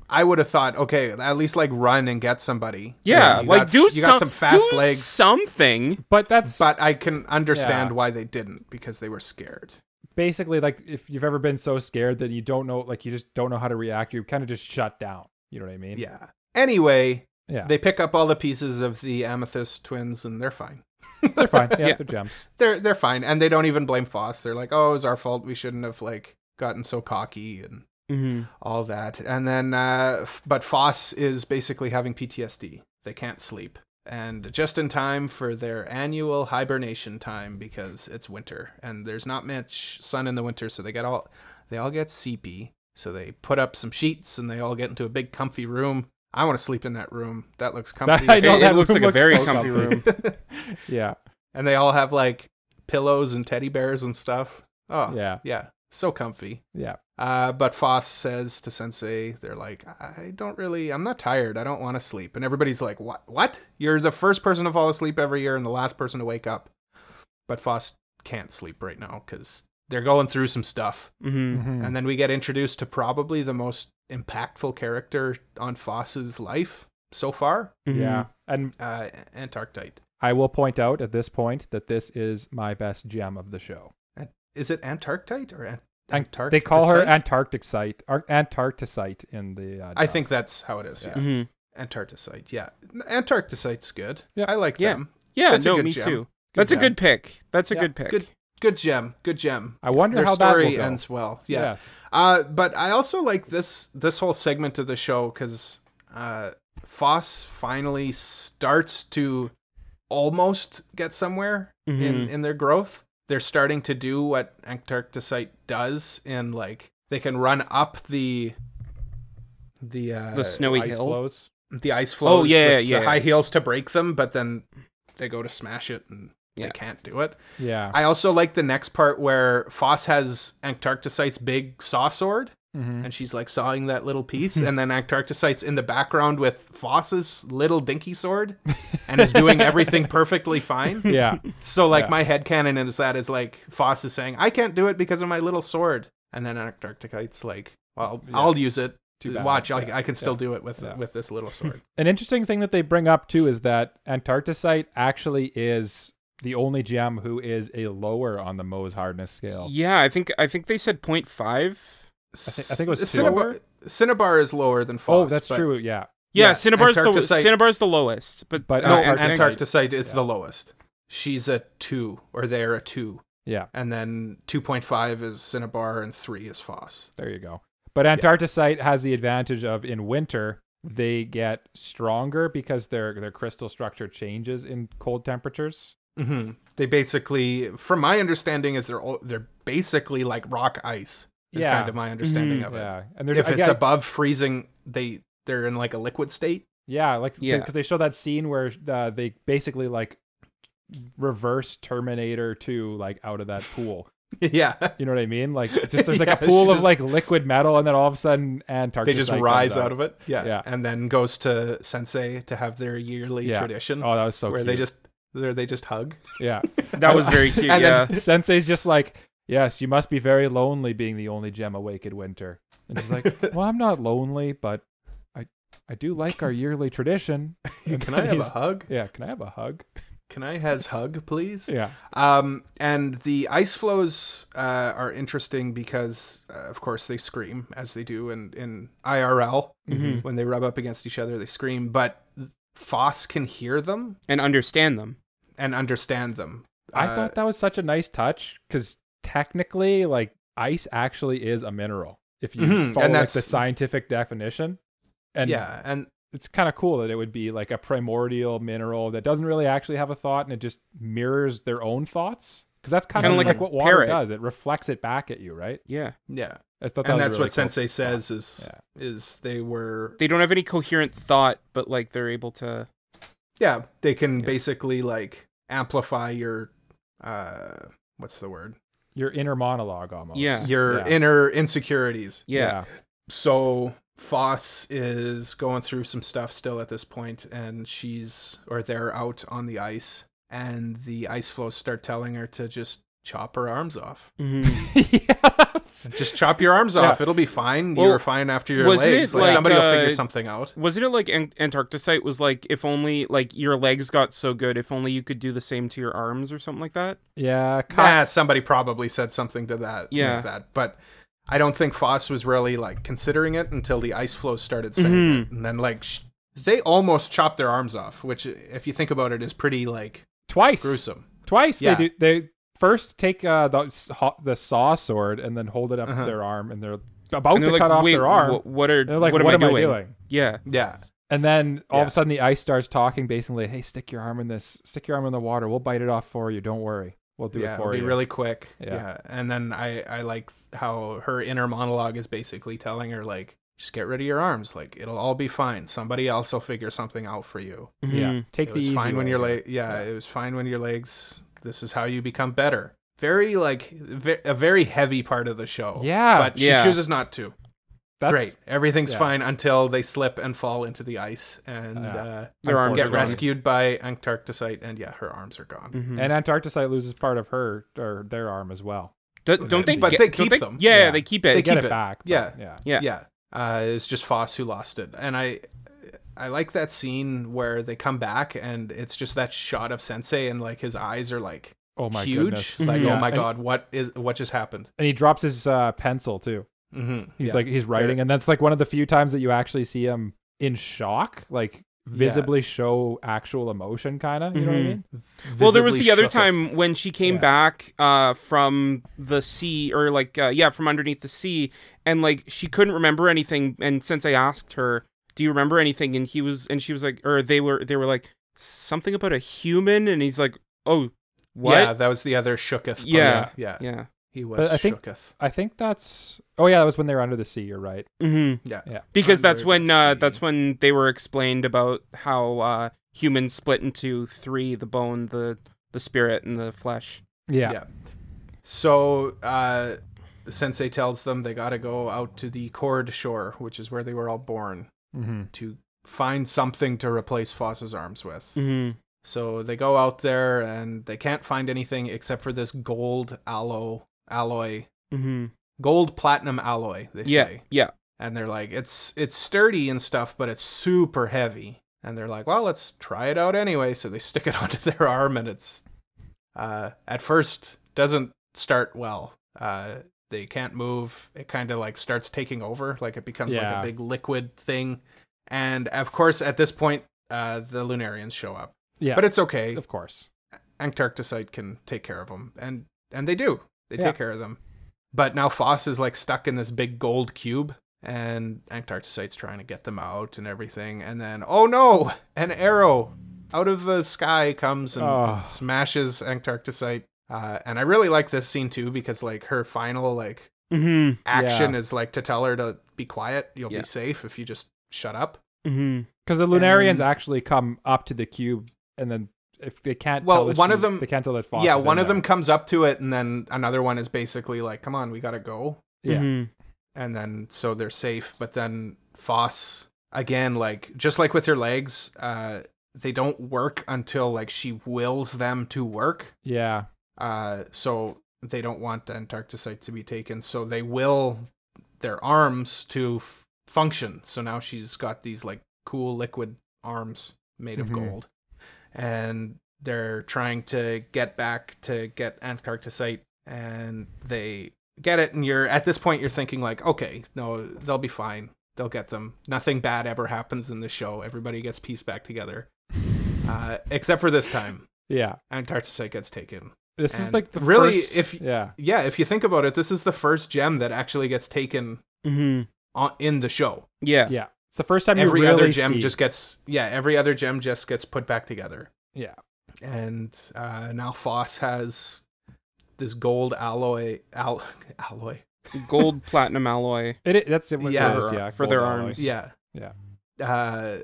I would have thought, okay, at least like run and get somebody.
Yeah,
And you
like
got-
do
you
some,
got some fast
do
legs,
something.
But that's
but I can understand
Yeah.
why they didn't because they were scared.
basically like if you've ever been so scared that you don't know, like you just don't know how to react, you kind of just shut down. You know what I mean?
Yeah. Anyway,
Yeah.
they pick up all the pieces of the amethyst twins and they're fine.
They're fine. Yeah,
Yeah.
they're gems.
They're they're fine, and they don't even blame Foss. They're like, oh, it was our fault. We shouldn't have like gotten so cocky and
Mhm.
all that. And then, uh, f- but Foss is basically having PTSD. They can't sleep. And just in time for their annual hibernation time because it's winter and there's not much sun in the winter, so they get all they all get seepy. So they put up some sheets and they all get into a big comfy room. I want to sleep in that room. That looks comfy.
I
as
know
it,
hell.
it
that
looks
room
like a
looks
very
so
comfy room.
Yeah.
and they all have like pillows and teddy bears and stuff. Oh yeah,
Yeah.
yeah, so comfy.
Yeah.
Uh, but Foss says to Sensei, they're like, I don't really, I'm not tired. I don't want to sleep. And everybody's like, what? What? You're the first person to fall asleep every year and the last person to wake up. But Foss can't sleep right now because they're going through some stuff.
Mm-hmm.
hmm
Mhm.
mm-hmm. And then we get introduced to probably the most impactful character on Foss's life so far,
Mm-hmm.
Yeah. And
uh, Antarctite.
I will point out at this point that this is my best gem of the show.
Is it Antarctite or An-
An-
Antarcticite?
They call her Antarctic site, Ar- Antarcticite in the. Uh,
I
dub.
think that's how it
Mm-hmm.
is. Yeah.
hmm
Antarcticite, yeah. Antarcticite's good.
Yeah.
I like
Yeah.
them.
Yeah,
That's a
no,
good
me
gem.
too. That's a
gem.
good pick. That's a
Yeah,
good pick.
Good good gem. Good gem.
I wonder
Their
how that will
story
go.
ends well. Yeah.
Yes.
Uh but I also like this this whole segment of the show cuz uh Foss finally starts to almost get somewhere in
Mm-hmm.
Mhm.
in their growth. They're starting to do what Antarcticite does and like they can run up the the uh
The snowy
Ice
hill.
flows.
the ice flows
Oh, yeah,
with
yeah,
the
yeah.
high heels to break them, but then they go to smash it and
Yeah.
they can't do it.
Yeah.
I also like the next part where Foss has Antarcticite's big saw sword,
Mhm.
and she's like sawing that little piece, and then Antarcticite's in the background with Foss's little dinky sword, and is doing everything perfectly fine.
Yeah.
So like
Yeah.
my headcanon is that is like Foss is saying, I can't do it because of my little sword. And then Antarcticite's like, Well,
Yeah.
I'll use it.
Too bad.
Watch, I,
Yeah.
I can still
Yeah.
do it with
Yeah.
with this little sword.
An interesting thing that they bring up too is that Antarcticite actually is the only gem who is a lower on the Mohs hardness scale.
Yeah, I think I think they said 0.5.
thi- I think it was
S-
two.
Cinnabar, Cinnabar is lower than Foss.
oh, that's
but-
true. Yeah.
Yeah,
Yeah,
Cinnabar's the
Antarcticite-
Cinnabar's the lowest, but
But
No,
Uh,
Antarcticite,
Antarcticite.
is
Yeah.
the lowest. She's a two, or they're a two,
Yeah.
and then two point five is Cinnabar, and three is Foss.
There you go. But Antarcticite has the advantage of in winter they get stronger because their their crystal structure changes in cold temperatures.
Mm-hmm. They basically, from my understanding, is they're all, they're basically like rock ice. Is
Yeah. Mm-hmm.
kind of my understanding
Mhm.
of it.
Yeah, and they're
If it's
again,
above freezing, they they're in like a liquid state.
yeah, like because
Yeah.
they show that scene where uh, they basically like reverse Terminator two like out of that pool.
yeah,
You know what I mean? Like just there's like
Yeah,
a pool
she
of
just-
like liquid metal, and then all of a sudden Antarcticite
they just rise out. of it. Yeah.
Yeah.
and then goes to Sensei to have their yearly
Yeah.
tradition
Oh, that was so
where
cute.
they just where they just hug.
yeah.
that was very cute.
And
yeah.
then-
Sensei's just like, yes, you must be very lonely being the only gem awake in winter. And she's like, well, I'm not lonely, but I I do like our yearly tradition. And
Can I have a
he's-
hug?
Yeah, can I have a hug?
Can I has hug, please?
Yeah,
Um, and the ice flows uh, are interesting because, uh, of course, they scream as they do in, in IRL
Mm-hmm.
Mhm.
when they rub up against each other. They scream, but Foss can hear them
And understand them.
and understand them.
I
Uh,
thought that was such a nice touch because technically, like, ice actually is a mineral if you
Mhm, and
follow like, the
that's-
scientific definition. And
yeah, and
it's kind of cool that it would be like a primordial mineral that doesn't really actually have a thought and it just mirrors their own thoughts because that's kind of
Kinda
like,
like a
what water
parrot.
does it reflects it back at you right
Yeah.
yeah,
I thought that
and
was a
that's
really
what
cool
Sensei
thought.
says is
Yeah.
is they were
They don't have any coherent thought, but like they're able to
yeah they can
Yeah.
basically like amplify your uh what's the word
your inner monologue almost
Yeah.
your
Yeah.
inner insecurities
yeah.
so Foss is going through some stuff still at this point, and she's or they're out on the ice, and the ice flows start telling her to just chop her arms off.
Mm-hmm. yes.
Just chop your arms off. It'll be fine. You're
Well,
fine after your
wasn't it
legs. Like,
like,
somebody will
uh,
figure something out.
Wasn't it like An- Antarcticite was like, if only like your legs got so good, if only you could do the same to your arms or something like that?
Yeah. Ki-
Ah, somebody probably said something to that. like
Yeah.
that. But I don't think Foss was really like considering it until the ice flow started saying it,
Mm-hmm.
and then like sh- they almost chopped their arms off, which if you think about it is pretty like
Twice.
gruesome.
Twice
Yeah.
they do. They first take uh, the s- ho- the saw sword and then hold it up
Uh-huh.
to their arm, and they're about
And
to
they're
cut
like,
off
wait,
their arm.
wh- what are
they're like,
what,
"What,
am, I doing?
doing?
Yeah,
Yeah.
And then all of
Yeah.
a sudden the ice starts talking, basically, hey, stick your arm in this, stick your arm in the water. We'll bite it off for you. Don't worry. We'll do
yeah,
it
it'll
for
be
you.
really quick.
Yeah.
Yeah. and then I I like how her inner monologue is basically telling her like just get rid of your arms, like it'll all be fine. Somebody else will figure something out for you.
yeah.
Mhm.
mm-hmm.
Take
it
the
was
easy
fine when
way.
your leg. Yeah, it was fine when your legs. This is how you become better. Very like ve- a very heavy part of the show.
Yeah.
"Oh." but she
Yeah.
chooses not to.
That's
Great, everything's
yeah.
fine until they slip and fall into the ice and
Yeah.
uh,
Their arms
Unfortunately.
get
are gone.
rescued by Antarcticite. And yeah, her arms are gone.
Mhm.
And Antarcticite loses part of her or their arm as well.
Do, don't they?
But
get-
they
don't
keep them.
Yeah,
Yeah.
they keep
They
it.
They get
keep
it,
it.
back. but
Yeah.
Yeah.
Yeah.
yeah. Uh, it's just Foss who lost it, and I, I like that scene where they come back, and it's just that shot of Sensei, and like his eyes are like
Oh my
huge,
goodness.
like
Mhm.
oh my
And-
god, what is what just happened?
And he drops his uh, pencil too.
Mm-hmm.
He's like he's writing, and that's like one of the few times that you actually see him in shock, like visibly show actual emotion, kind of. You know what I
Mm-hmm.
Mhm.
mean?
Well, there was
visibly
the other
shook us.
time when she came
Yeah.
back uh, from the sea, or like, uh, yeah, from underneath the sea, and like she couldn't remember anything. And since I asked her, "Do you remember anything?" and he was, and she was like, or they were, they were like something about a human, and he's like, "Oh,
Yeah,
what?"
that was the other shooketh. part.
Yeah.
yeah,
Yeah.
He was
I think-
shooketh.
I think that's. Oh yeah, that was when they were under the sea. You're right.
hmm
Yeah,
Yeah.
Because that's
Under
when
the
uh,
sea.
that's when they were explained about how uh, humans split into three: the bone, the the spirit, and the flesh.
Yeah.
So uh, Sensei tells them they got to go out to the Cord Shore, which is where they were all born,
hmm
to find something to replace Foss's arms with.
Mm-hmm.
So they go out there and they can't find anything except for this gold aloe alloy,
Mm-hmm.
gold platinum alloy. They
Yeah.
say,
Yeah.
and they're like, it's it's sturdy and stuff, but it's super heavy. And they're like, well, let's try it out anyway. So they stick it onto their arm, and it's uh, at first doesn't start well. Uh, they can't move. It kind of like starts taking over, like it becomes like
Yeah.
a big liquid thing. And of course, at this point, uh, the Lunarians show up.
Yeah.
But it's okay.
Of course.
Antarcticite can take care of them, and and they do. They
Yeah.
take care of them. But now Foss is like stuck in this big gold cube, and Antarcticite's trying to get them out and everything. And then oh no, an arrow out of the sky comes and
Oh.
smashes Antarcticite. Uh, and I really like this scene too because like her final like
Mm-hmm.
action
Yeah.
is like to tell her to be quiet. You'll
Yeah.
be safe if you just shut up.
Mm-hmm.
Because the Lunarians
And-
actually come up to the cube, and then if they can't,
Well,
tell that
one of
she's-
them-
they can't tell that Foss.
yeah,
is in
one of
there.
them comes up to it, and then another one is basically like, "Come on, we gotta go."
Yeah.
Mhm.
and then so they're safe but then foss again like just like with her legs uh they don't work until like she wills them to work
Yeah.
uh so they don't want antarcticite to be taken so they will their arms to f- function so now she's got these like cool liquid arms made of
Mhm.
gold and they're trying to get back to get antarcticite and they get it and you're at this point you're thinking like okay no they'll be fine they'll get them nothing bad ever happens in the show everybody gets pieced back together uh, except for this time
Yeah.
antarcticite gets taken
This is
And
like the
really,
first-
if-
yeah.
yeah if you think about it this is the first gem that actually gets taken
Mhm.
on, in the show
Yeah.
Yeah. It's the first time
every
you really
other gem
see-
just gets yeah every other gem just gets put back together
yeah.
and uh, now foss has this gold alloy al- alloy
Gold platinum alloy.
It, i- that's it. what it
Yeah.
is, yeah.
For
gold
their
alloy.
arms.
Yeah.
Yeah.
Uh,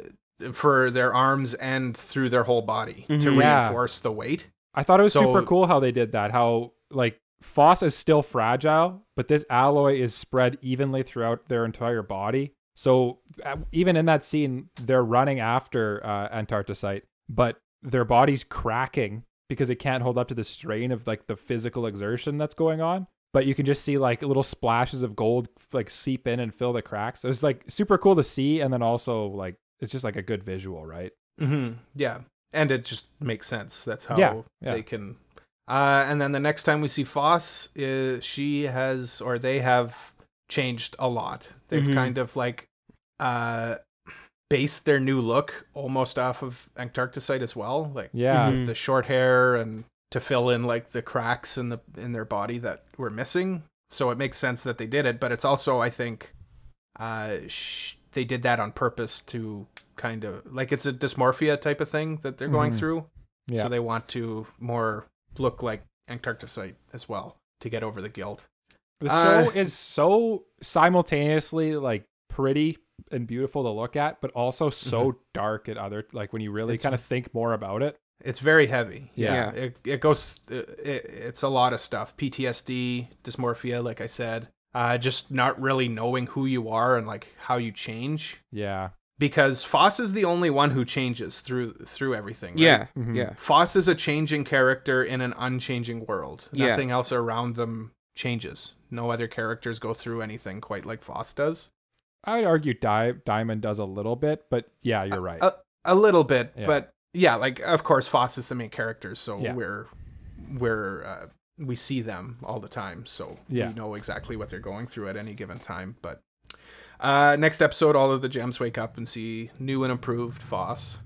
for their arms and through their whole body to
Mhm.
Mm-hmm. Yeah.
reinforce the weight.
I thought it was super
So-
cool how they did that. How like Foss is still fragile, but this alloy is spread evenly throughout their entire body. So uh, even in that scene, they're running after uh, Antarcticite, but their body's cracking because it can't hold up to the strain of like the physical exertion that's going on. But you can just see like little splashes of gold like seep in and fill the cracks. It was like super cool to see, and then also like it's just like a good visual, right?
Mm-hmm. Yeah, and it just makes sense. That's how
Yeah, yeah.
they can. Uh, and then the next time we see Foss, uh, she has or they have changed a lot. They've
Mm-hmm.
Mhm.
kind of like uh, based their new look almost off of Antarcticite as well. Like
Yeah, Mm-hmm.
Mhm.
the short hair and to fill in like the cracks in the in their body that were missing. So it makes sense that they did it, but it's also I think uh sh- they did that on purpose to kind of like it's a dysmorphia type of thing that they're going
Mhm.
through.
yeah.
So they want to more look like Antarcticite as well to get over the guilt.
The
Uh,
show is so simultaneously like pretty and beautiful to look at, but also so dark at other like when you really
Mm-hmm. It's-
kind of think more about it.
It's very heavy.
Yeah.
It, it goes, uh, it, it's a lot of stuff. PTSD, dysmorphia, like I said, uh, just not really knowing who you are and like how you change.
Yeah.
Because Foss is the only one who changes through through everything. right?
Yeah,
Mhm.
yeah.
Foss is a changing character in an unchanging world.
Yeah.
Nothing else around them changes. No other characters go through anything quite like Foss does.
I would argue Di- Diamond does a little bit, but yeah, you're right.
uh, a little bit
Yeah.
but yeah like of course foss is the main character so
Yeah.
we're we're uh, we see them all the time so
Yeah.
we know exactly what they're going through at any given time but uh next episode all of the gems wake up and see new and improved foss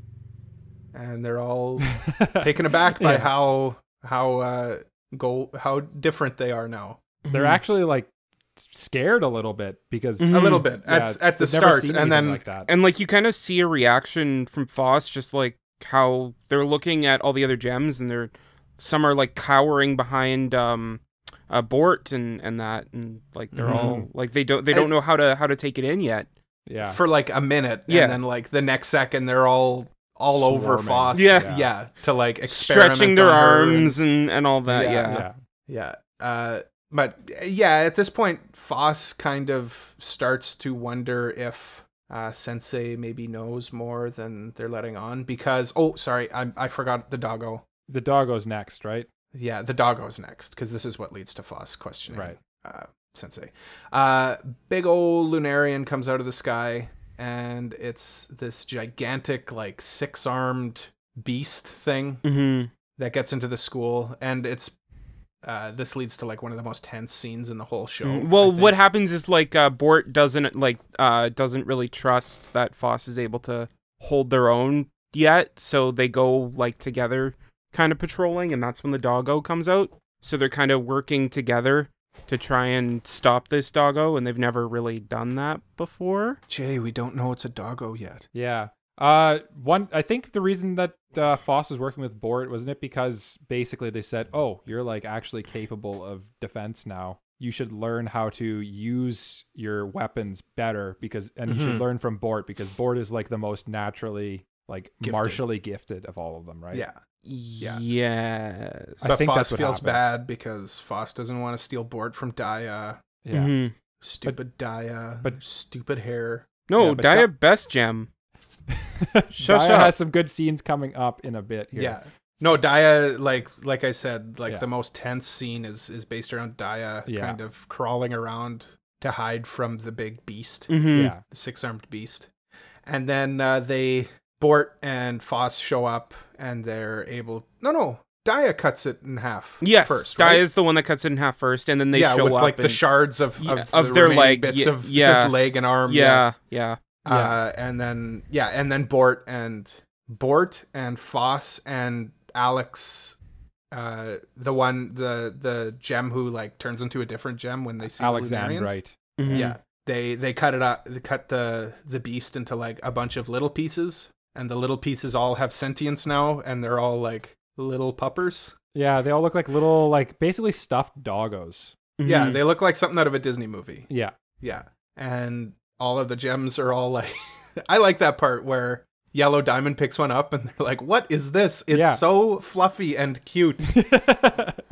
and they're all taken aback by
Yeah.
how how uh go how different they are now
Mm-hmm.
They're actually like scared a little bit because
a
Mhm.
little bit
yeah,
Mm-hmm. at, at the
they've never
start
seen
and
anything
then
like that.
And like you kind of see a reaction from Foss, just like how they're looking at all the other gems, and they're some are like cowering behind um, uh, Bort and and that, and like they're all
Mm-hmm.
like they don't they don't
And-
know how to how to take it in yet.
yeah.
for like a minute
Yeah.
and then like the next second they're all all over
Swarming.
Foss.
Yeah.
yeah. To like experiment
Stretching their
on her and-
arms and and all that.
Yeah,
Yeah,
yeah.
yeah. Uh but yeah, at this point Foss kind of starts to wonder if uh, Sensei maybe knows more than they're letting on because oh sorry, I I forgot the doggo.
The doggo's next, right?
Yeah, the doggo's next because this is what leads to Foss questioning
Right.
uh, Sensei. Uh, big old Lunarian comes out of the sky, and it's this gigantic, like six armed beast thing
hmm
that gets into the school, and it's. Uh, this leads to like one of the most tense scenes in the whole show.
Mm,
I
Well,
think.
what happens is like uh, Bort doesn't like uh, doesn't really trust that Foss is able to hold their own yet, so they go like together, kind of patrolling, and that's when the doggo comes out. So they're kind of working together to try and stop this doggo, and they've never really done that before.
Jay, we don't know it's a doggo yet.
Yeah. Uh, one. I think the reason that uh, Foss was working with Bort wasn't it because basically they said, "Oh, you're like actually capable of defense now. You should learn how to use your weapons better because, and you
Mhm.
should learn from Bort because Bort is like the most naturally like
Gifted.
martially gifted of all of them, right?
Yeah,
Yeah.
I
Yes.
but
think
Foss
that's what
feels
happens.
bad because Foss doesn't want to steal Bort from Daya.
Yeah.
Mhm.
Stupid Daya.
but-
stupid hair.
No,
Yeah, but
Dia
that-
best gem. Shush
Daya
up.
has some good scenes coming up in a bit here.
Mm-hmm. Yeah. No, Daya like like I said, like
Yeah.
the most tense scene is is based around Daya
Yeah.
kind of crawling around to hide from the big beast,
Mhm.
Yeah.
the six-armed beast. And then uh, they Bort and Foss show up and they're able No, no. Daya cuts it in half
Yes,
first.
Dia
right?
is the one that cuts it in half first, and then they
yeah,
show
with
up
like the
and-
shards of
Yeah,
of,
of
the
their
remaining
leg,
bits
yeah,
of
yeah.
leg and arm.
yeah, yeah.
Uh, and then yeah, and then Bort and Bort and Foss and Alex, uh, the one the the gem who like turns into a different gem when they see the Lunarians.
Alexandrite.
Mhm.
Yeah, they they cut it up. They cut the the beast into like a bunch of little pieces, and the little pieces all have sentience now, and they're all like little puppers.
Yeah, they all look like little, like basically stuffed doggos.
Yeah,
Mm-hmm.
Mhm.
they look like something out of a Disney movie.
Yeah.
Yeah. And all of the gems are all like I like that part where Yellow Diamond picks one up and they're like, "What is this? It's
Yeah.
so fluffy and cute."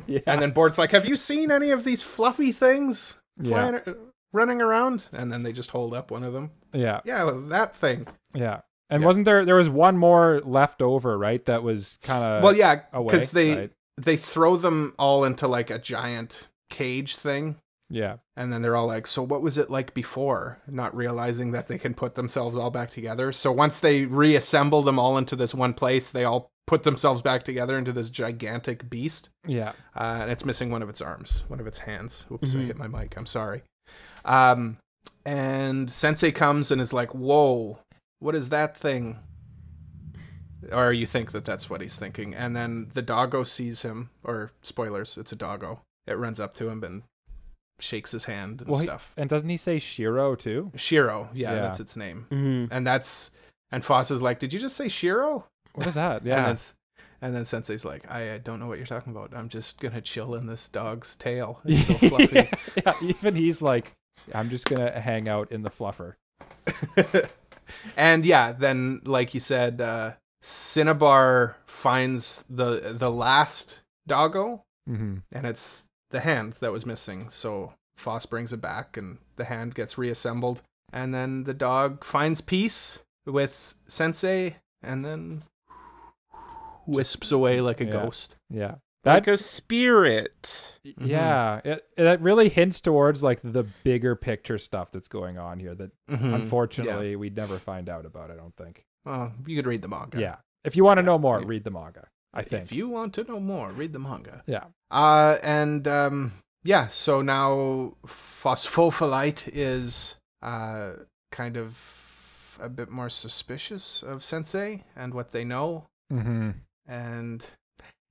yeah.
and then Bort's like, "Have you seen any of these fluffy things
yeah.
flying running around?" And then they just hold up one of them.
Yeah.
Yeah, that thing.
Yeah. And
Yeah.
wasn't there there was one more left over, right? That was kind of
well, yeah,
Uh, away,
because they
right?
they throw them all into like a giant cage thing,
yeah.
and then they're all like, "So what was it like before?" Not realizing that they can put themselves all back together. So once they reassemble them all into this one place, they all put themselves back together into this gigantic beast.
Yeah.
uh, and it's missing one of its arms, one of its hands. Oops,
Mm-hmm.
I hit my mic. I'm sorry. Um, and Sensei comes and is like, "Whoa, what is that thing?" Or you think that that's what he's thinking, and then the doggo sees him. Or spoilers, it's a doggo. It runs up to him and shakes his hand and
Well, he-
stuff.
and doesn't he say Shiro too?
Shiro, yeah,
Yeah.
that's its name,
Mm-hmm.
and that's and Foss is like, "Did you just say Shiro?"
What is that?
And
Yeah.
then, and then Sensei's like, I, I don't know what you're talking about. I'm just going to chill in this dog's tail. It's so fluffy.
yeah, yeah, even he's like, I'm just gonna hang out in the fluffer.
and yeah, then, like you said, uh, Cinnabar finds the the last doggo,
Mm-hmm.
and it's the hand that was missing. So Foss brings it back, and the hand gets reassembled. And then the dog finds peace with Sensei, and then wisps away like a
Yeah.
ghost.
Yeah. That
Like a spirit.
Mhm.
yeah, it, it really hints towards like the bigger picture stuff that's going on here that
Mhm.
unfortunately we'd never find out about, I don't think.
Well, you could read the manga.
Yeah. If you want to
Yeah.
know more,
Yeah.
read the manga. I think.
If you want to know more, read the manga.
Yeah.
Uh, and um, yeah, so now phosphophyllite is uh, kind of a bit more suspicious of Sensei and what they know.
Mm-hmm.
And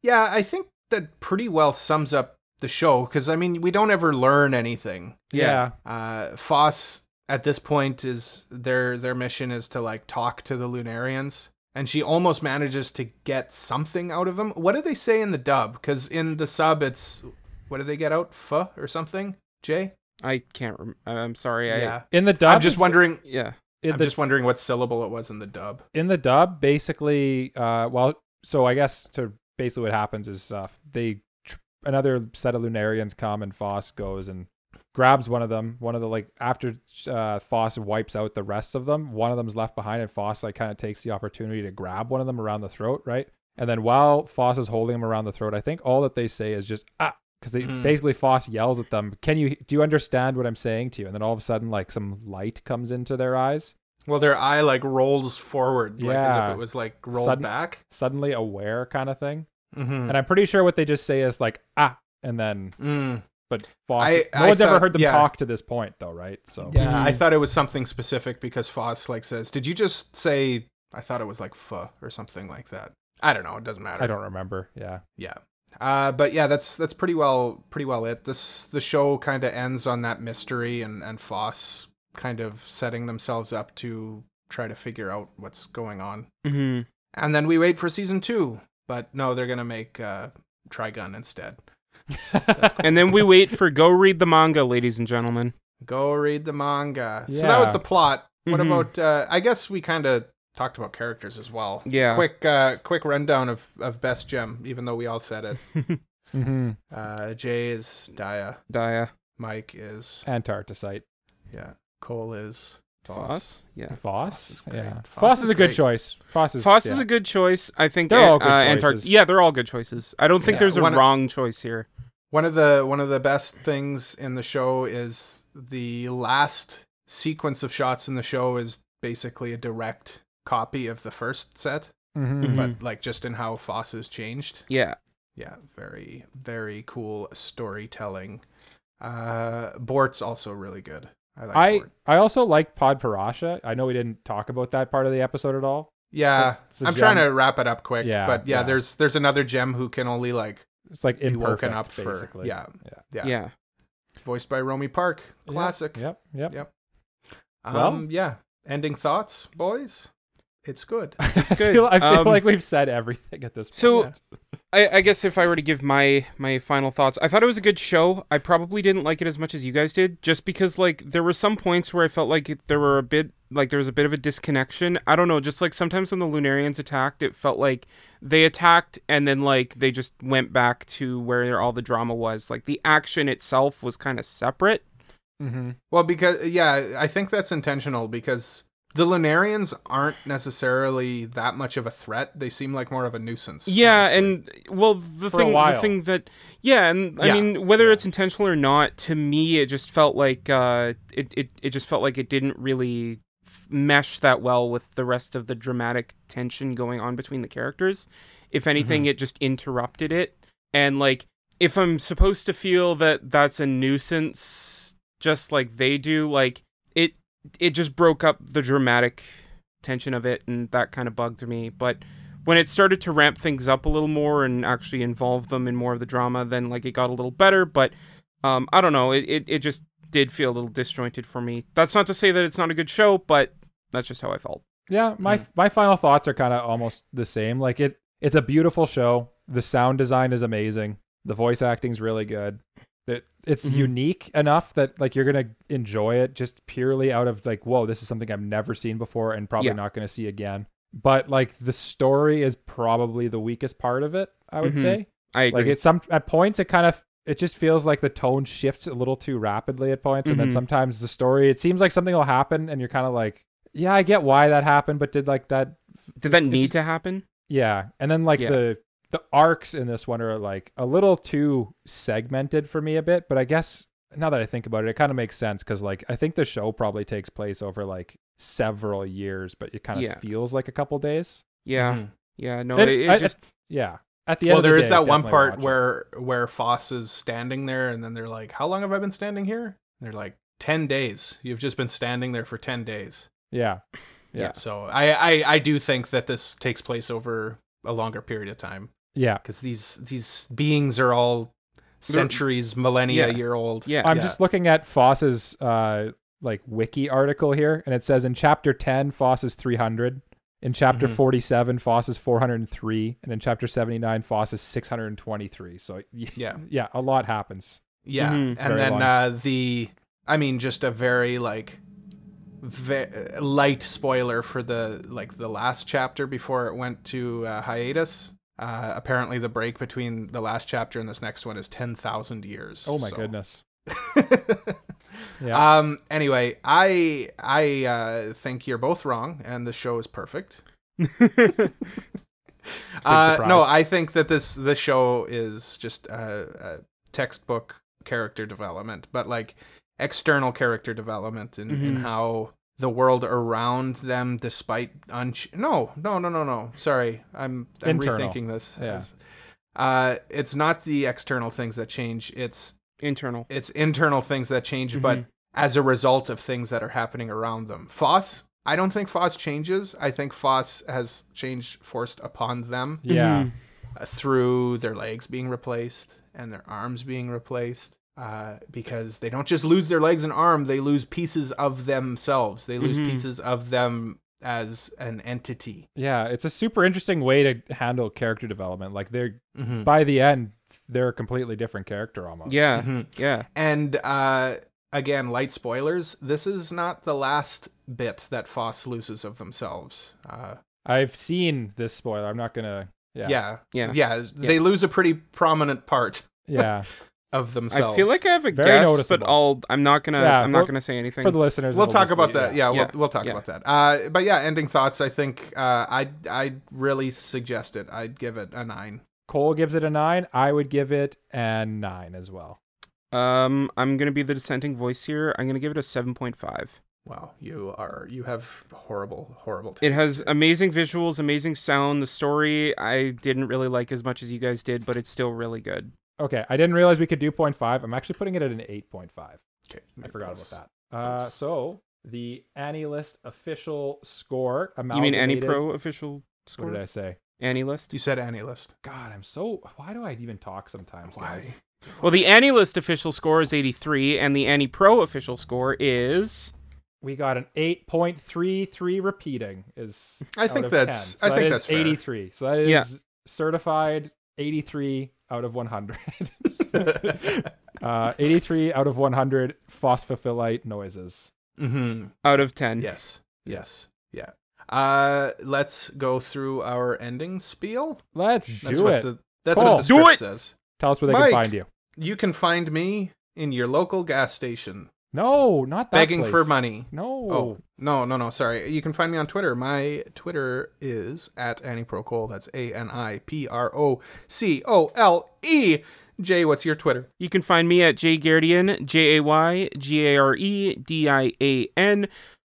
yeah, I think that pretty well sums up the show because, I mean, we don't ever learn anything.
Yeah.
Yeah.
Uh, Foss at this point is their their mission is to like talk to the Lunarians, and she almost manages to get something out of them. What do they say in the dub? Because in the sub, it's what do they get out? Fuh or something? Jay?
I can't. Rem- I'm sorry. I, yeah.
In the dub,
I'm just wondering.
Yeah.
in
I'm
the
just wondering what syllable it was in the dub.
in the dub, basically, uh, well, so I guess to basically what happens is uh, they tr- another set of Lunarians come and Foss goes and grabs one of them. One of the like after uh, Foss wipes out the rest of them, one of them's left behind, and Foss like kind of takes the opportunity to grab one of them around the throat, right? And then while Foss is holding him around the throat, I think all that they say is just ah. Because they
Hmm.
basically Foss yells at them, "Can you do you understand what I'm saying to you?" And then all of a sudden, like some light comes into their eyes,
Well, their eye like rolls forward, like as
Yeah.
if it was like rolled
Sudden-
back.
suddenly aware kind of thing.
Mm-hmm.
And I'm pretty sure what they just say is like ah, and then
Mm.
but Foss.
I-
no
I
one's ever
thought-
heard them
yeah.
talk to this point though, right? So
Yeah, I
Mhm.
thought it was something specific because Foss like says, "Did you just say?" I thought it was like "fuh" or something like that. I don't know. It doesn't matter.
I don't remember. Yeah,
Yeah. Uh, but yeah, that's that's pretty well pretty well it. This the show kind of ends on that mystery and and Foss kind of setting themselves up to try to figure out what's going on.
Mm-hmm.
And then we wait for season two, but no, they're gonna make uh, Trigun instead.
And then we wait for go read the manga, ladies and gentlemen.
Go read the manga. So that was
Yeah.
the plot. What
Mhm.
Mm-hmm.
about? Uh, I guess we kind of talked about characters as well.
Yeah.
Quick, uh, quick rundown of of best gem. Even though we all said it,
mm-hmm.
uh, Jay is Daya,
Dia.
Mike is
Antarcticite.
yeah, Cole is
Foss. Yeah.
Foss.
is great.
Yeah.
Foss
Foss, is,
is
a good
great.
choice. Foss is.
Foss
yeah.
is a good choice. I think
They're
uh,
all good
uh, Antar-
choices.
yeah, they're all good choices. I don't think
Yeah.
there's a
One-
wrong choice here.
One of the one of the best things in the show is the last sequence of shots in the show is basically a direct copy of the first set,
Mhm.
Mm-hmm.
but like just in how Foss has changed.
Yeah.
yeah very very cool storytelling uh bort's also really good i like
I
Bort.
I also like Pod Parasha. I know we didn't talk about that part of the episode at all.
yeah
It's a
i'm trying
gem.
to wrap it up quick
Yeah,
but yeah,
yeah.
there's there's another gem who can only like
It's like
woken
imperfect,
up for-
basically.
yeah.
yeah,
yeah,
Yeah.
voiced by romy park classic
Yep, yep.
Yep. um
Well-
yeah ending thoughts boys it's good
It's
I
good.
feel, I feel
Um,
like we've said everything at this point.
So-
Yeah.
I, I guess if I were to give my my final thoughts, I thought it was a good show. I probably didn't like it as much as you guys did, just because like there were some points where I felt like it- there were a bit like there was a bit of a disconnection. I don't know, just like sometimes when the Lunarians attacked, it felt like they attacked and then like they just went back to where all the drama was. Like the action itself was kind of separate.
Mhm.
well because yeah i think that's intentional because the Lunarians aren't necessarily that much of a threat. They seem like more of a nuisance.
Yeah,
honestly.
and well, the
For a
thing, the
while.
thing that, yeah, and I
Yeah.
mean, whether it's intentional or not, to me, it just felt like uh, it, it, it just felt like it didn't really f- mesh that well with the rest of the dramatic tension going on between the characters. If anything, it just interrupted it, and like, if I'm supposed to feel that that's a nuisance, just like they do, like it, it just broke up the dramatic tension of it, and that kind of bugged me, but when it started to ramp things up a little more and actually involve them in more of the drama, then like it got a little better. But um, I don't know, it, it it just did feel a little disjointed for me. That's not to say that it's not a good show, but that's just how I felt.
Yeah, my my final thoughts are kind of almost the same. Like it it's a beautiful show. The sound design is amazing. The voice acting's really good. It, it's
Mhm.
unique enough that like you're going to enjoy it just purely out of like whoa, this is something I've never seen before and probably
Yeah.
not going to see again. But like the story is probably the weakest part of it, I would
Mhm.
say.
I agree.
Like it's some at points it kind of it just feels like the tone shifts a little too rapidly at points, and then
Mhm.
sometimes the story it seems like something will happen, and you're kind of like, yeah, I get why that happened, but did like that,
Did that need
it's-
to happen?
yeah, and then like
Yeah.
the the arcs in this one are like a little too segmented for me a bit, but I guess now that I think about it, it kind of makes sense because like I think the show probably takes place over like several years, but it kind of
Yeah.
feels like a couple days.
Yeah,
Mhm.
yeah. No,
It-
it, it
Mm-hmm. I-
just
Yeah, at the end.
well,
of the
there is
day,
that one
definitely
part
watch it.
where where Foss is standing there, and then they're like, "How long have I been standing here?" And they're like, 10 days. You've just been standing there for ten days."
yeah, yeah,
So I, I I do think that this takes place over a longer period of time
yeah.
because these these beings are all centuries, millennia
yeah.
year old.
yeah.
I'm
Yeah.
just looking at Foss's uh, like wiki article here, and it says in chapter 10, Foss is 300. In chapter
Mhm.
47, Foss is 403, and in chapter 79, Foss is 623. So yeah,
Yeah.
yeah, a lot happens.
Yeah,
Mhm. It's
and
Mm-hmm. very
then
long.
uh, the, I mean, just a very like, ve- light spoiler for the like the last chapter before it went to uh, hiatus. Uh, apparently, the break between the last chapter and this next one is ten thousand years.
Oh my
so.
goodness. Yeah.
um. Anyway, I I uh, think you're both wrong, and the show is perfect. Uh, no,
surprise.
I think that this the show is just a, a textbook character development, but like external character development and
Mm-hmm.
in, in
Mhm.
how the world around them, despite unch no, no, no, no, no. Sorry, I'm I'm
Internal.
rethinking this.
Yeah.
as- uh, it's not the external things that change; it's
Internal.
it's internal things that change, but as a result of things that are happening around them. Foss, I don't think Foss changes. I think Foss has changed forced upon them
yeah.
Mhm.
uh, through their legs being replaced and their arms being replaced uh, because they don't just lose their legs and arm, they lose pieces of themselves. They lose
Mhm.
pieces of them as an entity.
Yeah, it's a super interesting way to handle character development. Like they're
Mm-hmm.
by the end, they're a completely different character almost.
Yeah, yeah.
And uh, again, light spoilers this is not the last bit that Foss loses of themselves. Uh,
I've seen this spoiler. I'm not gonna. Yeah,
yeah.
Yeah.
They lose a pretty prominent part
yeah.
of themselves.
I feel like I have a
Very
guess,
noticeable.
but I'll. I'm not gonna.
Yeah,
I'm not
well,
gonna say anything.
For the listeners,
we'll
it'll
talk
just
about
be-
that. Yeah,
Yeah.
We'll, we'll talk
Yeah.
about that. Uh, but yeah, ending thoughts. I think uh, I I really suggest it. I'd give it a nine.
Cole gives it a nine. I would give it an nine as well.
um, I'm gonna be the dissenting voice here. I'm gonna give it a seven point five.
Wow, you are you have horrible horrible.
It
taste.
has amazing visuals, amazing sound. The story I didn't really like as much as you guys did, but it's still really good.
Okay, I didn't realize we could do 0.5. I'm actually putting it at an 8.5.
Okay,
I forgot about that. Uh, so the Annie List official score amount.
You mean any pro official
What did I
score?
say?
Annie list.
You said Annie list.
God, I'm so. Why do I even talk sometimes?
Why?
guys?
Well, the Annie list official score is 83, and the Annie pro official score is.
We got an 8.33 repeating. Is
I think
out of
that's-
10.
I
So
think
that is
that's fair.
83. So that is
Yeah.
certified 83 out of 100.
Mm-hmm.
Uh, 83 out of 100 phosphophyllite noises.
mm-hmm.
Out of 10.
Yes. Yes. Yeah. Uh, let's go through our ending spiel.
Let's
That's
do
what
it.
the that's
Cool.
what the
Do
script
it!
says.
Tell us where they
Mike.
can find you.
You can find me in your local gas station
No, not that
begging for
place.
money.
No.
Oh no no no! Sorry. You can find me on Twitter. My Twitter is at Annie Procol. That's A N I P R O C O L E. Jay, what's your Twitter?
You can find me at Jay Gardian, J A Y G A R E D I A N.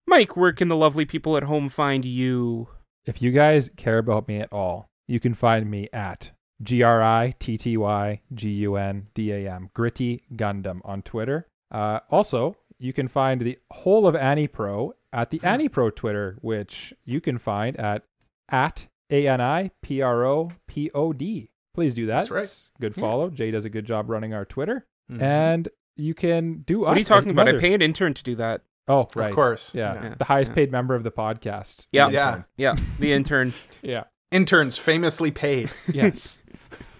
Mike, where can the lovely people at home find you?
If you guys care about me at all, you can find me at G R I T T Y G U N D A M, Gritty Gundam on Twitter. Uh, also, you can find the whole of AniPro at the AniPro Twitter, which you can find at at A N I P R O P O D. Please do that.
That's right. Mm-hmm.
It's Good
Yeah.
follow. Jay does a good job running our Twitter. And you can do
What are you
us a-
talking about? I
another-
pay an intern to do that.
Oh, right.
Of course.
Yeah.
Yeah.
The highest paid member of the podcast.
Yeah.
Yeah.
Yeah, the intern.
Yeah.
Interns famously paid.
Yes.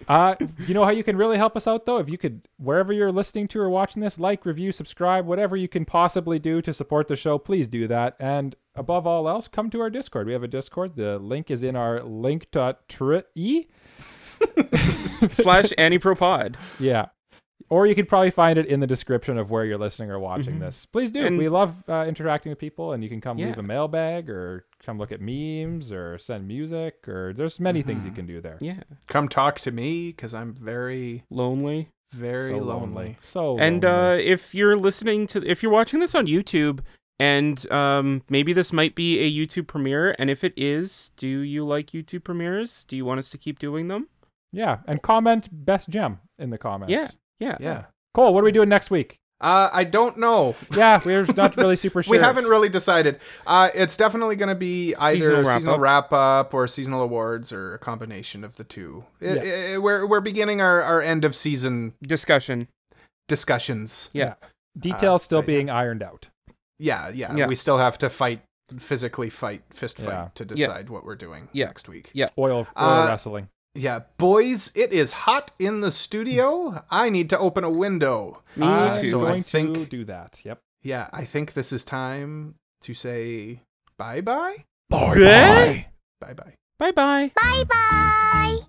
uh, you know how you can really help us out though? If you could, wherever you're listening to or watching this, like, review, subscribe, whatever you can possibly do to support the show, please do that. And above all else, come to our Discord. We have a Discord. The link is in our link.tre.
slash AnnieProPod.
Yeah. Or you could probably find it in the description of where you're listening or watching this. Please do.
Mm-hmm. And-
we love uh, interacting with people, and you can come
Yeah.
leave a mailbag or come look at memes or send music or there's many things
Mm-hmm.
you can do there.
Yeah,
Come talk to me because I'm very,
lonely.
very
so
lonely.
So
and
lonely.
uh, if you're listening to if you're watching this on youtube and um, maybe this might be a youtube premiere and if it is do you like youtube premieres do you want us to keep doing them
Yeah, and comment best gem in the comments.
Yeah. yeah
Yeah.
Cole, what are we doing next week?
Uh, I don't know.
Yeah, we're not really super sure.
We haven't really decided. Uh, it's definitely going to be either
Seasonal
seasonal,
wrap-up.
wrap up or seasonal awards or a combination of the two. It-
Yeah.
it- we're we're beginning our, our end of season
discussion
discussions.
yeah.
Details
Uh,
still
but yeah.
being ironed out.
Yeah, yeah,
Yeah.
We still have to fight physically, fight fist fight
Yeah.
to decide what we're doing
Yeah.
next week.
Yeah.
Oil, oil
Uh,
wrestling.
Yeah, boys, it is hot in the studio. I need to open a window.
Me
I'm
too.
so I
going to
think-
do that. Yep.
Yeah, I think this is time to say bye bye.
Bye-bye.
Bye bye.
bye bye
Bye bye.